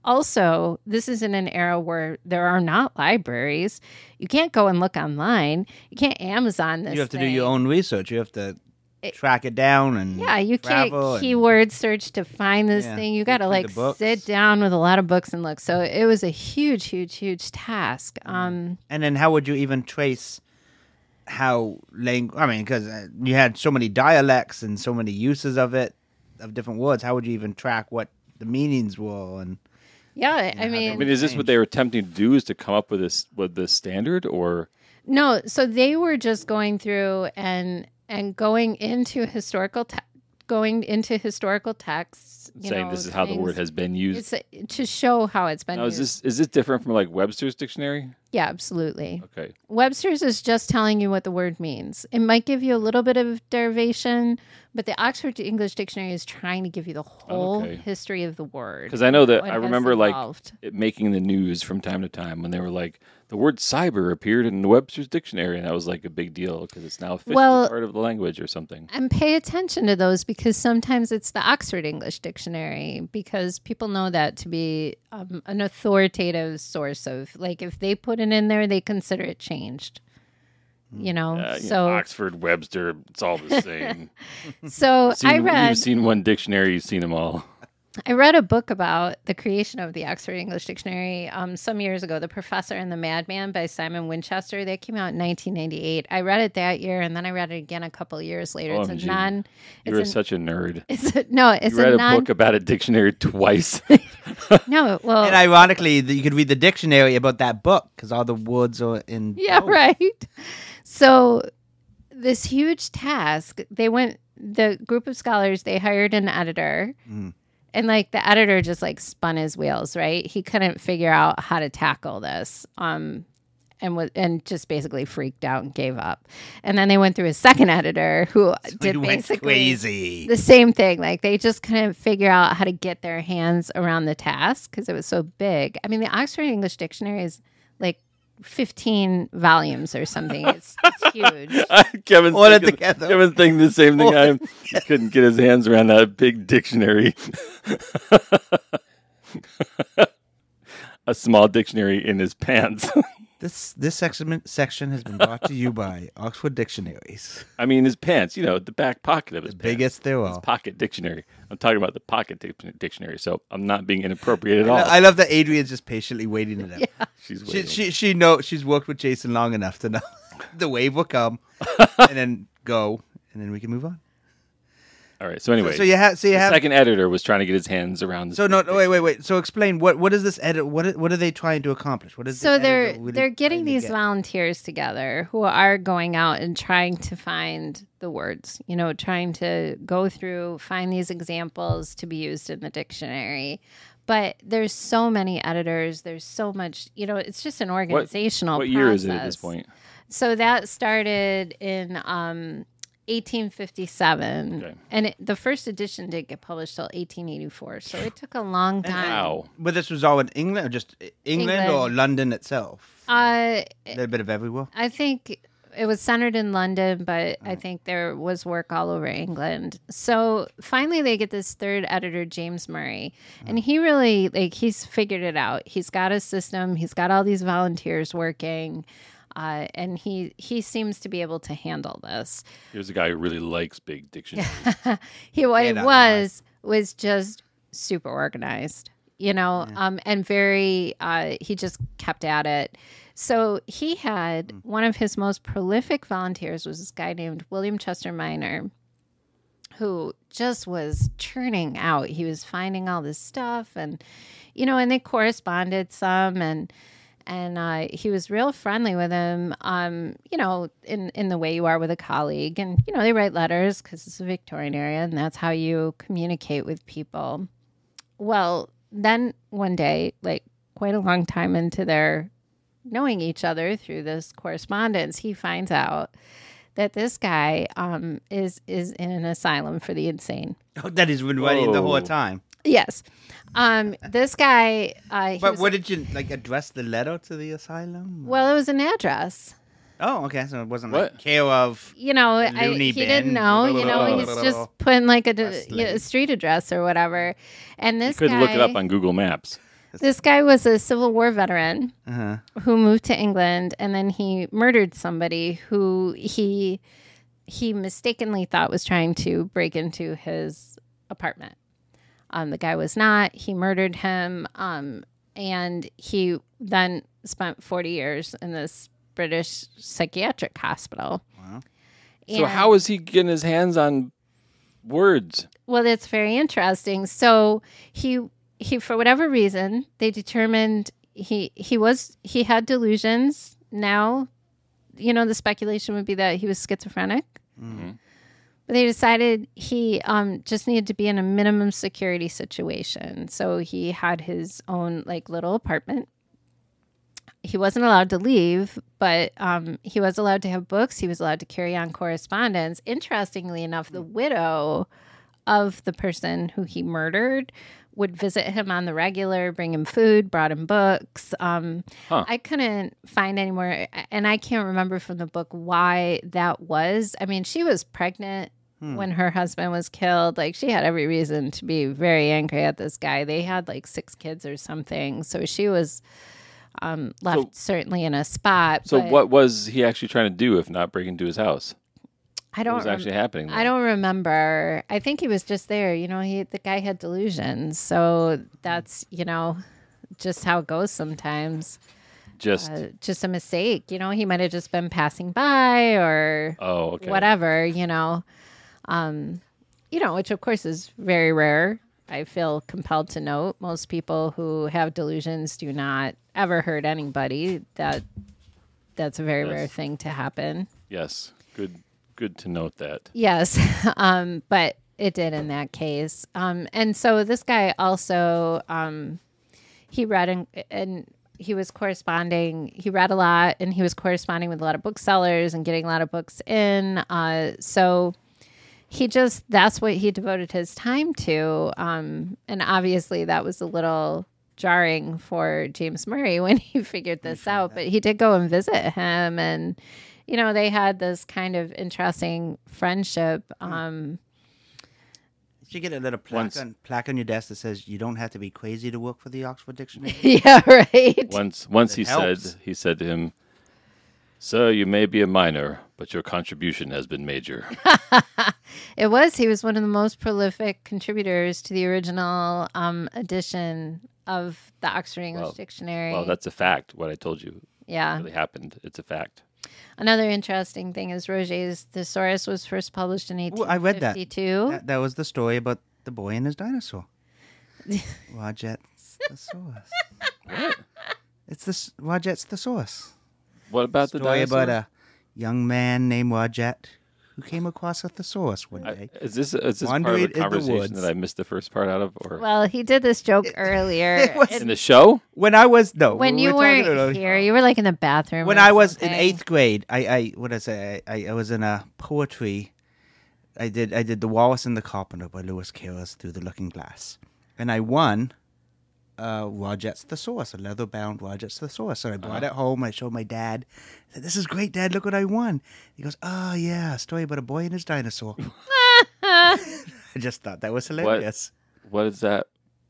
[SPEAKER 1] Also, this is in an era where there are not libraries. You can't go and look online. You can't Amazon this.
[SPEAKER 3] You have to do
[SPEAKER 1] thing.
[SPEAKER 3] your own research. You have to
[SPEAKER 1] It-
[SPEAKER 3] track it down and
[SPEAKER 1] Yeah, you
[SPEAKER 3] travel
[SPEAKER 1] can't
[SPEAKER 3] and-
[SPEAKER 1] keyword search to find this
[SPEAKER 3] Yeah,
[SPEAKER 1] thing. You
[SPEAKER 3] look
[SPEAKER 1] got to
[SPEAKER 3] through
[SPEAKER 1] like
[SPEAKER 3] the books.
[SPEAKER 1] sit down with a lot of books and look. So it was a huge, huge, huge task. Um,
[SPEAKER 3] And then how would you even trace how language? I mean, because you had so many dialects and so many uses of it, of different words. How would you even track what the meanings were? And
[SPEAKER 1] yeah, I
[SPEAKER 3] how they
[SPEAKER 1] mean,
[SPEAKER 2] I mean, is this what they were attempting to do? Is to come up with this with this standard, or
[SPEAKER 1] No, so they were just going through and and going into historical te- going into historical texts, you
[SPEAKER 2] saying
[SPEAKER 1] know,
[SPEAKER 2] this is how the word
[SPEAKER 1] things-
[SPEAKER 2] has been used?
[SPEAKER 1] it's to show how it's been
[SPEAKER 2] Now, is
[SPEAKER 1] used.
[SPEAKER 2] this is this different from like Webster's dictionary?
[SPEAKER 1] yeah, absolutely.
[SPEAKER 2] Okay,
[SPEAKER 1] Webster's is just telling you what the word means. It might give you a little bit of derivation, but the Oxford English Dictionary is trying to give you the whole
[SPEAKER 2] Okay.
[SPEAKER 1] history of the word.
[SPEAKER 2] because I know that
[SPEAKER 1] what
[SPEAKER 2] I
[SPEAKER 1] has
[SPEAKER 2] remember like
[SPEAKER 1] evolved.
[SPEAKER 2] it making the news from time to time when they were like the word cyber appeared in the Webster's dictionary, and that was like a big deal because it's now officially
[SPEAKER 1] Well-
[SPEAKER 2] part of the language or something.
[SPEAKER 1] And pay attention to those because sometimes it's the Oxford English Dictionary because people know that to be um, an authoritative source of like if they put it in there, they consider it changed. You know,
[SPEAKER 2] Uh, you know,
[SPEAKER 1] Mm, so
[SPEAKER 2] Oxford, Webster, it's all
[SPEAKER 1] [laughs]
[SPEAKER 2] the same. [laughs]
[SPEAKER 1] so
[SPEAKER 2] Seen-
[SPEAKER 1] I read
[SPEAKER 2] You've seen one dictionary, you've seen them all.
[SPEAKER 1] I read a book about the creation of the Oxford English Dictionary um, some years ago, The Professor and the Madman by Simon Winchester. That came out in 1998. I read it that year, and then I read it again a couple years later. It's
[SPEAKER 2] OMG.
[SPEAKER 1] a non.
[SPEAKER 2] Oh, You're
[SPEAKER 1] It's a,
[SPEAKER 2] such a nerd.
[SPEAKER 1] it's a, no. It's
[SPEAKER 2] You read
[SPEAKER 1] a
[SPEAKER 2] a
[SPEAKER 1] non.
[SPEAKER 2] book about a
[SPEAKER 1] [laughs]
[SPEAKER 2] dictionary [laughs] twice.
[SPEAKER 1] No. Well.
[SPEAKER 3] And ironically, th- you could read the dictionary about that book because all the words are [laughs] in.
[SPEAKER 1] yeah.
[SPEAKER 3] both.
[SPEAKER 1] Right. So this huge task. They went. The group of scholars. They hired an editor.
[SPEAKER 3] Mhm.
[SPEAKER 1] And like the editor just like spun his wheels, right? He couldn't figure out how to tackle this. Um, and was and just basically freaked out and gave up. And then they went through a second editor who did
[SPEAKER 3] You went
[SPEAKER 1] basically
[SPEAKER 3] crazy.
[SPEAKER 1] the same thing. Like they just couldn't figure out how to get their hands around the task because it was so big. I mean, the Oxford English Dictionary is like 15 volumes or something. It's, it's
[SPEAKER 2] [laughs]
[SPEAKER 1] huge.
[SPEAKER 2] Kevin's
[SPEAKER 3] [laughs] All
[SPEAKER 2] thinking, [laughs]
[SPEAKER 3] together.
[SPEAKER 2] Kevin's thinking the same thing
[SPEAKER 3] All
[SPEAKER 2] I am. He couldn't get his hands around that big dictionary. [laughs] a small dictionary in his pants. [laughs]
[SPEAKER 3] This this section section has been brought to you by Oxford Dictionaries,
[SPEAKER 2] I mean, his pants, you know, the back pocket of his
[SPEAKER 3] the
[SPEAKER 2] pants.
[SPEAKER 3] biggest there are.
[SPEAKER 2] pocket dictionary. I'm talking about the pocket dic- dictionary, so I'm not being inappropriate at all.
[SPEAKER 3] I love that Adrian's just patiently
[SPEAKER 1] [laughs]
[SPEAKER 3] waiting it out.
[SPEAKER 2] She's
[SPEAKER 3] She,
[SPEAKER 2] waiting.
[SPEAKER 3] she she know she's worked with Jason long enough to know [laughs] the wave
[SPEAKER 2] [laughs]
[SPEAKER 3] will come and then go and then we can move on.
[SPEAKER 2] all right. So anyway,
[SPEAKER 3] so you have so you
[SPEAKER 2] the
[SPEAKER 3] have
[SPEAKER 2] second editor was trying to get his hands around. This
[SPEAKER 3] so no
[SPEAKER 2] [laughs] big
[SPEAKER 3] no, wait wait wait so explain what what is this edit what is- what are they trying to accomplish what is
[SPEAKER 1] So
[SPEAKER 3] the
[SPEAKER 1] they're
[SPEAKER 3] editor really
[SPEAKER 1] they're getting
[SPEAKER 3] trying to
[SPEAKER 1] these
[SPEAKER 3] get?
[SPEAKER 1] volunteers together who are going out and trying to find the words, you know, trying to go through find these examples to be used in the dictionary. But there's so many editors, there's so much, you know, it's just an organizational
[SPEAKER 2] thing. What year is it at
[SPEAKER 1] process.
[SPEAKER 2] this point?
[SPEAKER 1] So that started in um 1857
[SPEAKER 2] Okay.
[SPEAKER 1] and it, the first edition didn't get published till 1884 so it took a long time
[SPEAKER 2] Wow.
[SPEAKER 3] but this was all in England or just England, or
[SPEAKER 1] England.
[SPEAKER 3] London itself
[SPEAKER 1] uh [laughs]
[SPEAKER 3] a little bit of everywhere [laughs]
[SPEAKER 1] I think it was centered in London, but I think there was work all over England. So finally, they get this third editor, James Murray, and he really like he's figured it out. He's got a system. He's got all these volunteers working, uh, and he he seems to be able to handle this.
[SPEAKER 2] Here's a guy who really likes big dictionaries.
[SPEAKER 1] he what it
[SPEAKER 3] Get out of my-
[SPEAKER 1] was was just super organized you know um and very uh he just kept at it so he had
[SPEAKER 3] Mm.
[SPEAKER 1] one of his most prolific volunteers was this guy named william chester minor who just was churning out he was finding all this stuff and you know and they corresponded some and and uh, he was real friendly with him um, you know in, in the way you are with a colleague and you know they write letters because it's a victorian area and that's how you communicate with people well then one day like quite a long time into their knowing each other through this correspondence he finds out that this guy um, is is in an asylum for the insane
[SPEAKER 3] Oh, that has been writing the
[SPEAKER 2] Whoa.
[SPEAKER 3] whole time.
[SPEAKER 1] yes um, this guy uh, he
[SPEAKER 3] But
[SPEAKER 1] was-
[SPEAKER 3] what did you like address the letter to the asylum?
[SPEAKER 1] well it was an address
[SPEAKER 3] Oh, okay. So it wasn't
[SPEAKER 2] What?
[SPEAKER 3] like care of.
[SPEAKER 1] you know, I,
[SPEAKER 3] Looney
[SPEAKER 1] he
[SPEAKER 3] bin.
[SPEAKER 1] didn't know. You know,
[SPEAKER 3] [laughs]
[SPEAKER 2] Oh.
[SPEAKER 1] he's just putting like a, d-
[SPEAKER 3] Wrestling.
[SPEAKER 1] you know, street address or whatever. And [laughs]
[SPEAKER 2] you
[SPEAKER 1] this
[SPEAKER 2] could
[SPEAKER 1] guy,
[SPEAKER 2] look it up on Google Maps.
[SPEAKER 1] this guy was a Civil War veteran
[SPEAKER 3] Uh-huh.
[SPEAKER 1] who moved to England, and then he murdered somebody who he he mistakenly thought was trying to break into his apartment. Um, the guy was not. He murdered him, um, and he then spent forty years in this British psychiatric hospital.
[SPEAKER 3] Wow.
[SPEAKER 2] So
[SPEAKER 1] And-
[SPEAKER 2] how is he getting his hands on words?
[SPEAKER 1] Well, that's very interesting. So he he for whatever reason they determined he he was he had delusions. Now, you know, the speculation would be that he was schizophrenic.
[SPEAKER 2] Mhm.
[SPEAKER 1] But they decided he um, just needed to be in a minimum security situation. So he had his own like little apartment. He wasn't allowed to leave, but um, he was allowed to have books. He was allowed to carry on correspondence. Interestingly enough, the widow of the person who he murdered would visit him on the regular, bring him food, brought him books. Um,
[SPEAKER 2] Huh.
[SPEAKER 1] I couldn't find anywhere, and I can't remember from the book why that was. I mean, she was pregnant
[SPEAKER 3] Hmm.
[SPEAKER 1] when her husband was killed. Like, she had every reason to be very angry at this guy. They had like six kids or something, so she was um, left certainly in a spot.
[SPEAKER 2] So
[SPEAKER 1] but
[SPEAKER 2] what was he actually trying to do if not break into his house?
[SPEAKER 1] I
[SPEAKER 2] What
[SPEAKER 1] don't
[SPEAKER 2] was
[SPEAKER 1] remember.
[SPEAKER 2] actually happening?
[SPEAKER 1] I
[SPEAKER 2] there?
[SPEAKER 1] don't remember. I think he was just there. You know, he the guy had delusions, so that's you know, just how it goes sometimes.
[SPEAKER 2] just.
[SPEAKER 1] Uh, just a mistake. You know, he might have just been passing by or
[SPEAKER 2] oh, okay.
[SPEAKER 1] whatever. You know, um, you know, which of course is very rare. I feel compelled to note most people who have delusions do not ever hurt anybody. That that's a very
[SPEAKER 2] Yes.
[SPEAKER 1] rare thing to happen.
[SPEAKER 2] Yes. Good. Good to note that.
[SPEAKER 1] Yes. [laughs] Um, but it did in that case. Um, and so this guy also, um, he read and, and he was corresponding, he read a lot and he was corresponding with a lot of booksellers and getting a lot of books in. Uh, so he just, that's what he devoted his time to. Um, and obviously that was a little jarring for James Murray [laughs] when he figured this out, but he did go and visit him and, you know they had this kind of interesting friendship
[SPEAKER 3] Hmm.
[SPEAKER 1] um [laughs]
[SPEAKER 3] Did you get a little plaque
[SPEAKER 2] Once-
[SPEAKER 3] on plaque on your desk that says you don't have to be crazy to work for the
[SPEAKER 1] [laughs]
[SPEAKER 3] Oxford Dictionary?
[SPEAKER 1] yeah right
[SPEAKER 2] Once. Once he
[SPEAKER 3] helps.
[SPEAKER 2] said. He said to him, "Sir, you may be a minor, but your contribution has been major."
[SPEAKER 1] it was he was one of the most prolific contributors to the original um edition of the oxford english
[SPEAKER 2] Wow.
[SPEAKER 1] dictionary
[SPEAKER 2] well, that's a fact. What I told you
[SPEAKER 1] yeah
[SPEAKER 2] really happened. It's a fact.
[SPEAKER 1] another interesting thing is roger's thesaurus was first published in
[SPEAKER 3] Ooh, I read that.
[SPEAKER 1] 1852
[SPEAKER 3] That, that was the story about the boy and
[SPEAKER 1] [laughs]
[SPEAKER 3] his dinosaur. Roget's thesaurus.
[SPEAKER 2] What?
[SPEAKER 3] It's this Roget's thesaurus.
[SPEAKER 2] What about the
[SPEAKER 3] story
[SPEAKER 2] dinosaur?
[SPEAKER 3] about a young man named Roget who came across a thesaurus one
[SPEAKER 2] I,
[SPEAKER 3] day.
[SPEAKER 2] is this is this part of
[SPEAKER 3] Wandering
[SPEAKER 2] the
[SPEAKER 3] in the
[SPEAKER 2] conversation
[SPEAKER 3] woods.
[SPEAKER 2] that I missed the first part out of, or
[SPEAKER 1] well he did this joke earlier
[SPEAKER 3] it [laughs] was-
[SPEAKER 2] in the show?
[SPEAKER 3] when I was no,
[SPEAKER 1] when
[SPEAKER 3] we
[SPEAKER 1] you
[SPEAKER 3] were talking
[SPEAKER 1] weren't
[SPEAKER 3] about-
[SPEAKER 1] here you were like in the bathroom
[SPEAKER 3] when
[SPEAKER 1] or
[SPEAKER 3] I was in
[SPEAKER 1] something. [laughs]
[SPEAKER 3] eighth grade, I, I what did I say? I, I, I was in a poetry. I did I did the Wallace and the Carpenter by Lewis Carroll's Through the Looking Glass, and I won a, uh, Rogette's Thesaurus, a leather bound Rogette's Thesaurus. So I
[SPEAKER 1] Uh-huh.
[SPEAKER 3] brought it home. I showed my dad. I said, This is great, Dad. Look what I won. He goes, Oh, yeah, a story about a boy and
[SPEAKER 1] [laughs]
[SPEAKER 3] his dinosaur. I just thought that was hilarious.
[SPEAKER 2] What is that?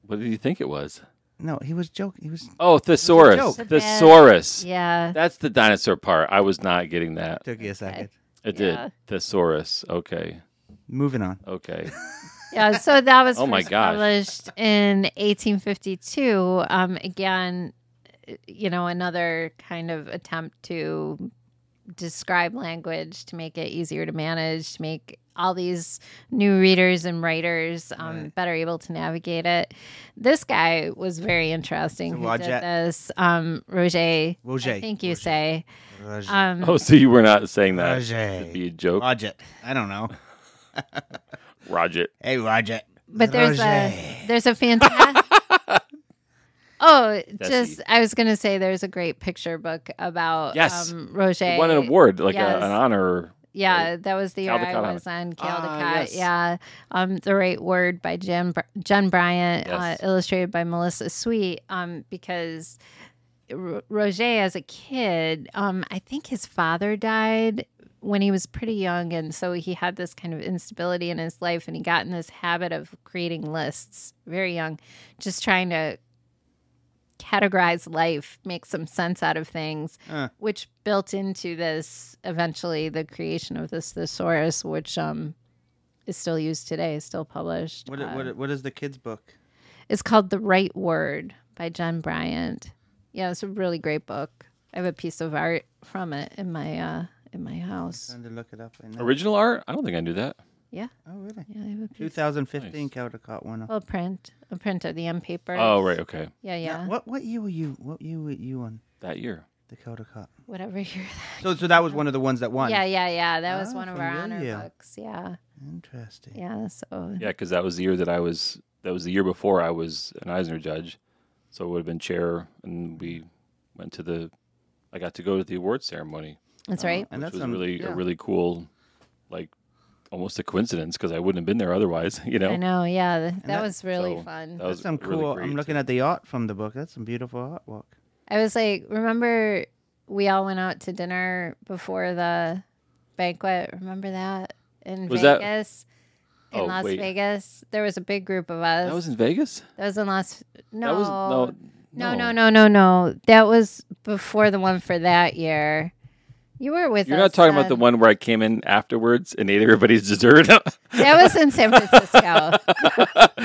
[SPEAKER 2] What did you think it was?
[SPEAKER 3] No, he was joking. He was
[SPEAKER 2] Oh, thesaurus.
[SPEAKER 3] joke.
[SPEAKER 1] The bad-
[SPEAKER 2] Thesaurus.
[SPEAKER 1] yeah.
[SPEAKER 2] That's the dinosaur part. I was not getting that.
[SPEAKER 3] took you a second.
[SPEAKER 2] It
[SPEAKER 1] Yeah.
[SPEAKER 2] did. Thesaurus. Okay.
[SPEAKER 3] Moving on.
[SPEAKER 2] Okay. [laughs]
[SPEAKER 1] Yeah, so that was
[SPEAKER 2] Oh my
[SPEAKER 1] first
[SPEAKER 2] gosh.
[SPEAKER 1] published in 1852. Um, again, you know, another kind of attempt to describe language to make it easier to manage, to make all these new readers and writers um,
[SPEAKER 3] Right.
[SPEAKER 1] better able to navigate it. This guy was very interesting.
[SPEAKER 3] So
[SPEAKER 1] who did
[SPEAKER 3] Roget-
[SPEAKER 1] this? Um, Roger.
[SPEAKER 3] Roger.
[SPEAKER 1] I think you
[SPEAKER 3] Roger.
[SPEAKER 1] say.
[SPEAKER 3] Roger.
[SPEAKER 1] Um,
[SPEAKER 2] Oh, so you were not saying that
[SPEAKER 3] Roger.
[SPEAKER 2] to be a joke,
[SPEAKER 3] Roger. I don't know.
[SPEAKER 2] Roger.
[SPEAKER 3] Hey, Roger.
[SPEAKER 1] But there's a
[SPEAKER 3] Roger.
[SPEAKER 1] there's a
[SPEAKER 2] [laughs]
[SPEAKER 1] fantastic. oh, just
[SPEAKER 2] Desi.
[SPEAKER 1] I was gonna say there's a great picture book about
[SPEAKER 2] Yes.
[SPEAKER 1] um, Roger.
[SPEAKER 2] It won an award, like a-
[SPEAKER 1] Yes.
[SPEAKER 2] an honor.
[SPEAKER 1] Yeah, that was the year
[SPEAKER 2] Caldecott
[SPEAKER 1] I
[SPEAKER 2] on
[SPEAKER 1] was on Caldecott.
[SPEAKER 2] Ah, yes.
[SPEAKER 1] Yeah, um, the right word by Jim Br- Jen Bryant,
[SPEAKER 2] Yes.
[SPEAKER 1] uh, illustrated by Melissa Sweet. Um, because R- Roger, as a kid, um, I think his father died when he was pretty young, and so he had this kind of instability in his life, and he got in this habit of creating lists very young, just trying to categorize life, make some sense out of things,
[SPEAKER 3] Huh.
[SPEAKER 1] which built into this eventually the creation of this thesaurus, which um is still used today, is still published.
[SPEAKER 3] What,
[SPEAKER 1] Uh,
[SPEAKER 3] what, what is the kids' book?
[SPEAKER 1] it's called The Right Word by Jen Bryant. Yeah, it's a really great book. I have a piece of art from it in my uh in my house.
[SPEAKER 3] Time to look it up. I know.
[SPEAKER 2] Original art? I don't think I knew that.
[SPEAKER 1] Yeah.
[SPEAKER 3] Oh, really?
[SPEAKER 1] Yeah, Oh, I have a piece
[SPEAKER 3] 2015 Caldecott won. a-
[SPEAKER 1] well print. A print of the M paper.
[SPEAKER 2] Oh, right. Okay.
[SPEAKER 1] Yeah, yeah.
[SPEAKER 3] Now, What what year were you? What year were you on
[SPEAKER 2] That year.
[SPEAKER 3] the Caldecott?
[SPEAKER 1] Whatever [laughs] you're
[SPEAKER 3] So so that was one of the ones that won.
[SPEAKER 1] Yeah, yeah, yeah. That was
[SPEAKER 3] Ah,
[SPEAKER 1] one of our honor
[SPEAKER 3] familiar.
[SPEAKER 1] books. Yeah.
[SPEAKER 3] Interesting.
[SPEAKER 1] Yeah. So
[SPEAKER 2] Yeah, because that was the year that I was. That was the year before I was an Eisner judge, so it would have been chair, and we went to the. I got to go to the award ceremony,
[SPEAKER 1] that's right.
[SPEAKER 3] And
[SPEAKER 2] which
[SPEAKER 3] that's
[SPEAKER 2] was
[SPEAKER 3] um,
[SPEAKER 2] really
[SPEAKER 3] yeah.
[SPEAKER 2] a really cool, like, almost a coincidence because I wouldn't have been there otherwise. [laughs] You know.
[SPEAKER 1] I know. Yeah, th- that,
[SPEAKER 3] that-
[SPEAKER 1] was really
[SPEAKER 2] So,
[SPEAKER 1] fun.
[SPEAKER 2] that was
[SPEAKER 3] That's some
[SPEAKER 2] really
[SPEAKER 3] cool.
[SPEAKER 2] great.
[SPEAKER 3] I'm looking at the art from the book. That's some beautiful artwork.
[SPEAKER 1] I was like, remember we all went out to dinner before the banquet. Remember that in
[SPEAKER 2] Was that-
[SPEAKER 1] Vegas, in
[SPEAKER 2] Oh,
[SPEAKER 1] Las
[SPEAKER 2] wait.
[SPEAKER 1] Vegas, there was a big group of us.
[SPEAKER 2] That was in Vegas.
[SPEAKER 1] that was in Las. No,
[SPEAKER 2] That was no.
[SPEAKER 1] no, no, no, no, no. That was before the one for that year. You were with.
[SPEAKER 2] You're
[SPEAKER 1] us
[SPEAKER 2] not talking about the
[SPEAKER 1] then.
[SPEAKER 2] one where I came in afterwards and ate everybody's dessert. [laughs]
[SPEAKER 1] [laughs] that was in San Francisco.
[SPEAKER 2] But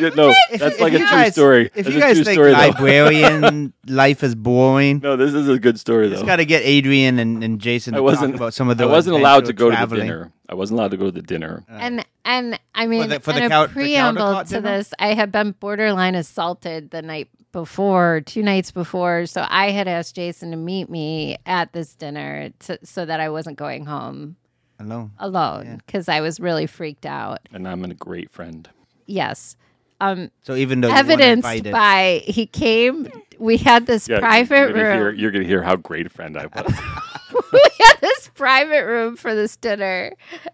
[SPEAKER 2] you- no, that's
[SPEAKER 3] If
[SPEAKER 2] like a
[SPEAKER 3] you
[SPEAKER 2] true
[SPEAKER 3] guys-
[SPEAKER 2] story.
[SPEAKER 3] If
[SPEAKER 2] That's
[SPEAKER 3] you
[SPEAKER 2] a
[SPEAKER 3] guys
[SPEAKER 2] true
[SPEAKER 3] think
[SPEAKER 2] story, though. [laughs]
[SPEAKER 3] librarian life is boring,
[SPEAKER 2] no, this is a good story
[SPEAKER 3] just
[SPEAKER 2] though.
[SPEAKER 3] got to get Adrian and, and Jason
[SPEAKER 2] I
[SPEAKER 3] to
[SPEAKER 2] wasn't-
[SPEAKER 3] talk about some of
[SPEAKER 2] I
[SPEAKER 3] the.
[SPEAKER 2] wasn't allowed to
[SPEAKER 3] adventure
[SPEAKER 2] go to the
[SPEAKER 3] traveling.
[SPEAKER 2] dinner. I wasn't allowed to go to the dinner.
[SPEAKER 1] and and I mean,
[SPEAKER 3] the- for the
[SPEAKER 1] in
[SPEAKER 3] cow-
[SPEAKER 1] a
[SPEAKER 3] the
[SPEAKER 1] preamble
[SPEAKER 3] countertop
[SPEAKER 1] to
[SPEAKER 3] dinner?
[SPEAKER 1] this, I had been borderline assaulted the night before, two nights before. So I had asked Jason to meet me at this dinner to, so that I wasn't going home
[SPEAKER 3] alone.
[SPEAKER 1] alone because I was really freaked out.
[SPEAKER 2] And I'm a great friend.
[SPEAKER 1] Yes. Um,
[SPEAKER 3] So even though
[SPEAKER 1] evidenced
[SPEAKER 3] you weren't invited,
[SPEAKER 1] by he came. We had this
[SPEAKER 2] Yeah,
[SPEAKER 1] private
[SPEAKER 2] you're gonna
[SPEAKER 1] room.
[SPEAKER 2] Hear, you're gonna hear how great a friend I [laughs] was.
[SPEAKER 1] [laughs] we had this private room for this dinner,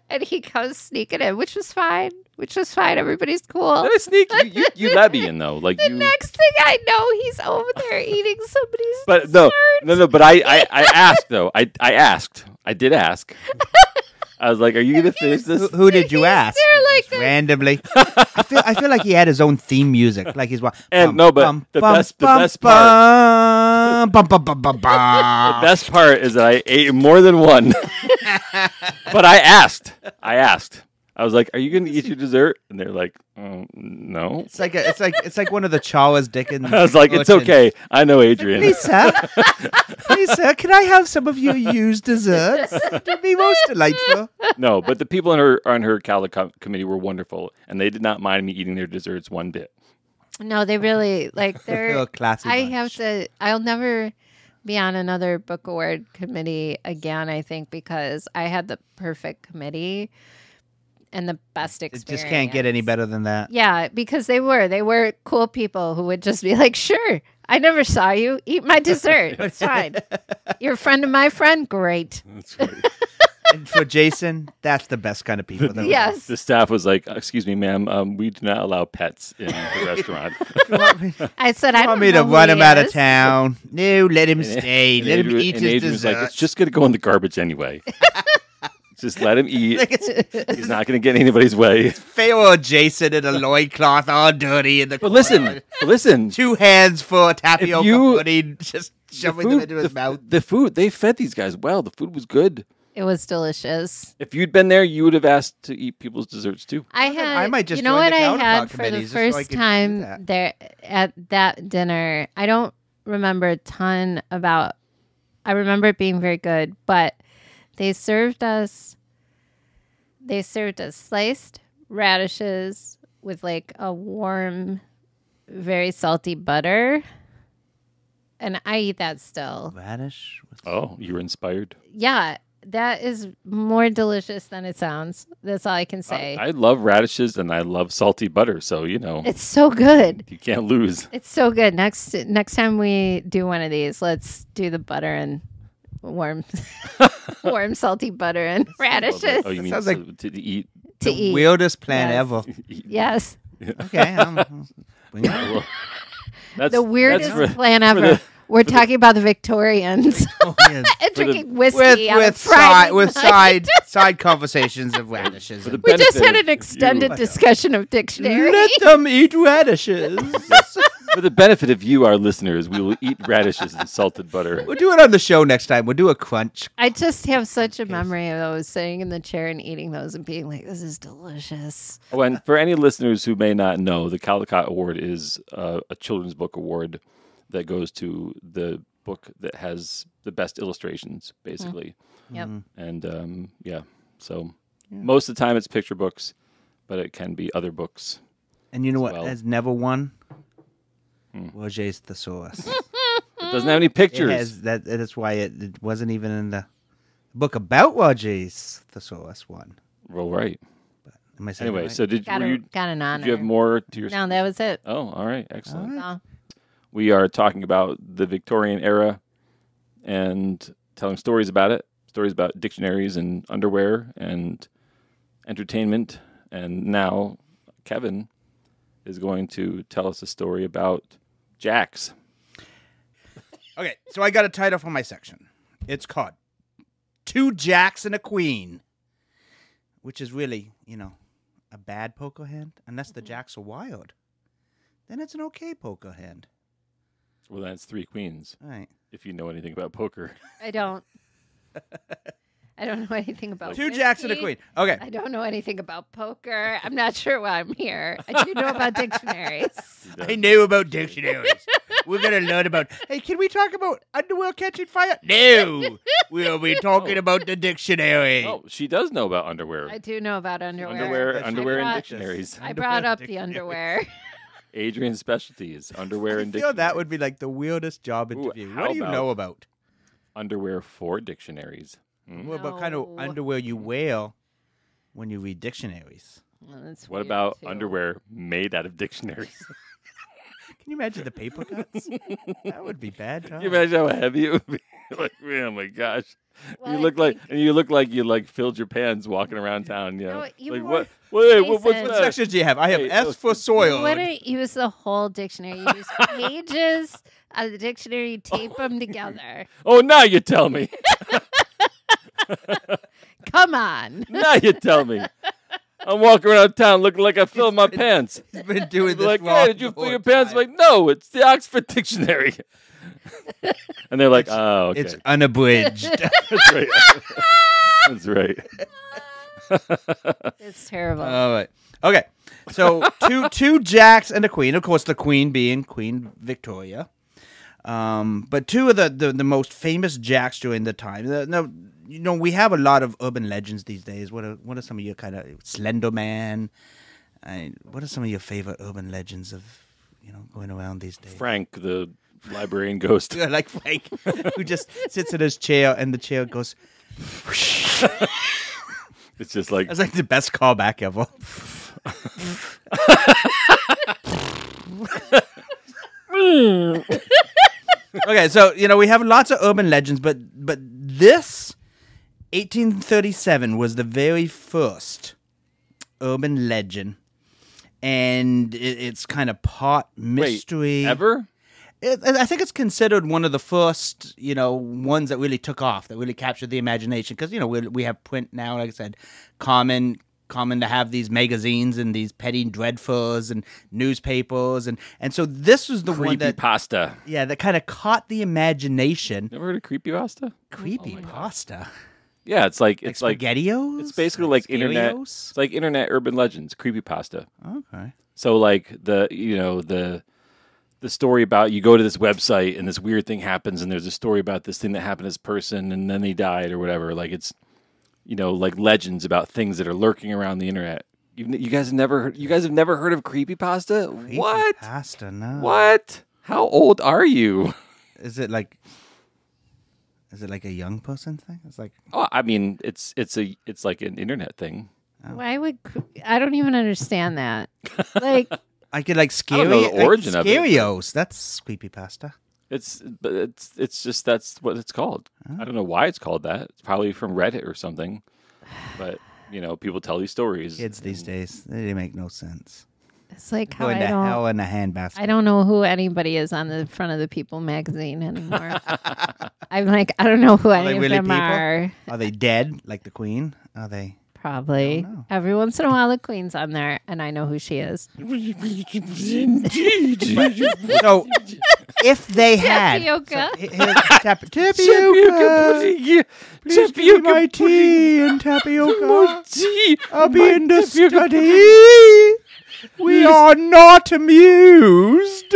[SPEAKER 1] and he comes sneaking in, which was fine. Which was fine. Everybody's cool.
[SPEAKER 2] Did I sneak? You, you, you let me in though. Like you.
[SPEAKER 1] Next thing I know, he's over there eating somebody's.
[SPEAKER 2] But no, no, no. But I, I, I asked though. I, I asked. I
[SPEAKER 1] [laughs]
[SPEAKER 2] did ask. I was like, "Are you gonna finish
[SPEAKER 3] who,
[SPEAKER 2] this?"
[SPEAKER 3] who did you ask?
[SPEAKER 1] They're like,
[SPEAKER 3] Just randomly. I feel I feel like he had his own theme music. Like he's wa-
[SPEAKER 2] And
[SPEAKER 3] bum,
[SPEAKER 2] no, but
[SPEAKER 3] bum,
[SPEAKER 2] the
[SPEAKER 3] bum,
[SPEAKER 2] best- the
[SPEAKER 3] bum,
[SPEAKER 2] best
[SPEAKER 3] bum, bum, bum,
[SPEAKER 2] [laughs]
[SPEAKER 3] bum, bum, bum.
[SPEAKER 2] Best part is that I ate more
[SPEAKER 1] [laughs]
[SPEAKER 2] than one. but I asked. I asked. I was like, "Are you going to eat your dessert?" And they're like, mm, "No." [laughs]
[SPEAKER 3] It's like a, it's like it's like one of the Chawas Dickens.
[SPEAKER 2] I was like,
[SPEAKER 1] Oh,
[SPEAKER 2] "It's
[SPEAKER 3] fortunes.
[SPEAKER 2] okay. I know Adrian."
[SPEAKER 3] Please, sir.
[SPEAKER 2] [laughs]
[SPEAKER 3] Please, sir. Can I have some of your used
[SPEAKER 1] [laughs]
[SPEAKER 3] desserts? It would be most delightful.
[SPEAKER 2] no, but the people on her on her Cala co- committee were wonderful, and they did not mind me eating their desserts one bit.
[SPEAKER 1] no, they really
[SPEAKER 3] [laughs]
[SPEAKER 1] like
[SPEAKER 3] They're
[SPEAKER 1] they're.
[SPEAKER 3] a classy.
[SPEAKER 1] I
[SPEAKER 3] bunch.
[SPEAKER 1] have to. I'll never be on another book award committee again. I think because I had the perfect committee and the best
[SPEAKER 3] It
[SPEAKER 1] experience.
[SPEAKER 3] just can't get any better
[SPEAKER 1] [laughs]
[SPEAKER 3] than that.
[SPEAKER 1] Yeah, because they were they were cool people who would just be like, "Sure, I never saw you.
[SPEAKER 3] [laughs]
[SPEAKER 1] Eat my dessert. It's fine. You're a friend of my friend. Great."
[SPEAKER 2] That's great.
[SPEAKER 3] And for Jason, that's the best kind of people. That we have.
[SPEAKER 1] yes.
[SPEAKER 2] The staff was like, "Excuse me, ma'am, um, we do not allow pets in the restaurant."
[SPEAKER 3] You
[SPEAKER 1] [laughs]
[SPEAKER 3] want me, you
[SPEAKER 1] I said, I don't
[SPEAKER 3] want me to
[SPEAKER 1] know who
[SPEAKER 3] run
[SPEAKER 1] he
[SPEAKER 3] him out of
[SPEAKER 1] is.
[SPEAKER 3] town? No, let him stay.
[SPEAKER 2] And
[SPEAKER 3] let him
[SPEAKER 2] Adrian-
[SPEAKER 3] eat
[SPEAKER 2] and
[SPEAKER 3] his
[SPEAKER 2] Adrian was
[SPEAKER 3] dessert.
[SPEAKER 2] like, "It's just going to go in the garbage
[SPEAKER 3] [laughs]
[SPEAKER 2] anyway. just let him eat. He's not going to get in anybody's
[SPEAKER 3] [laughs]
[SPEAKER 2] way."
[SPEAKER 3] Pharaoh Jason in a loincloth, all dirty in the.
[SPEAKER 2] But
[SPEAKER 3] corner.
[SPEAKER 2] listen, but listen.
[SPEAKER 3] two hands full of tapioca
[SPEAKER 2] you-
[SPEAKER 3] pudding, [laughs] just shoving them into his
[SPEAKER 2] the,
[SPEAKER 3] mouth.
[SPEAKER 2] the food they fed these guys well. The food was good.
[SPEAKER 1] It was delicious.
[SPEAKER 2] If you'd been there, you would have asked to eat people's desserts too.
[SPEAKER 1] I had.
[SPEAKER 3] I might just
[SPEAKER 1] you know what
[SPEAKER 3] join the
[SPEAKER 1] I
[SPEAKER 3] countertop
[SPEAKER 1] had for the
[SPEAKER 3] committees just so I
[SPEAKER 1] first
[SPEAKER 3] could do
[SPEAKER 1] time
[SPEAKER 3] that.
[SPEAKER 1] there at that dinner. I don't remember a ton about. I remember it being very good, but they served us. They served us sliced radishes with like a warm, very salty butter, and I eat that still.
[SPEAKER 3] Radish. with-
[SPEAKER 2] Oh, you were inspired.
[SPEAKER 1] yeah, that is more delicious than it sounds. That's all I can
[SPEAKER 2] I,
[SPEAKER 1] say.
[SPEAKER 2] I love radishes and I love salty butter, so you know
[SPEAKER 1] it's so good.
[SPEAKER 2] you can't lose.
[SPEAKER 1] It's so good. Next next time we do one of these, let's do the butter and warm [laughs] warm salty butter and radishes
[SPEAKER 2] Oh, you mean
[SPEAKER 3] Sounds
[SPEAKER 2] so-
[SPEAKER 3] like-
[SPEAKER 2] to, to eat?
[SPEAKER 1] to
[SPEAKER 3] the
[SPEAKER 1] eat.
[SPEAKER 3] Weirdest plan
[SPEAKER 1] Yes.
[SPEAKER 3] [laughs] ever.
[SPEAKER 2] eat-
[SPEAKER 1] Yes.
[SPEAKER 3] Okay. I'm- [laughs] bring it.
[SPEAKER 2] well, that's
[SPEAKER 1] The weirdest
[SPEAKER 2] that's for-
[SPEAKER 1] plan ever.
[SPEAKER 2] the-
[SPEAKER 1] We're talking about the
[SPEAKER 2] [laughs]
[SPEAKER 1] Victorians [laughs]
[SPEAKER 3] Oh, yeah.
[SPEAKER 1] and
[SPEAKER 2] the-
[SPEAKER 1] drinking whiskey
[SPEAKER 3] with
[SPEAKER 1] on a
[SPEAKER 3] with
[SPEAKER 1] Friday
[SPEAKER 3] side with
[SPEAKER 1] night.
[SPEAKER 3] side side conversations of radishes.
[SPEAKER 2] For the
[SPEAKER 3] and-
[SPEAKER 1] We just had
[SPEAKER 2] benefit
[SPEAKER 1] an
[SPEAKER 2] of you-
[SPEAKER 1] extended discussion of dictionary.
[SPEAKER 3] Let them eat radishes.
[SPEAKER 2] For the benefit of you, our listeners, we will eat radishes and
[SPEAKER 1] [laughs]
[SPEAKER 2] salted butter.
[SPEAKER 3] [laughs] we'll do it on the show next time. We'll do a crunch.
[SPEAKER 1] [laughs] I just have such a memory of those sitting in the chair and eating those and being like, "This is delicious."
[SPEAKER 2] Oh, and for any listeners who may not know, the Caldecott Award is uh, a children's book award that goes to the book that has the best illustrations, basically.
[SPEAKER 1] Mm. Yep.
[SPEAKER 3] Mm-hmm.
[SPEAKER 2] And um, yeah, so most of the time it's picture books, but it can be other books.
[SPEAKER 3] And you know what?
[SPEAKER 2] Well. Hmm.
[SPEAKER 3] Has never won. Roger's [laughs] thesaurus.
[SPEAKER 2] It
[SPEAKER 1] Mm.
[SPEAKER 2] doesn't have any
[SPEAKER 3] It
[SPEAKER 2] pictures.
[SPEAKER 3] has, that, that is why it, it wasn't even in the book about Roger's thesaurus one.
[SPEAKER 2] Well, right.
[SPEAKER 3] Am I saying that
[SPEAKER 2] Anyway,
[SPEAKER 3] right?
[SPEAKER 2] so did,
[SPEAKER 1] Got,
[SPEAKER 2] were
[SPEAKER 1] a,
[SPEAKER 2] you,
[SPEAKER 1] got an honor.
[SPEAKER 2] did you have more to your?
[SPEAKER 1] No, that was it.
[SPEAKER 2] Oh, all right, excellent.
[SPEAKER 1] No.
[SPEAKER 2] We are talking about the Victorian era and telling stories about it, stories about dictionaries and underwear and entertainment. And now Kevin is going to tell us a story about Jax.
[SPEAKER 3] Okay, so I got a title for my section. It's called Two Jacks and a Queen, which is really, you know, a bad poker hand, unless the jacks are wild. Then it's an okay poker hand.
[SPEAKER 2] Well, that's three queens,
[SPEAKER 3] All right.
[SPEAKER 2] if you know anything about poker.
[SPEAKER 3] [laughs]
[SPEAKER 1] I don't. I don't know [laughs] anything about
[SPEAKER 3] Two jacks and a queen.
[SPEAKER 1] whiskey.
[SPEAKER 3] Okay.
[SPEAKER 1] I don't know anything about poker. I'm not sure why I'm here. I do know
[SPEAKER 2] [laughs]
[SPEAKER 1] about dictionaries.
[SPEAKER 3] I know about dictionaries. We're gonna
[SPEAKER 2] [laughs]
[SPEAKER 3] learn about. Hey, can we talk about underwear catching fire? No, [laughs] we'll be talking about the dictionary.
[SPEAKER 2] Oh, she does know about underwear.
[SPEAKER 1] I do know about underwear.
[SPEAKER 2] Underwear,
[SPEAKER 3] I
[SPEAKER 2] underwear, and
[SPEAKER 1] brought-
[SPEAKER 2] dictionaries.
[SPEAKER 1] I brought up the underwear.
[SPEAKER 2] Adrian's specialty is underwear
[SPEAKER 3] [laughs] I
[SPEAKER 2] and
[SPEAKER 3] feel
[SPEAKER 2] dictionaries.
[SPEAKER 3] that would be like the weirdest job
[SPEAKER 2] Ooh,
[SPEAKER 3] interview.
[SPEAKER 2] how
[SPEAKER 3] what do you know about?
[SPEAKER 2] underwear for dictionaries. Hmm?
[SPEAKER 3] What about kind of
[SPEAKER 1] No.
[SPEAKER 3] underwear you wear when you read dictionaries?
[SPEAKER 1] [laughs] Well, that's
[SPEAKER 2] What
[SPEAKER 1] weird,
[SPEAKER 2] about
[SPEAKER 1] too.
[SPEAKER 2] underwear made out of dictionaries? [laughs]
[SPEAKER 3] Can you imagine the paper cuts? that would be bad.
[SPEAKER 2] Can [laughs]
[SPEAKER 3] Time.
[SPEAKER 2] you imagine how heavy it would be? [laughs] like, man, oh my gosh.
[SPEAKER 1] Well,
[SPEAKER 2] you
[SPEAKER 1] I
[SPEAKER 2] look like
[SPEAKER 1] think-
[SPEAKER 2] and you look like you like filled your pants walking around town, you know.
[SPEAKER 1] No, you
[SPEAKER 2] like
[SPEAKER 1] were-
[SPEAKER 2] what what, hey, what-
[SPEAKER 1] Jason.
[SPEAKER 2] what's
[SPEAKER 3] what
[SPEAKER 2] that?
[SPEAKER 3] sections do you have? I have
[SPEAKER 2] Hey,
[SPEAKER 3] S
[SPEAKER 2] those-
[SPEAKER 3] for soil.
[SPEAKER 1] You wouldn't use the whole dictionary. You
[SPEAKER 2] [laughs]
[SPEAKER 1] use pages out of the dictionary, you tape them together.
[SPEAKER 2] Oh now you
[SPEAKER 1] [laughs]
[SPEAKER 2] tell me.
[SPEAKER 1] Come on.
[SPEAKER 2] now you tell me. I'm walking around town looking like I filled my pants.
[SPEAKER 3] He's been
[SPEAKER 2] Be
[SPEAKER 3] doing [laughs] this
[SPEAKER 2] like,
[SPEAKER 3] wrong.
[SPEAKER 2] hey, did you
[SPEAKER 3] the
[SPEAKER 2] fill
[SPEAKER 3] whole
[SPEAKER 2] your pants? I'm
[SPEAKER 3] time.
[SPEAKER 2] like, no, it's the Oxford Dictionary. [laughs] and they're like, oh, okay.
[SPEAKER 3] It's
[SPEAKER 2] [laughs]
[SPEAKER 3] unabridged.
[SPEAKER 2] That's right. [laughs] That's
[SPEAKER 3] [laughs]
[SPEAKER 2] right.
[SPEAKER 1] It's terrible.
[SPEAKER 2] Uh,
[SPEAKER 3] All right. Okay. So two two jacks and a queen. Of course, the queen being Queen Victoria. Um, but two of the, the, the most famous jacks during the time. The- Now, you know, we have a lot of urban legends these days. What are what are some of your kind of Slender Man? And what are some of your favorite urban legends of you know going around these days?
[SPEAKER 2] Frank, the librarian ghost.
[SPEAKER 3] Yeah, [laughs] like Frank, who just sits in his chair and the chair goes.
[SPEAKER 2] It's just like
[SPEAKER 3] That's like the best callback [laughs] ever. okay, so you know we have lots of urban legends, but but this 1837 was the very first urban legend, and it, it's kind of part mystery.
[SPEAKER 2] Ever?
[SPEAKER 3] It, I I think it's considered one of the first, you know, ones that really took off, that really captured the imagination. Because you know we we have print now, like I said, common common to have these magazines and these petty dreadfuls and newspapers and and so this was the one
[SPEAKER 2] Creepy
[SPEAKER 3] that
[SPEAKER 2] pasta.
[SPEAKER 3] yeah that kind of caught the imagination.
[SPEAKER 2] Never heard of creepy pasta?
[SPEAKER 3] Creepy pasta,
[SPEAKER 2] Yeah, it's like
[SPEAKER 3] like
[SPEAKER 2] it's like,
[SPEAKER 3] spaghettios.
[SPEAKER 2] it's basically like internet.
[SPEAKER 3] Scarios?
[SPEAKER 2] It's like internet urban legends, creepy pasta.
[SPEAKER 3] Okay.
[SPEAKER 2] So like the you know the the story about you go to this website and this weird thing happens and there's a story about this thing that happened to this person and then they died or whatever. Like it's you know like legends about things that are lurking around the internet. You, you guys have never heard, you guys have never heard of creepy pasta? What?
[SPEAKER 3] Pasta, no.
[SPEAKER 2] What? How old are you? [laughs]
[SPEAKER 3] Is it like is it like a young person thing? It's like
[SPEAKER 2] Oh, I mean, it's it's a it's like an internet thing.
[SPEAKER 1] Why would I don't even understand that? Like,
[SPEAKER 3] I get like
[SPEAKER 2] I
[SPEAKER 3] scary.
[SPEAKER 2] don't know the origin
[SPEAKER 3] like,
[SPEAKER 2] of it.
[SPEAKER 3] Scarios. That's creepy pasta.
[SPEAKER 2] It's but it's it's just that's what it's called. I don't know why it's called that. It's probably from Reddit or something. But you know, people tell these stories. [laughs]
[SPEAKER 3] Kids these days, they make no sense.
[SPEAKER 1] it's like how
[SPEAKER 3] Going
[SPEAKER 1] I
[SPEAKER 3] to
[SPEAKER 1] don't.
[SPEAKER 3] hell in a handbasket.
[SPEAKER 1] I don't know who anybody is on the front of the People magazine
[SPEAKER 3] [laughs]
[SPEAKER 1] anymore. I'm like, I don't know who any
[SPEAKER 3] they
[SPEAKER 1] of
[SPEAKER 3] really
[SPEAKER 1] them
[SPEAKER 3] people?
[SPEAKER 1] are.
[SPEAKER 3] Are they dead like the queen?
[SPEAKER 2] [laughs]
[SPEAKER 3] Are they?
[SPEAKER 1] Probably every once in a while, the queen's on there, and I know who she is.
[SPEAKER 3] So, if
[SPEAKER 1] [laughs]
[SPEAKER 3] they had
[SPEAKER 1] Tapioca.
[SPEAKER 3] so, he- here's-
[SPEAKER 2] [laughs]
[SPEAKER 3] tap- tapioca, please give me my tea and tapioca. I'll be in the study. We are not amused.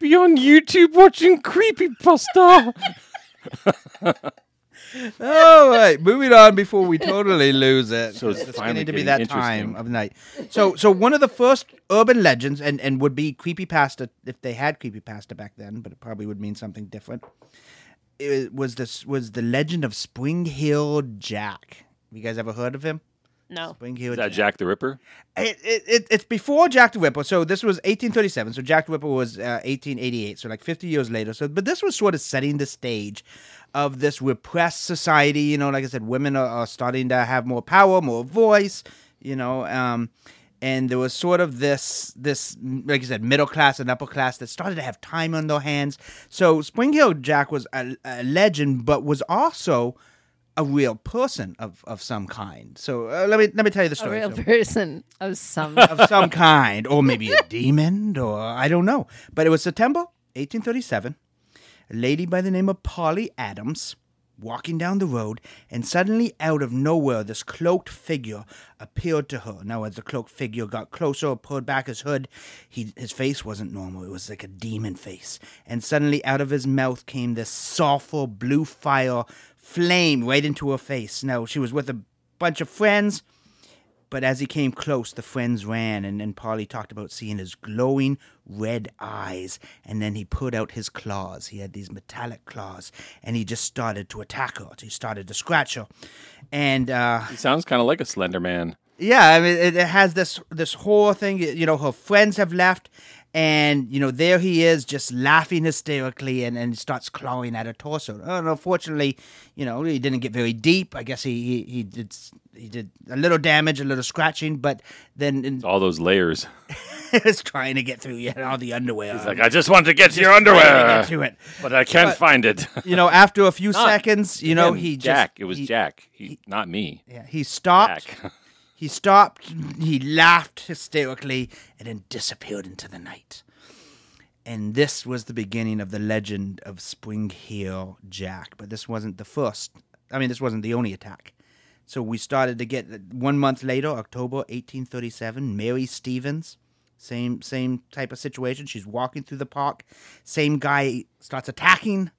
[SPEAKER 2] Be on YouTube watching creepy pasta.
[SPEAKER 3] All right, Oh, moving on before we totally lose it.
[SPEAKER 2] So it's
[SPEAKER 3] going
[SPEAKER 2] finally
[SPEAKER 3] to be
[SPEAKER 2] getting
[SPEAKER 3] that
[SPEAKER 2] interesting.
[SPEAKER 3] time of night. So, so one of the first urban legends, and and would be creepypasta if they had creepypasta back then, but it probably would mean something different. It was this was the legend of Spring Hill Jack. Have you guys ever heard of him?
[SPEAKER 1] No,
[SPEAKER 3] Spring Hill
[SPEAKER 2] Is that Jack the Ripper?
[SPEAKER 3] it, it, it, it's before Jack the Ripper. So this was 1837. So Jack the Ripper was uh, 1888. So like 50 years later. So but this was sort of setting the stage of this repressed society. You know, like I said, women are, are starting to have more power, more voice. You know, um, and there was sort of this this like I said, middle class and upper class that started to have time on their hands. So Spring Hill Jack was a, a legend, but was also a real person of, of some kind. So uh, let me let me tell you the
[SPEAKER 1] a
[SPEAKER 3] story.
[SPEAKER 1] real
[SPEAKER 3] So-
[SPEAKER 1] person of
[SPEAKER 3] [laughs]
[SPEAKER 1] some.
[SPEAKER 3] of some kind, or maybe a demon, or I don't know. But it was September 1837. A lady by the name of Polly Adams walking down the road, and suddenly out of nowhere, this cloaked figure appeared to her. Now, as the cloaked figure got closer, pulled back his hood, he, his face wasn't normal. It was like a demon face. And suddenly out of his mouth came this sulfur blue fire flame right into her face. Now, she was with a bunch of friends. But as he came close, the friends ran, and, and Polly talked about seeing his glowing red eyes. And then he put out his claws. He had these metallic claws, and he just started to attack her. He started to scratch her. And uh,
[SPEAKER 2] He sounds kind of like a Slender Man.
[SPEAKER 3] yeah, I mean, it, it has this this whole thing. You know, her friends have left, and you know, there he is, just laughing hysterically, and and starts clawing at her torso. And unfortunately, you know, he didn't get very deep. I guess he he, he did s- he did a little damage, a little scratching, but then [laughs] in,
[SPEAKER 2] All those layers.
[SPEAKER 3] is trying to get through you know, all the underwear.
[SPEAKER 2] Like I just wanted to get to your
[SPEAKER 3] trying to
[SPEAKER 2] underwear,
[SPEAKER 3] get to it.
[SPEAKER 2] but I can't find it. [laughs]
[SPEAKER 3] You know, after a few seconds, you know,
[SPEAKER 2] Him,
[SPEAKER 3] he just-
[SPEAKER 2] Jack. it was
[SPEAKER 3] he-
[SPEAKER 2] Jack. He, not me.
[SPEAKER 3] Yeah, he stopped.
[SPEAKER 2] Jack.
[SPEAKER 3] He stopped, he laughed hysterically, and then disappeared into the night. And this was the beginning of the legend of Spring Hill Jack. But this wasn't the first, I mean, this wasn't the only attack. So we started to get one month later, October 1837, Mary Stevens. Same same type of situation. She's walking through the park. Same guy starts attacking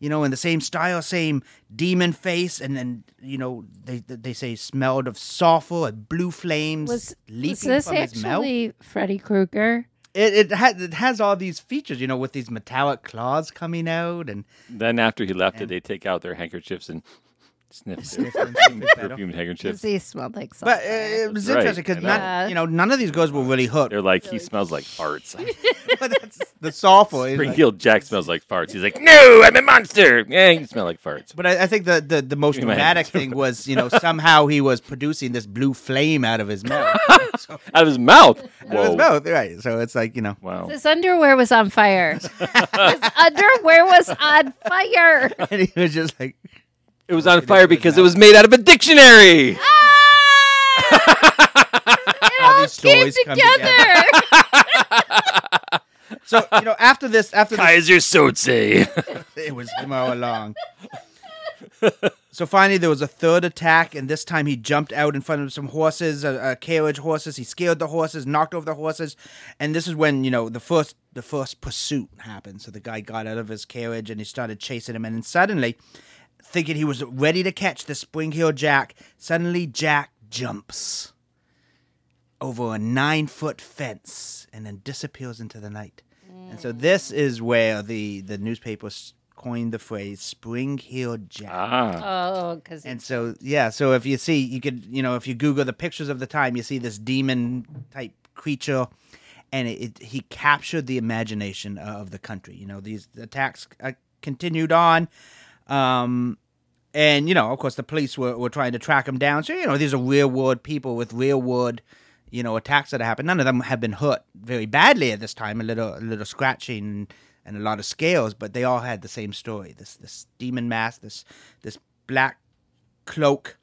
[SPEAKER 3] you know, in the same style, same demon face, and then you know they they say smelled of sulfur and blue flames
[SPEAKER 1] was,
[SPEAKER 3] leaping
[SPEAKER 1] was this
[SPEAKER 3] from his mouth. It,
[SPEAKER 1] actually Freddy Krueger?
[SPEAKER 3] it has it has all these features, you know, with these metallic claws coming out, and
[SPEAKER 2] [laughs] Then after he left, did they take out their handkerchiefs and Sniff
[SPEAKER 3] Sniff
[SPEAKER 2] sniff
[SPEAKER 3] and sniff is better.
[SPEAKER 2] perfumed handkerchief.
[SPEAKER 1] Because he smelled like salt.
[SPEAKER 3] But uh, it was
[SPEAKER 2] Right,
[SPEAKER 3] interesting
[SPEAKER 2] I
[SPEAKER 3] because
[SPEAKER 2] know.
[SPEAKER 3] not you know none of these girls were really hooked.
[SPEAKER 2] They're like, he smells like
[SPEAKER 3] [laughs]
[SPEAKER 2] farts.
[SPEAKER 3] but that's the soulful. is like-
[SPEAKER 2] Springfield Jack smells like farts. He's
[SPEAKER 3] [laughs]
[SPEAKER 2] like, no, I'm a monster. Yeah, you smell like farts.
[SPEAKER 3] But I, I think the, the, the
[SPEAKER 2] [laughs]
[SPEAKER 3] most
[SPEAKER 2] Give me my
[SPEAKER 3] dramatic
[SPEAKER 2] hand.
[SPEAKER 3] thing was, you know, somehow he was producing this blue flame
[SPEAKER 2] [laughs]
[SPEAKER 3] out of his mouth. [laughs] So-
[SPEAKER 2] Out of his mouth.
[SPEAKER 3] out of his
[SPEAKER 2] Whoa.
[SPEAKER 3] mouth, right. So it's like, you know. [laughs]
[SPEAKER 2] Wow.
[SPEAKER 1] His underwear was on fire. His underwear was on
[SPEAKER 3] [laughs]
[SPEAKER 1] fire.
[SPEAKER 3] And he was just like,
[SPEAKER 2] It was on fire because it was made out of a
[SPEAKER 3] [laughs]
[SPEAKER 2] dictionary.
[SPEAKER 1] Ah! It all
[SPEAKER 3] these
[SPEAKER 1] came
[SPEAKER 3] stories come together.
[SPEAKER 1] together.
[SPEAKER 3] so, you know, after this, after this,
[SPEAKER 2] Kaiser Soze.
[SPEAKER 3] [laughs] it was him all along. so finally, there was a third attack, and this time he jumped out in front of some horses, uh, uh, carriage horses. He scared the horses, knocked over the horses, and this is when you know the first the first pursuit happened. So the guy got out of his carriage and he started chasing him, and then suddenly, thinking he was ready to catch the spring heel Jack, suddenly Jack jumps over a nine foot fence and then disappears into the night. And so this is where the the newspapers coined the phrase "spring heel Jack."
[SPEAKER 2] ah.
[SPEAKER 1] [laughs] Oh, because
[SPEAKER 3] And so yeah, so if you see, you could you know if you Google the pictures of the time, you see this demon type creature. And it, it, he captured the imagination of the country. You know, these attacks uh, continued on. Um, and, you know, of course, the police were, were trying to track him down. So, you know, these are real world people with real world, you know, attacks that have happened. None of them have been hurt very badly at this time, a little, a little scratching and a lot of scales, but they all had the same story this, this demon mask, this, this black cloak,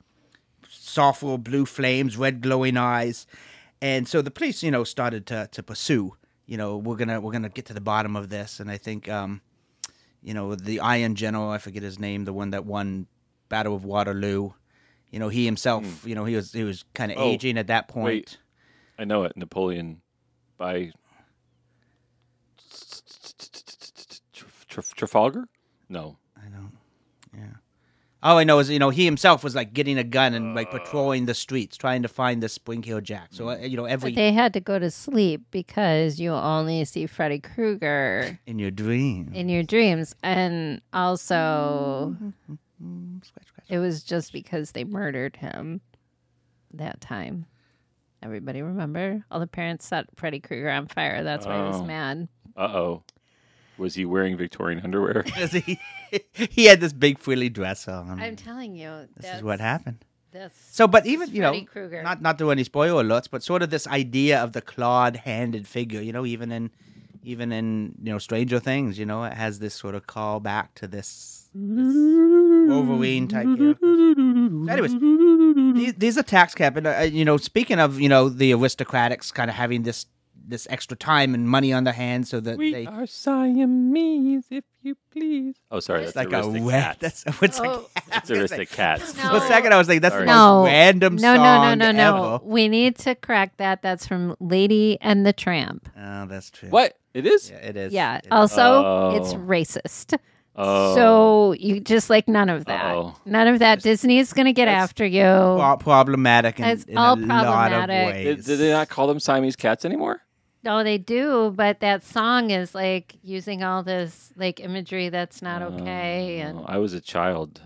[SPEAKER 3] sulfur blue flames, red glowing eyes. And so the police, you know, started to, to pursue. You know, we're gonna we're gonna get to the bottom of this, and I think um, you know, the Iron General, I forget his name, the one that won Battle of Waterloo. You know, he himself, you know, he was he was kind of
[SPEAKER 2] Hmm. Oh,
[SPEAKER 3] aging at that point.
[SPEAKER 2] wait. I know it. Napoleon by Tra- Trafalgar? No.
[SPEAKER 3] I know. Yeah. All I know is, you know, he himself was like getting a gun and like
[SPEAKER 2] Uh.
[SPEAKER 3] patrolling the streets, trying to find the Spring Hill Jack. So, uh, you know, every
[SPEAKER 1] they had to go to sleep because you only see Freddy Krueger
[SPEAKER 3] in your dream.
[SPEAKER 1] in your dreams. And also,
[SPEAKER 3] Mm, scratch, scratch.
[SPEAKER 1] it was just because they murdered him that time. Everybody remember? All the parents set Freddy Krueger on fire. That's why he was
[SPEAKER 2] Oh.
[SPEAKER 1] mad.
[SPEAKER 2] Uh oh. Was he wearing Victorian underwear? [laughs]
[SPEAKER 3] Because he, [laughs] he had this big frilly dress on.
[SPEAKER 1] I'm telling you.
[SPEAKER 3] Um, this is what happened.
[SPEAKER 1] That's
[SPEAKER 3] So, but even you know,
[SPEAKER 1] Freddy Krueger.
[SPEAKER 3] not not do any spoiler alerts, but sort of this idea of the clawed-handed figure. You know, even in even in you know Stranger Things, you know, it has this sort of call back to this, this
[SPEAKER 1] [laughs]
[SPEAKER 3] Wolverine type. Character. So anyways, these, these attacks happen. Uh, you know, speaking of you know the aristocratics kind of having this this extra time and money on their hands, so that they
[SPEAKER 2] are Siamese, if you please. Oh, sorry, that's
[SPEAKER 3] it's like a
[SPEAKER 2] Aristic
[SPEAKER 3] rat.
[SPEAKER 2] Cats.
[SPEAKER 3] [laughs] That's what's
[SPEAKER 1] Oh.
[SPEAKER 2] [laughs] That's Aristic
[SPEAKER 3] [laughs]
[SPEAKER 2] Cats.
[SPEAKER 1] No.
[SPEAKER 3] For a
[SPEAKER 2] Sorry.
[SPEAKER 3] second, I was like, "That's the
[SPEAKER 2] Sorry.
[SPEAKER 3] most
[SPEAKER 1] No.
[SPEAKER 3] random
[SPEAKER 1] no,
[SPEAKER 3] song
[SPEAKER 1] no, no, no, no.
[SPEAKER 3] ever."
[SPEAKER 1] We need to correct that. That's from Lady and the Tramp.
[SPEAKER 3] Oh, that's
[SPEAKER 2] [laughs]
[SPEAKER 3] true.
[SPEAKER 2] What? It is?
[SPEAKER 3] Yeah, it is.
[SPEAKER 1] Yeah.
[SPEAKER 3] It is.
[SPEAKER 1] Also, it's
[SPEAKER 2] Oh.
[SPEAKER 1] racist.
[SPEAKER 2] Oh.
[SPEAKER 1] So you just like none of that.
[SPEAKER 2] Uh-oh.
[SPEAKER 1] None of that. Disney is going to get
[SPEAKER 3] That's-
[SPEAKER 1] after you.
[SPEAKER 3] Pro- problematic in,
[SPEAKER 1] It's
[SPEAKER 3] in
[SPEAKER 1] all
[SPEAKER 3] a lot of
[SPEAKER 1] problematic.
[SPEAKER 2] Did,
[SPEAKER 3] ways.
[SPEAKER 2] did they not call them Siamese cats anymore?
[SPEAKER 1] No, they do, but that song is like using all this like imagery that's not okay.
[SPEAKER 2] Oh,
[SPEAKER 1] And
[SPEAKER 2] I was a child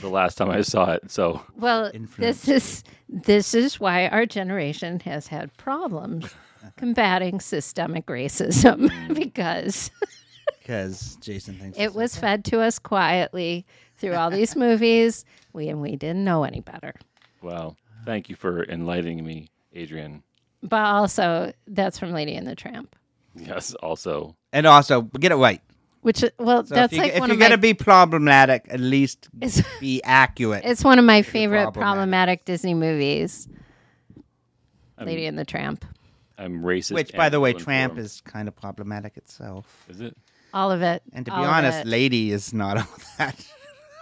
[SPEAKER 2] the last time I saw it. So
[SPEAKER 1] well,
[SPEAKER 3] Influence.
[SPEAKER 1] this is this is why our generation has had
[SPEAKER 3] [laughs]
[SPEAKER 1] problems combating systemic racism [laughs]
[SPEAKER 3] Hmm.
[SPEAKER 1] because
[SPEAKER 3] Because Jason thinks
[SPEAKER 1] it
[SPEAKER 3] it's-
[SPEAKER 1] was fed to us quietly through all
[SPEAKER 3] [laughs]
[SPEAKER 1] these movies. We and we didn't know any better.
[SPEAKER 2] wow. Thank you for enlightening me, Adrian.
[SPEAKER 1] But also, that's from Lady and the Tramp.
[SPEAKER 2] Yes, also.
[SPEAKER 3] and also get it right.
[SPEAKER 1] Which well,
[SPEAKER 3] So
[SPEAKER 1] that's
[SPEAKER 3] if, you,
[SPEAKER 1] like
[SPEAKER 3] if
[SPEAKER 1] one
[SPEAKER 3] you're
[SPEAKER 1] of my
[SPEAKER 3] gonna be problematic, at least
[SPEAKER 1] It's-
[SPEAKER 3] be accurate.
[SPEAKER 1] it's one of my favorite
[SPEAKER 3] problematic.
[SPEAKER 1] problematic Disney movies. Lady and the Tramp.
[SPEAKER 2] I'm racist.
[SPEAKER 3] Which, by the way,
[SPEAKER 2] and
[SPEAKER 3] tramp
[SPEAKER 2] informed.
[SPEAKER 3] is kind of problematic itself.
[SPEAKER 2] Is it?
[SPEAKER 1] All of it.
[SPEAKER 3] And to be
[SPEAKER 1] All of
[SPEAKER 3] honest,
[SPEAKER 1] it.
[SPEAKER 3] lady is not all [laughs]
[SPEAKER 1] [laughs]
[SPEAKER 3] that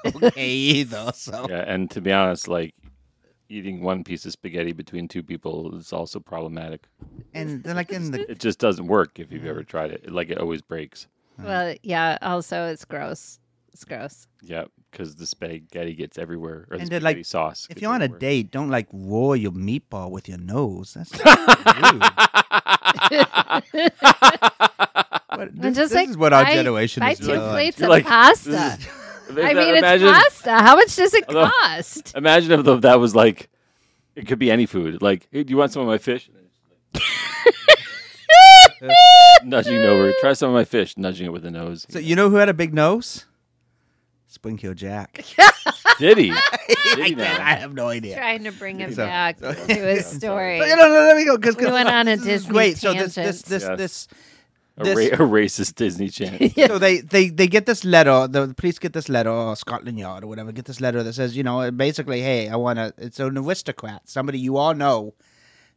[SPEAKER 3] okay either. So
[SPEAKER 2] Yeah, and to be honest, like eating one piece of spaghetti between two people is also problematic.
[SPEAKER 3] and they're like in the
[SPEAKER 2] It just doesn't work if you've
[SPEAKER 3] Mm.
[SPEAKER 2] ever tried it. Like it always breaks.
[SPEAKER 1] well, yeah. Also, it's gross. It's gross.
[SPEAKER 2] Yeah, because the spaghetti gets everywhere, or the
[SPEAKER 3] And they're
[SPEAKER 2] spaghetti
[SPEAKER 3] like,
[SPEAKER 2] sauce.
[SPEAKER 3] if
[SPEAKER 2] gets
[SPEAKER 3] you're on a
[SPEAKER 2] everywhere.
[SPEAKER 3] date, don't like roll your meatball with your nose. That's rude. but this,
[SPEAKER 1] just
[SPEAKER 3] this
[SPEAKER 1] like,
[SPEAKER 3] is what our
[SPEAKER 1] buy-
[SPEAKER 3] generation
[SPEAKER 1] buy
[SPEAKER 3] is
[SPEAKER 1] two
[SPEAKER 3] doing.
[SPEAKER 1] plates
[SPEAKER 2] You're
[SPEAKER 1] of
[SPEAKER 2] like,
[SPEAKER 1] pasta.
[SPEAKER 2] [laughs] this is-
[SPEAKER 1] I
[SPEAKER 2] that-
[SPEAKER 1] mean, it's
[SPEAKER 2] imagine-
[SPEAKER 1] pasta. How much does it
[SPEAKER 2] Although-
[SPEAKER 1] cost?
[SPEAKER 2] Imagine if the, that was like, it could be any food. Like, hey, do you want some of my fish? [laughs]
[SPEAKER 1] [laughs]
[SPEAKER 2] nudging over, try some of my fish, nudging it with the nose. [laughs]
[SPEAKER 3] So you know who had a big nose? Springfield
[SPEAKER 1] [laughs]
[SPEAKER 3] Jack.
[SPEAKER 2] Did
[SPEAKER 3] [laughs]
[SPEAKER 2] he? Did
[SPEAKER 3] I,
[SPEAKER 2] he
[SPEAKER 3] did-
[SPEAKER 2] now?
[SPEAKER 3] I have no idea.
[SPEAKER 1] Trying to bring him
[SPEAKER 3] So-
[SPEAKER 1] back
[SPEAKER 3] [laughs] so-
[SPEAKER 1] to his story. [laughs]
[SPEAKER 3] But, no, no, let me go. Cause,
[SPEAKER 1] We
[SPEAKER 3] 'cause
[SPEAKER 1] went on a
[SPEAKER 3] this is
[SPEAKER 1] Disney
[SPEAKER 3] Great. So this, this,
[SPEAKER 1] tangent.
[SPEAKER 3] this,
[SPEAKER 2] Yeah.
[SPEAKER 3] this.
[SPEAKER 2] A, ra-
[SPEAKER 3] this-
[SPEAKER 2] a racist
[SPEAKER 3] [laughs]
[SPEAKER 2] Disney channel.
[SPEAKER 1] [laughs]
[SPEAKER 3] So they, they, they get this letter. The police get this letter, or Scotland Yard, or whatever, get this letter that says, you know, basically, hey, I want to. It's an aristocrat, somebody you all know,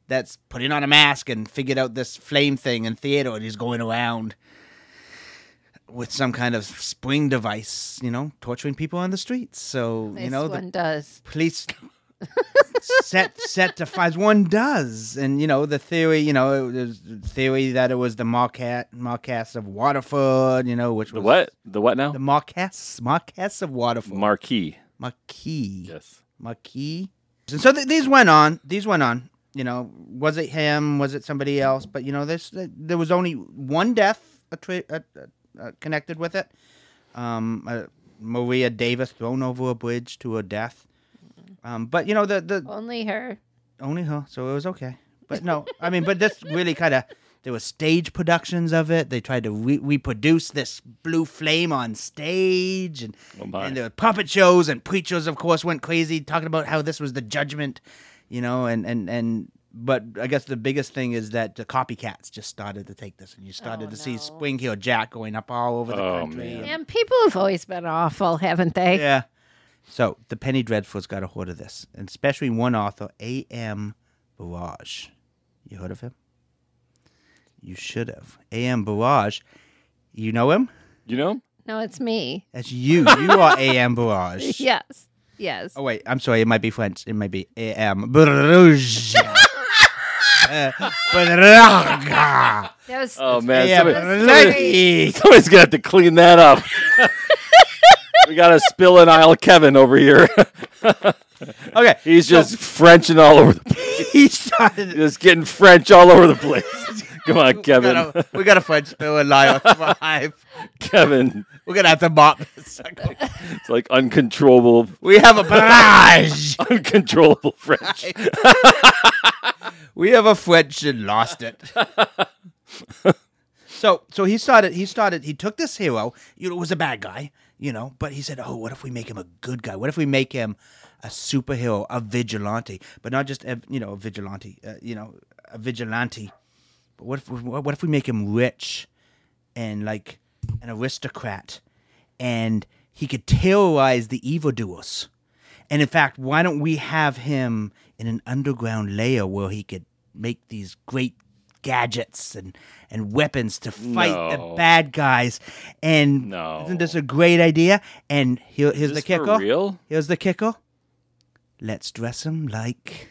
[SPEAKER 3] that's putting on a mask and figured out this flame thing in theater, and he's going around with some kind of spring device, you know, torturing people on the streets. So
[SPEAKER 1] This
[SPEAKER 3] you know, the
[SPEAKER 1] one does.
[SPEAKER 3] police set set to find one does and you know the theory you know it was the theory that it was the marquette marquess of waterford you know which
[SPEAKER 2] The
[SPEAKER 3] was
[SPEAKER 2] what? The what now?
[SPEAKER 3] the marquess marquess of waterford
[SPEAKER 2] Marquee.
[SPEAKER 3] marquis
[SPEAKER 2] Yes.
[SPEAKER 3] marquis and so th- these went on these went on you know was it him was it somebody else but you know this there was only one death attra- uh, uh, uh, connected with it um uh, maria davis thrown over a bridge to her death um, but you know the, the
[SPEAKER 1] Only her.
[SPEAKER 3] only her, so it was okay. But no, I mean, but this really kind of there were stage productions of it. They tried to re- reproduce this blue flame on stage, and
[SPEAKER 2] Oh my.
[SPEAKER 3] and there were puppet shows and preachers, of course, went crazy talking about how this was the judgment, you know, and and and. But I guess the biggest thing is that the copycats just started to take this, and you started
[SPEAKER 1] Oh,
[SPEAKER 3] to see
[SPEAKER 1] no.
[SPEAKER 3] Spring Hill Jack going up all over the
[SPEAKER 2] Oh,
[SPEAKER 3] country.
[SPEAKER 2] man.
[SPEAKER 3] and-
[SPEAKER 1] And people have always been awful, haven't they?
[SPEAKER 3] yeah. So the Penny Dreadfuls got a hold of this, and especially one author, A.M. Barrage. You heard of him? You should have. A.M. Barrage. You know him?
[SPEAKER 2] You know?
[SPEAKER 1] No, it's me.
[SPEAKER 3] That's you. You are A.M.
[SPEAKER 1] [laughs]
[SPEAKER 3] Barrage.
[SPEAKER 1] Yes. Yes.
[SPEAKER 3] Oh, wait. I'm sorry. It might be French. It might be A.M. Barrage. Uh, Barrage.
[SPEAKER 1] That was
[SPEAKER 2] Oh man,
[SPEAKER 3] A.M.
[SPEAKER 2] somebody,
[SPEAKER 1] Sorry.
[SPEAKER 3] Barrage.
[SPEAKER 2] somebody's gonna have to clean
[SPEAKER 1] [laughs]
[SPEAKER 2] that up. we got to spill an aisle Kevin over here. [laughs]
[SPEAKER 3] Okay.
[SPEAKER 2] He's
[SPEAKER 3] so
[SPEAKER 2] just Frenching all over the place.
[SPEAKER 3] He started.
[SPEAKER 2] Just getting French all over the place. Come on,
[SPEAKER 3] We
[SPEAKER 2] Kevin.
[SPEAKER 3] [laughs] got a- we got a French bill in line on five.
[SPEAKER 2] Kevin.
[SPEAKER 3] We're going to have to mop this. sucker.
[SPEAKER 2] It's like uncontrollable
[SPEAKER 3] We have a [laughs] barrage.
[SPEAKER 2] uncontrollable French.
[SPEAKER 3] [laughs] we have a French and lost it. [laughs] so so he started he started he took this hero, you know, was a bad guy, you know, but he said, Oh, what if we make him a good guy? What if we make him a superhero, a vigilante? But not just a, you know, a vigilante, uh, you know, a vigilante. But what if we- what if we make him rich and like an aristocrat and he could terrorize the evildoers? And in fact, why don't we have him in an underground layer where he could make these great gadgets and, and weapons to fight
[SPEAKER 2] No.
[SPEAKER 3] the bad guys? And
[SPEAKER 2] No.
[SPEAKER 3] isn't this a great idea? And here, here's
[SPEAKER 2] Is
[SPEAKER 3] the
[SPEAKER 2] this
[SPEAKER 3] kicker.
[SPEAKER 2] for real?
[SPEAKER 3] Here's the kicker. Let's dress him like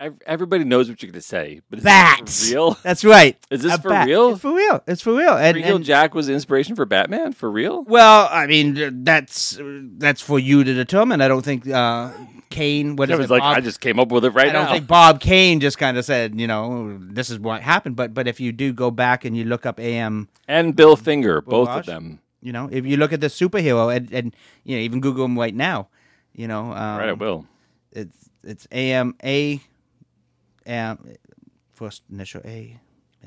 [SPEAKER 2] Ev- Everybody knows what you're gonna say, but is
[SPEAKER 3] bats.
[SPEAKER 2] this for real?
[SPEAKER 3] That's right.
[SPEAKER 2] Is this
[SPEAKER 3] A
[SPEAKER 2] for
[SPEAKER 3] bat.
[SPEAKER 2] real?
[SPEAKER 3] It's for real. It's for real. And,
[SPEAKER 2] Real
[SPEAKER 3] and-
[SPEAKER 2] Jack was the inspiration for Batman for real.
[SPEAKER 3] well, I mean, that's that's for you to determine. I don't think uh, Kane. What is
[SPEAKER 2] Kevin's
[SPEAKER 3] it?
[SPEAKER 2] like,
[SPEAKER 3] Bob-
[SPEAKER 2] I just came up with it right
[SPEAKER 3] I don't
[SPEAKER 2] now.
[SPEAKER 3] think Bob Kane just kind of said, you know, this is what happened. But but if you do go back and you look up AM,
[SPEAKER 2] and Bill Finger, both of
[SPEAKER 3] Barrage?
[SPEAKER 2] them.
[SPEAKER 3] you know, if you look at the superhero and, and you know even Google him right now, you know, um,
[SPEAKER 2] Right, I will.
[SPEAKER 3] it's it's AM A, um, first initial A,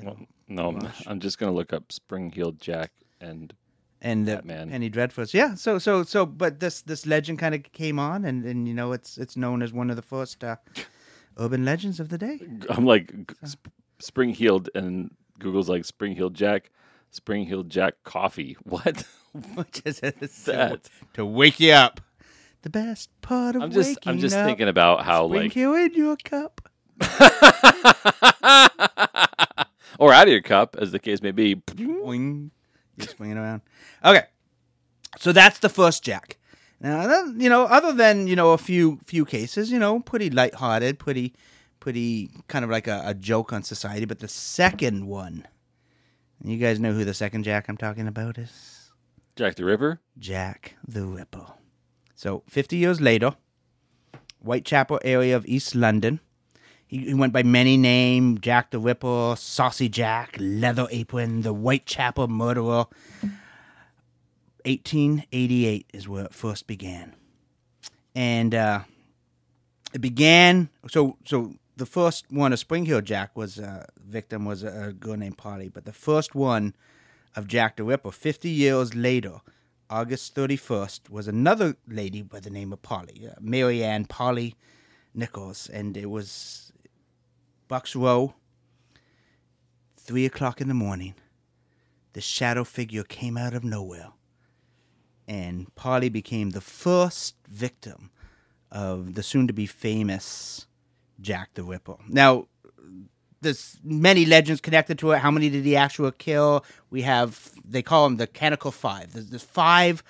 [SPEAKER 2] Well, no, I'm, I'm just gonna look up Spring Heeled Jack and
[SPEAKER 3] and the
[SPEAKER 2] Batman.
[SPEAKER 3] Penny Dreadfuls. Yeah, so so so, but this this legend kind of came on, and and you know it's it's known as one of the first uh, urban legends of the day. [laughs]
[SPEAKER 2] I'm like g- sp- Spring Heeled, and Google's like Spring Heeled Jack, Spring Heeled Jack coffee. [laughs] What?
[SPEAKER 3] Which is it's to-
[SPEAKER 2] that?
[SPEAKER 3] to wake you up. The best part of
[SPEAKER 2] I'm just I'm
[SPEAKER 3] waking
[SPEAKER 2] just
[SPEAKER 3] up,
[SPEAKER 2] thinking about how
[SPEAKER 3] drink
[SPEAKER 2] like
[SPEAKER 3] you in your cup.
[SPEAKER 2] or out of your cup, as the case may be.
[SPEAKER 3] Boing. You swing it around. Okay, so that's the first Jack. Now, that- you know, other than you know a few few cases, you know, pretty lighthearted, pretty pretty kind of like a, a joke on society. But the second one, you guys know who the second Jack I'm talking about is.
[SPEAKER 2] Jack the River.
[SPEAKER 3] Jack the Ripper. So, 50 years later, Whitechapel area of East London. He, he went by many names Jack the Ripper, Saucy Jack, Leather Apron, the Whitechapel Murderer. 1888 is where it first began, and uh, it began. So, so the first one of Spring Hill Jack was uh, victim was a, a girl named Polly, but the first one of Jack the Ripper, 50 years later, August 31st, was another lady by the name of Polly, uh, Mary Ann Polly Nichols, and it was Bucks Row, three o'clock in the morning. The shadow figure came out of nowhere, and Polly became the first victim of the soon to be famous Jack the Ripper. Now, there's many legends connected to it. How many did he actually kill? We have they call him the Canonical Five. There's, there's five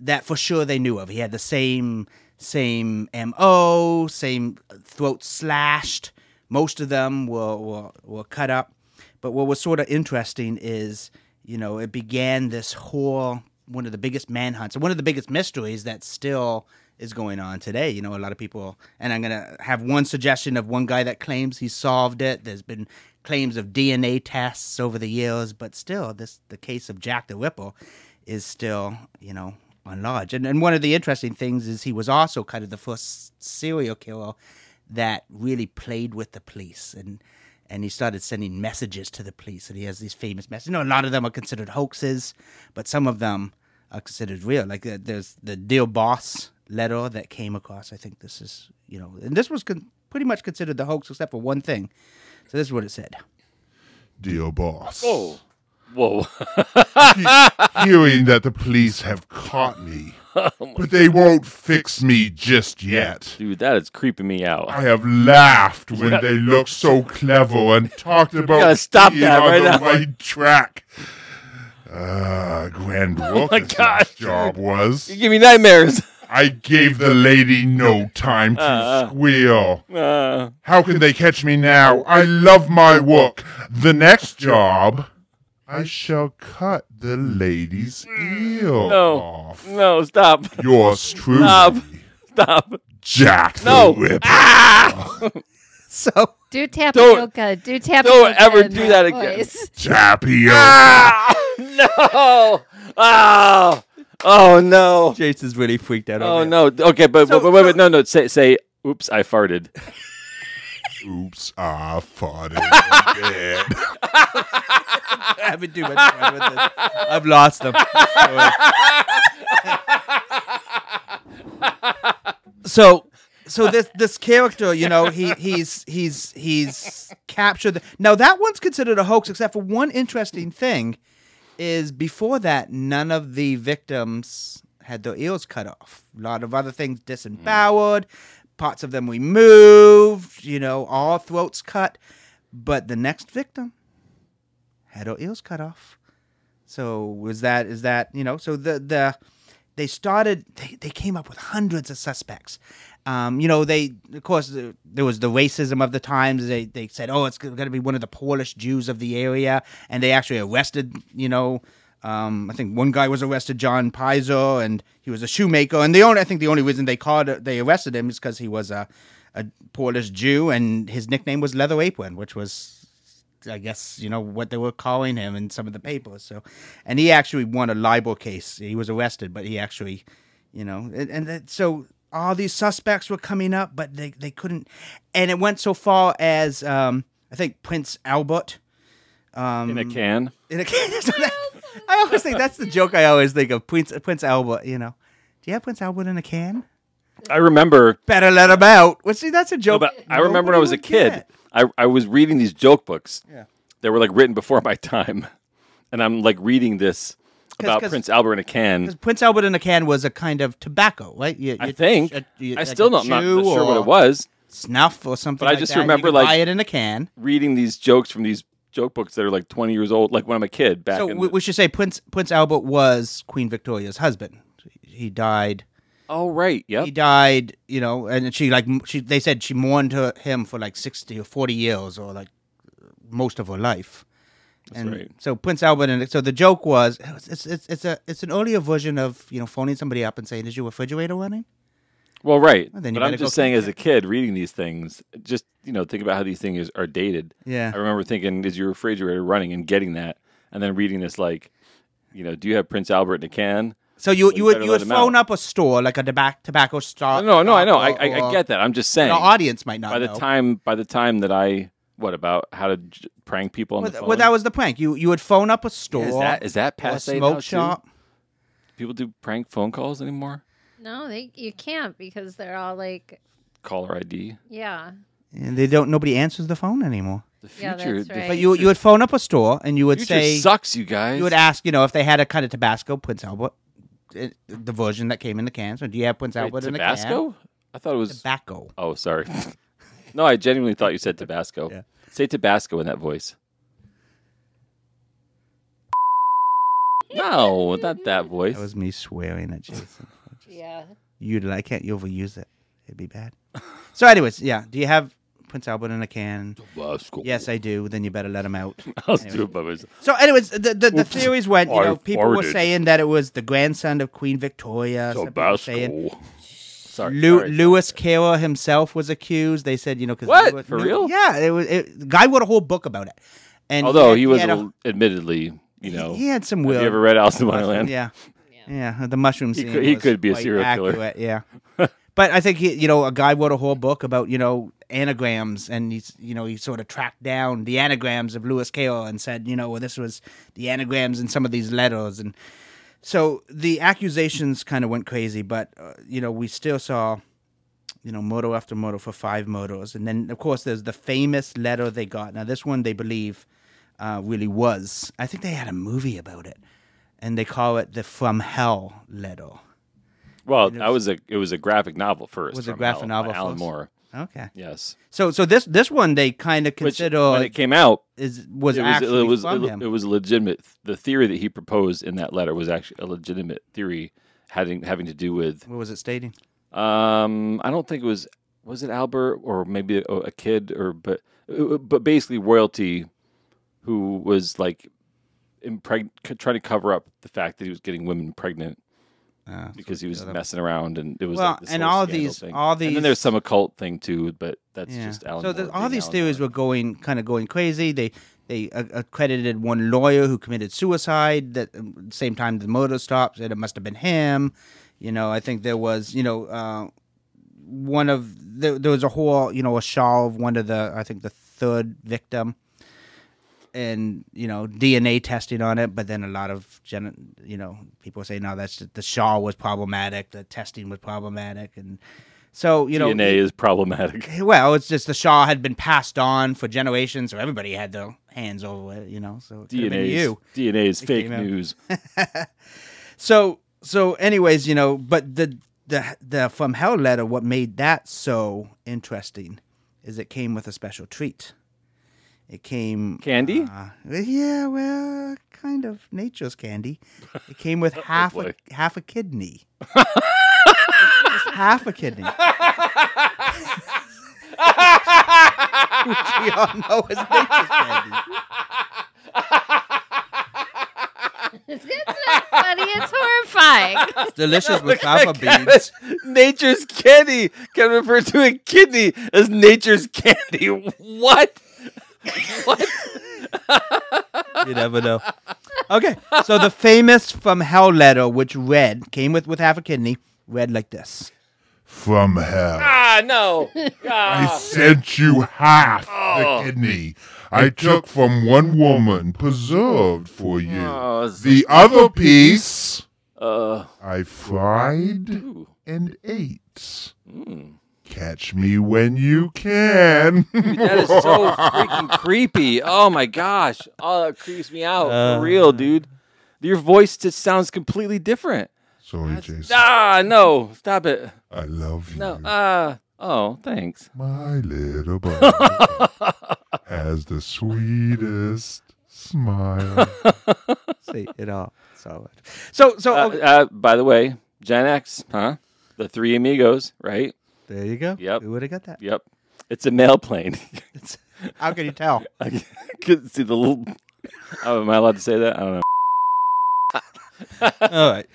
[SPEAKER 3] that for sure they knew of. He had the same same M.O., same throat slashed. Most of them were were, were cut up. But what was sort of interesting is, you know, it began this whole one of the biggest manhunts and one of the biggest mysteries that still is going on today. You know, a lot of people, and I'm going to have one suggestion of one guy that claims he solved it. There's been claims of DNA tests over the years, but still, this the case of Jack the Ripper is still, you know, on large. And, and one of the interesting things is he was also kind of the first serial killer that really played with the police and and he started sending messages to the police and he has these famous messages. You know, a lot of them are considered hoaxes, but some of them are considered real. Like uh, there's the Dear Boss letter that came across. I think this is, you know, and this was con- pretty much considered the hoax except for one thing. So this is what it said. [laughs]
[SPEAKER 4] Dear boss.
[SPEAKER 2] Oh, whoa! [laughs]
[SPEAKER 4] Hearing that the police have caught
[SPEAKER 2] [laughs]
[SPEAKER 4] me,
[SPEAKER 2] Oh
[SPEAKER 4] but they won't fix me just yet.
[SPEAKER 2] Dude, that is creeping me out.
[SPEAKER 4] I have laughed when they looked so clever and talked
[SPEAKER 2] gotta
[SPEAKER 4] about
[SPEAKER 2] stop
[SPEAKER 4] being
[SPEAKER 2] that
[SPEAKER 4] on
[SPEAKER 2] right
[SPEAKER 4] the
[SPEAKER 2] now.
[SPEAKER 4] right track. Ah, grand work
[SPEAKER 2] Oh my
[SPEAKER 4] this
[SPEAKER 2] God,
[SPEAKER 4] last job
[SPEAKER 2] You
[SPEAKER 4] was.
[SPEAKER 2] give me nightmares. [laughs]
[SPEAKER 4] I gave the lady no time to
[SPEAKER 2] Uh, uh.
[SPEAKER 4] squeal.
[SPEAKER 2] Uh,
[SPEAKER 4] How can they catch me now? I love my work. The next job, I shall cut the lady's ear off.
[SPEAKER 2] no, stop,
[SPEAKER 4] Yours truly,
[SPEAKER 2] Stop. stop.
[SPEAKER 4] Jack
[SPEAKER 2] No. Ah!
[SPEAKER 4] the Ripper.
[SPEAKER 3] So
[SPEAKER 1] Do tapioca.
[SPEAKER 2] Don't-
[SPEAKER 1] do tapioca.
[SPEAKER 2] don't ever
[SPEAKER 1] in
[SPEAKER 2] do that again.
[SPEAKER 1] voice. [laughs]
[SPEAKER 4] Tapio.
[SPEAKER 2] [laughs] Ah! No. Oh. Oh no.
[SPEAKER 3] Jason's really freaked out.
[SPEAKER 2] Oh no. Okay, but
[SPEAKER 3] So-
[SPEAKER 2] but wait, wait, no, no. Say say. Oops, I farted.
[SPEAKER 4] Oops, I
[SPEAKER 2] [laughs]
[SPEAKER 4] farted again.
[SPEAKER 3] [laughs] I haven't too much fun with this. I've lost them. [laughs] so so this this character, you know, he he's he's he's captured. Now that one's considered a hoax, except for one interesting thing is before that, none of the victims had their ears cut off. A lot of other things disemboweled, parts of them removed, you know, all throats cut. But the next victim had her ears cut off. So was that is that you know? So the the they started they, they came up with hundreds of suspects. Um, you know they of course the- there was the racism of the times. They they said oh it's going to be one of the poorest Jews of the area, and they actually arrested you know. Um, I think one guy was arrested, John Pizer, and he was a shoemaker. And the only I think the only reason they called they arrested him is because he was a a Polish Jew, and his nickname was Leather Apron, which was I guess you know what they were calling him in some of the papers. So, and he actually won a libel case. He was arrested, but he actually, you know, and, and that, so all these suspects were coming up, but they they couldn't, and it went so far as um, I think Prince Albert. Um,
[SPEAKER 2] In a can.
[SPEAKER 3] in a [laughs] so that- I always think that's the joke. I always think of Prince Prince Albert. You know, do you have Prince Albert in a can?
[SPEAKER 2] I remember.
[SPEAKER 3] Better let him out. Well, see, that's a joke.
[SPEAKER 2] No, but I remember when I
[SPEAKER 3] nobody
[SPEAKER 2] was a
[SPEAKER 3] would
[SPEAKER 2] kid,
[SPEAKER 3] get.
[SPEAKER 2] I, I was reading these joke books
[SPEAKER 3] Yeah.
[SPEAKER 2] that were like written before my time. And I'm like reading this about
[SPEAKER 3] 'cause-
[SPEAKER 2] Prince Albert in a can.
[SPEAKER 3] Prince Albert in a can was a kind of tobacco, right? You,
[SPEAKER 2] I
[SPEAKER 3] you-
[SPEAKER 2] think.
[SPEAKER 3] a- you-
[SPEAKER 2] I
[SPEAKER 3] like
[SPEAKER 2] still
[SPEAKER 3] a
[SPEAKER 2] don't, I'm
[SPEAKER 3] chew
[SPEAKER 2] not sure what
[SPEAKER 3] or
[SPEAKER 2] it was.
[SPEAKER 3] Snuff or something.
[SPEAKER 2] But I
[SPEAKER 3] like
[SPEAKER 2] just
[SPEAKER 3] that, and you
[SPEAKER 2] remember,
[SPEAKER 3] could
[SPEAKER 2] like-
[SPEAKER 3] buy it in a can.
[SPEAKER 2] Reading these jokes from these joke books that are like 20 years old, like when I'm a kid back
[SPEAKER 3] So
[SPEAKER 2] in
[SPEAKER 3] we,
[SPEAKER 2] the-
[SPEAKER 3] we should say Prince Prince Albert was Queen Victoria's husband. He died.
[SPEAKER 2] Oh, right. Yep.
[SPEAKER 3] He died. You know, and she like m- she. They said she mourned her, him for like sixty or forty years, or like most of her life. and
[SPEAKER 2] right.
[SPEAKER 3] so Prince Albert and so the joke was it's, it's it's a it's an earlier version of you know phoning somebody up and saying is your refrigerator running?
[SPEAKER 2] Well, right.
[SPEAKER 3] Well, then you
[SPEAKER 2] but I'm
[SPEAKER 3] better go
[SPEAKER 2] just saying,
[SPEAKER 3] kick
[SPEAKER 2] as a kid reading these things, just you know, think about how these things are dated.
[SPEAKER 3] Yeah.
[SPEAKER 2] I remember thinking, "Is your refrigerator running?" and getting that, and then reading this like, you know, do you have Prince Albert in a can?
[SPEAKER 3] So you
[SPEAKER 2] So
[SPEAKER 3] you
[SPEAKER 2] you
[SPEAKER 3] would
[SPEAKER 2] better
[SPEAKER 3] you
[SPEAKER 2] let
[SPEAKER 3] had
[SPEAKER 2] him
[SPEAKER 3] phone
[SPEAKER 2] out.
[SPEAKER 3] up a store like a tobacco tobacco store.
[SPEAKER 2] No, no, I know.
[SPEAKER 3] or-
[SPEAKER 2] I, I, I
[SPEAKER 3] or-
[SPEAKER 2] get that. I'm just saying.
[SPEAKER 3] The audience might not
[SPEAKER 2] by the
[SPEAKER 3] uh, know.
[SPEAKER 2] time, by the time that I, what about how to j- prank people on
[SPEAKER 3] well,
[SPEAKER 2] the
[SPEAKER 3] th-
[SPEAKER 2] phone?
[SPEAKER 3] well, that was the prank. You you would phone up a store.
[SPEAKER 2] is that is that
[SPEAKER 3] or a
[SPEAKER 2] passe now,
[SPEAKER 3] smoke
[SPEAKER 2] too?
[SPEAKER 3] shop?
[SPEAKER 2] People do prank phone calls anymore.
[SPEAKER 1] No, they you can't because they're all like,
[SPEAKER 2] Caller ID.
[SPEAKER 1] yeah,
[SPEAKER 3] And they don't. Nobody answers the phone anymore.
[SPEAKER 2] The
[SPEAKER 1] Yeah,
[SPEAKER 2] future.
[SPEAKER 1] that's
[SPEAKER 2] the
[SPEAKER 1] right.
[SPEAKER 3] But you you would phone up a store and you would
[SPEAKER 2] future
[SPEAKER 3] say
[SPEAKER 2] sucks, you guys.
[SPEAKER 3] you would ask you know if they had a kind of Tabasco Prince Albert, it, the version that came in the cans. Or do you have Prince
[SPEAKER 2] Wait,
[SPEAKER 3] Albert in the can?
[SPEAKER 2] Tabasco. I thought it was.
[SPEAKER 3] Tobacco.
[SPEAKER 2] Oh, sorry. [laughs] no, I genuinely thought you said Tabasco.
[SPEAKER 3] Yeah.
[SPEAKER 2] Say Tabasco in that
[SPEAKER 1] [laughs]
[SPEAKER 2] voice. no, not that voice.
[SPEAKER 3] That was me swearing at Jason.
[SPEAKER 1] [laughs] yeah.
[SPEAKER 3] You'd I can't overuse it. It'd
[SPEAKER 2] [laughs]
[SPEAKER 3] be bad. So, anyways, yeah. Do you have Prince Albert in a can?
[SPEAKER 2] Tabasco.
[SPEAKER 3] Yes, I do. Then you better let him out. [laughs]
[SPEAKER 2] [laughs] I was doing by myself.
[SPEAKER 3] So, anyways, the the, the theories went. You know,
[SPEAKER 2] I
[SPEAKER 3] people were
[SPEAKER 2] farted.
[SPEAKER 3] saying that it was the grandson of Queen Victoria. some people were saying-
[SPEAKER 2] Sorry,
[SPEAKER 3] Lew-
[SPEAKER 2] sorry.
[SPEAKER 3] Lewis Carroll himself was accused. They said, you know, because
[SPEAKER 2] What? For real?
[SPEAKER 3] Yeah, it was. It, the guy wrote a whole book about it. And
[SPEAKER 2] Although
[SPEAKER 3] had-
[SPEAKER 2] he was
[SPEAKER 3] had a-
[SPEAKER 2] a- admittedely, you know,
[SPEAKER 3] he
[SPEAKER 2] have
[SPEAKER 3] had some
[SPEAKER 2] you
[SPEAKER 3] will.
[SPEAKER 2] ever read Alice in Wonderland?
[SPEAKER 3] Yeah. yeah, The mushroom
[SPEAKER 2] He
[SPEAKER 3] scene.
[SPEAKER 2] could- he
[SPEAKER 3] was
[SPEAKER 2] could be a
[SPEAKER 3] quite
[SPEAKER 2] serial killer. [laughs]
[SPEAKER 3] accurate, Yeah, but I think he, you know a guy wrote a whole book about you know anagrams, and he's you know he sort of tracked down the anagrams of Lewis Carroll and said you know well, this was the anagrams in some of these letters, and so the accusations kind of went crazy. But uh, you know we still saw. You know, moto after moto for five motos, and then of course there's the famous letter they got. Now this one they believe uh, really was. I think they had a movie about it, and they call it the From Hell letter.
[SPEAKER 2] Well, that was a it was a graphic novel first.
[SPEAKER 3] Was a
[SPEAKER 2] from
[SPEAKER 3] graphic
[SPEAKER 2] Alan,
[SPEAKER 3] novel
[SPEAKER 2] by Alan
[SPEAKER 3] first?
[SPEAKER 2] Moore.
[SPEAKER 3] Okay.
[SPEAKER 2] Yes,
[SPEAKER 3] So so this this one they kind of
[SPEAKER 2] which
[SPEAKER 3] consider
[SPEAKER 2] when it came out,
[SPEAKER 3] is was
[SPEAKER 2] it was
[SPEAKER 3] actually
[SPEAKER 2] it was
[SPEAKER 3] from
[SPEAKER 2] it,
[SPEAKER 3] him.
[SPEAKER 2] it was legitimate. The theory that he proposed in that letter was actually a legitimate theory, having having to do with
[SPEAKER 3] what was it stating?
[SPEAKER 2] Um, I don't think it was was it Albert or maybe a, a kid or but uh, but basically royalty who was like impreg- c- trying to cover up the fact that he was getting women pregnant
[SPEAKER 3] Uh,
[SPEAKER 2] because he was messing around and it was
[SPEAKER 3] Well,
[SPEAKER 2] like this
[SPEAKER 3] and
[SPEAKER 2] whole
[SPEAKER 3] all
[SPEAKER 2] scandal
[SPEAKER 3] these-
[SPEAKER 2] thing.
[SPEAKER 3] all
[SPEAKER 2] and
[SPEAKER 3] these-
[SPEAKER 2] then there's some occult thing too but that's just Alan
[SPEAKER 3] so the-
[SPEAKER 2] Moore
[SPEAKER 3] all
[SPEAKER 2] being
[SPEAKER 3] these
[SPEAKER 2] Alan
[SPEAKER 3] theories
[SPEAKER 2] Moore.
[SPEAKER 3] were going kind of going crazy. They they uh, accredited one lawyer who committed suicide that um, same time the motor stopped. Said it must have been him. You know, I think there was you know uh, one of there, there was a whole you know a shawl of one of the I think the third victim. And you know DNA testing on it, but then a lot of gen- you know people say no, that's the shawl was problematic, the testing was problematic, and so you know
[SPEAKER 2] DNA is problematic [laughs]
[SPEAKER 3] well, it's just the Shaw had been passed on for generations, so everybody had their hands over it, you know. So it could have been
[SPEAKER 2] DNA is,
[SPEAKER 3] you.
[SPEAKER 2] DNA is fake
[SPEAKER 3] came out. [laughs]
[SPEAKER 2] news
[SPEAKER 3] So so, anyways, you know, but the the the from hell letter, what made that so interesting is it came with a special treat. It came
[SPEAKER 2] Candy?
[SPEAKER 3] uh, yeah, well, kind of nature's candy. It
[SPEAKER 2] [laughs]
[SPEAKER 3] came with half a
[SPEAKER 2] Oh, boy.
[SPEAKER 3] half
[SPEAKER 2] [laughs]
[SPEAKER 3] a kidney. Just half a kidney. [laughs] Which we all know is nature's candy.
[SPEAKER 1] It's not funny. It's horrifying.
[SPEAKER 3] delicious with alpha beans.
[SPEAKER 2] Yes, nature's candy can refer to a kidney as nature's
[SPEAKER 3] [laughs]
[SPEAKER 2] candy. What? what?
[SPEAKER 3] You never know. Okay, so the famous from hell letter, which read came with with half a kidney, read like this.
[SPEAKER 4] From hell.
[SPEAKER 2] Ah, no. Ah. Oh.
[SPEAKER 4] I sent you half the kidney I took from one woman preserved for you.
[SPEAKER 2] Oh,
[SPEAKER 4] The other piece
[SPEAKER 2] uh,
[SPEAKER 4] I fried
[SPEAKER 2] ooh,
[SPEAKER 4] and ate.
[SPEAKER 2] mm.
[SPEAKER 4] Catch me when you can.
[SPEAKER 2] [laughs] That is so freaking
[SPEAKER 3] [laughs]
[SPEAKER 2] creepy. Oh my gosh. Oh, that creeps me out.
[SPEAKER 3] Uh,
[SPEAKER 2] For real, dude. Your voice just sounds completely different.
[SPEAKER 4] [laughs] Sorry, Jason.
[SPEAKER 2] Ah, no. Stop it.
[SPEAKER 4] I love you.
[SPEAKER 2] No. Ah. oh, thanks.
[SPEAKER 4] My
[SPEAKER 2] [laughs]
[SPEAKER 4] little brother has the sweetest smile.
[SPEAKER 3] See it all. So, so, so
[SPEAKER 2] Uh,
[SPEAKER 3] okay.
[SPEAKER 2] uh, by the way, Gen X, huh? The Three Amigos, right?
[SPEAKER 3] there you go.
[SPEAKER 2] yep.
[SPEAKER 3] we would have got that.
[SPEAKER 2] Yep. It's a mail plane. [laughs]
[SPEAKER 3] How can you tell?
[SPEAKER 2] I could see the little. Oh, am I allowed to say that? I don't know.
[SPEAKER 3] all right.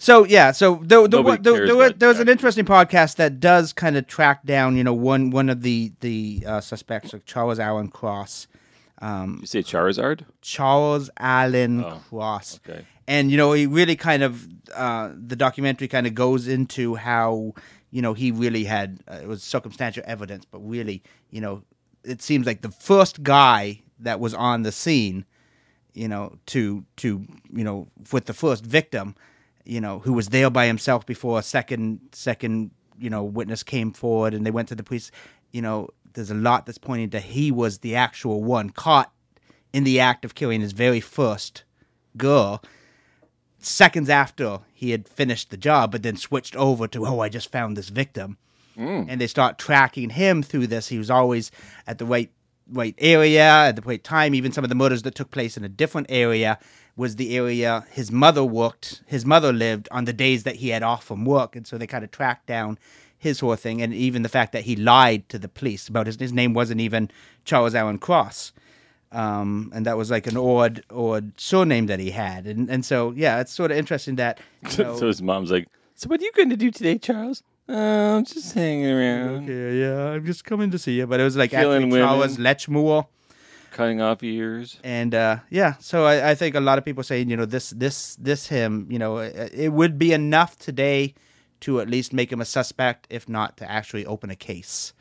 [SPEAKER 3] So yeah, so there, there,
[SPEAKER 2] Nobody
[SPEAKER 3] wa- there,
[SPEAKER 2] cares
[SPEAKER 3] there, wa-
[SPEAKER 2] about
[SPEAKER 3] there was an
[SPEAKER 2] Jack.
[SPEAKER 3] interesting podcast that does kind of track down, you know, one one of the the uh, suspects, like Charles Allen Cross, um,
[SPEAKER 2] You say Charizard?
[SPEAKER 3] Charles Allen
[SPEAKER 2] Oh,
[SPEAKER 3] Cross,
[SPEAKER 2] Okay.
[SPEAKER 3] and you know he really kind of uh, the documentary kind of goes into how you know he really had uh, it was circumstantial evidence, but really you know it seems like the first guy that was on the scene, you know, to to you know with the first victim, you know, who was there by himself before a second second you know witness came forward and they went to the police, you know. There's a lot that's pointing to he was the actual one caught in the act of killing his very first girl seconds after he had finished the job, but then switched over to, oh, I just found this victim. And they start tracking him through this. He was always at the right right area at the right time. Even some of the murders that took place in a different area was the area his mother worked, his mother lived on the days that he had off from work. And so they kind of tracked down his whole thing and even the fact that he lied to the police about his, his name wasn't even Charles Allen Cross um, and that was like an odd, odd surname that he had, and and so yeah, it's sort of interesting that you know,
[SPEAKER 2] [laughs] so his mom's like, "So what are you going to do today, Charles?" Oh, I'm just hanging around,
[SPEAKER 3] yeah, yeah, I'm just coming to see you, but it was like
[SPEAKER 2] Killing
[SPEAKER 3] actually Charles
[SPEAKER 2] women.
[SPEAKER 3] Lechmere,
[SPEAKER 2] cutting off ears.
[SPEAKER 3] and uh, yeah, so I, I think a lot of people saying you know this this this him, you know, it, it would be enough today to at least make him a suspect, if not to actually open a case.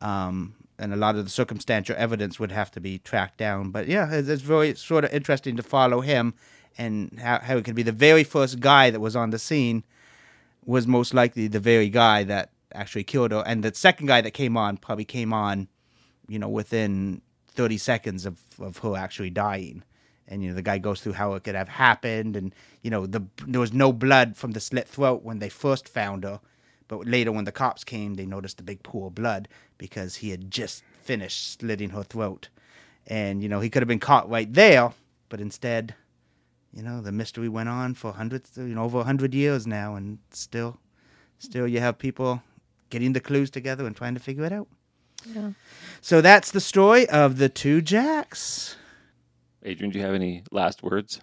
[SPEAKER 3] um, and a lot of the circumstantial evidence would have to be tracked down. But yeah, it's, it's very sort of interesting to follow him and how, how it could be the very first guy that was on the scene was most likely the very guy that actually killed her, and the second guy that came on probably came on, you know, within thirty seconds of of her actually dying. And you know the guy goes through how it could have happened, and you know the there was no blood from the slit throat when they first found her, but later, when the cops came, they noticed the big pool of blood because he had just finished slitting her throat. And, you know, he could have been caught right there, but instead, you know, the mystery went on for hundreds, you know, over a 100 years now, and still, still you have people getting the clues together and trying to figure it out.
[SPEAKER 1] Yeah.
[SPEAKER 3] So that's the story of the two Jacks.
[SPEAKER 2] Adrian, do you have any last words?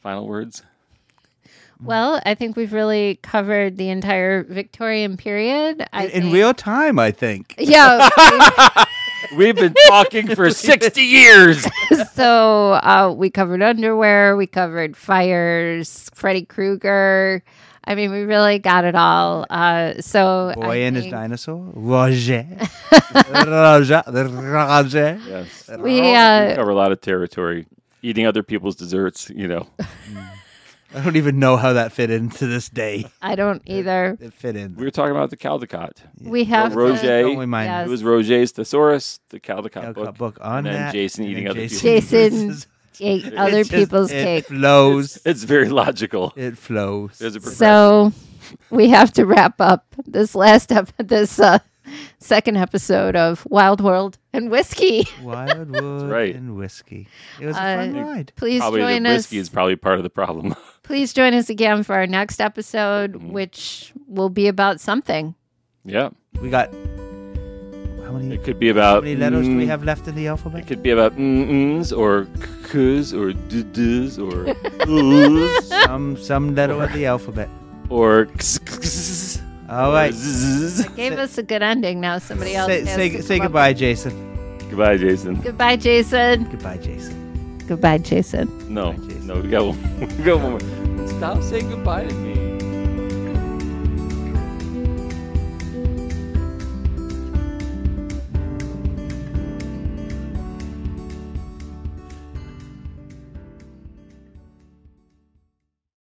[SPEAKER 2] Final words?
[SPEAKER 1] [laughs] Well, I think we've really covered the entire Victorian period. I
[SPEAKER 3] In, in
[SPEAKER 1] think.
[SPEAKER 3] real time, I think.
[SPEAKER 1] Yeah.
[SPEAKER 2] [laughs]
[SPEAKER 3] [laughs]
[SPEAKER 1] [laughs]
[SPEAKER 2] We've been talking [laughs] for 60 years.
[SPEAKER 1] so uh, we covered underwear, we covered fires, Freddy Krueger. I mean, we really got it all. Uh, so
[SPEAKER 3] Boy
[SPEAKER 1] I
[SPEAKER 3] and his
[SPEAKER 1] think
[SPEAKER 3] dinosaur,
[SPEAKER 1] [laughs]
[SPEAKER 3] Roger. Roger. Roger.
[SPEAKER 2] Yes.
[SPEAKER 3] Oh,
[SPEAKER 1] we uh,
[SPEAKER 2] cover a lot of territory. Eating other people's desserts, you know.
[SPEAKER 3] I don't even know how that fit into this day.
[SPEAKER 1] I don't either.
[SPEAKER 3] It fit
[SPEAKER 2] We
[SPEAKER 3] in.
[SPEAKER 2] were talking about the Caldecott.
[SPEAKER 1] We have
[SPEAKER 2] Roger.
[SPEAKER 1] to,
[SPEAKER 3] Don't we mind?
[SPEAKER 1] Yes.
[SPEAKER 2] It was Roger's Thesaurus, the Caldecott
[SPEAKER 3] Cal-
[SPEAKER 2] book.
[SPEAKER 3] Cal- book on
[SPEAKER 2] and then
[SPEAKER 3] that,
[SPEAKER 2] Jason
[SPEAKER 3] and
[SPEAKER 2] eating
[SPEAKER 3] then
[SPEAKER 2] other people's
[SPEAKER 1] Jason-
[SPEAKER 2] desserts.
[SPEAKER 1] Ate other
[SPEAKER 3] [laughs] It just-
[SPEAKER 1] people's
[SPEAKER 3] it
[SPEAKER 1] cake.
[SPEAKER 3] flows.
[SPEAKER 2] It's very logical.
[SPEAKER 3] It flows.
[SPEAKER 2] There's a progression.
[SPEAKER 1] So we have to wrap up this last up this uh, second episode of Wild World and Whiskey.
[SPEAKER 3] [laughs]
[SPEAKER 1] [laughs]
[SPEAKER 3] Wild wood
[SPEAKER 2] right.
[SPEAKER 3] and whiskey. It was
[SPEAKER 1] Uh,
[SPEAKER 3] a fun ride.
[SPEAKER 1] Please
[SPEAKER 2] probably
[SPEAKER 1] join
[SPEAKER 2] the
[SPEAKER 1] us.
[SPEAKER 2] whiskey is probably part of the problem. [laughs]
[SPEAKER 1] Please join us again for our next episode,
[SPEAKER 3] Mm-hmm.
[SPEAKER 1] which will be about something.
[SPEAKER 2] yeah.
[SPEAKER 3] We got how many?
[SPEAKER 2] It could be
[SPEAKER 3] how
[SPEAKER 2] about
[SPEAKER 3] many letters do we
[SPEAKER 2] mm,
[SPEAKER 3] have left in the
[SPEAKER 2] It
[SPEAKER 3] alphabet?
[SPEAKER 2] could be about mm-ms or k's or d-ds
[SPEAKER 3] [laughs]
[SPEAKER 2] or oohs
[SPEAKER 3] Some some letter of the alphabet.
[SPEAKER 2] or ks
[SPEAKER 3] All right.
[SPEAKER 2] zzz.
[SPEAKER 1] Gave
[SPEAKER 3] Say-
[SPEAKER 1] us a good ending. Now somebody else.
[SPEAKER 3] Say,
[SPEAKER 1] has
[SPEAKER 3] say,
[SPEAKER 1] to
[SPEAKER 3] say
[SPEAKER 1] come up-
[SPEAKER 3] goodbye, Jason.
[SPEAKER 2] Goodbye, Jason.
[SPEAKER 1] Goodbye, Jason.
[SPEAKER 3] Goodbye, Jason.
[SPEAKER 1] Goodbye, Jason.
[SPEAKER 2] No, [laughs]
[SPEAKER 3] Jason.
[SPEAKER 2] no, we got one. We got one more. Stop saying goodbye to me.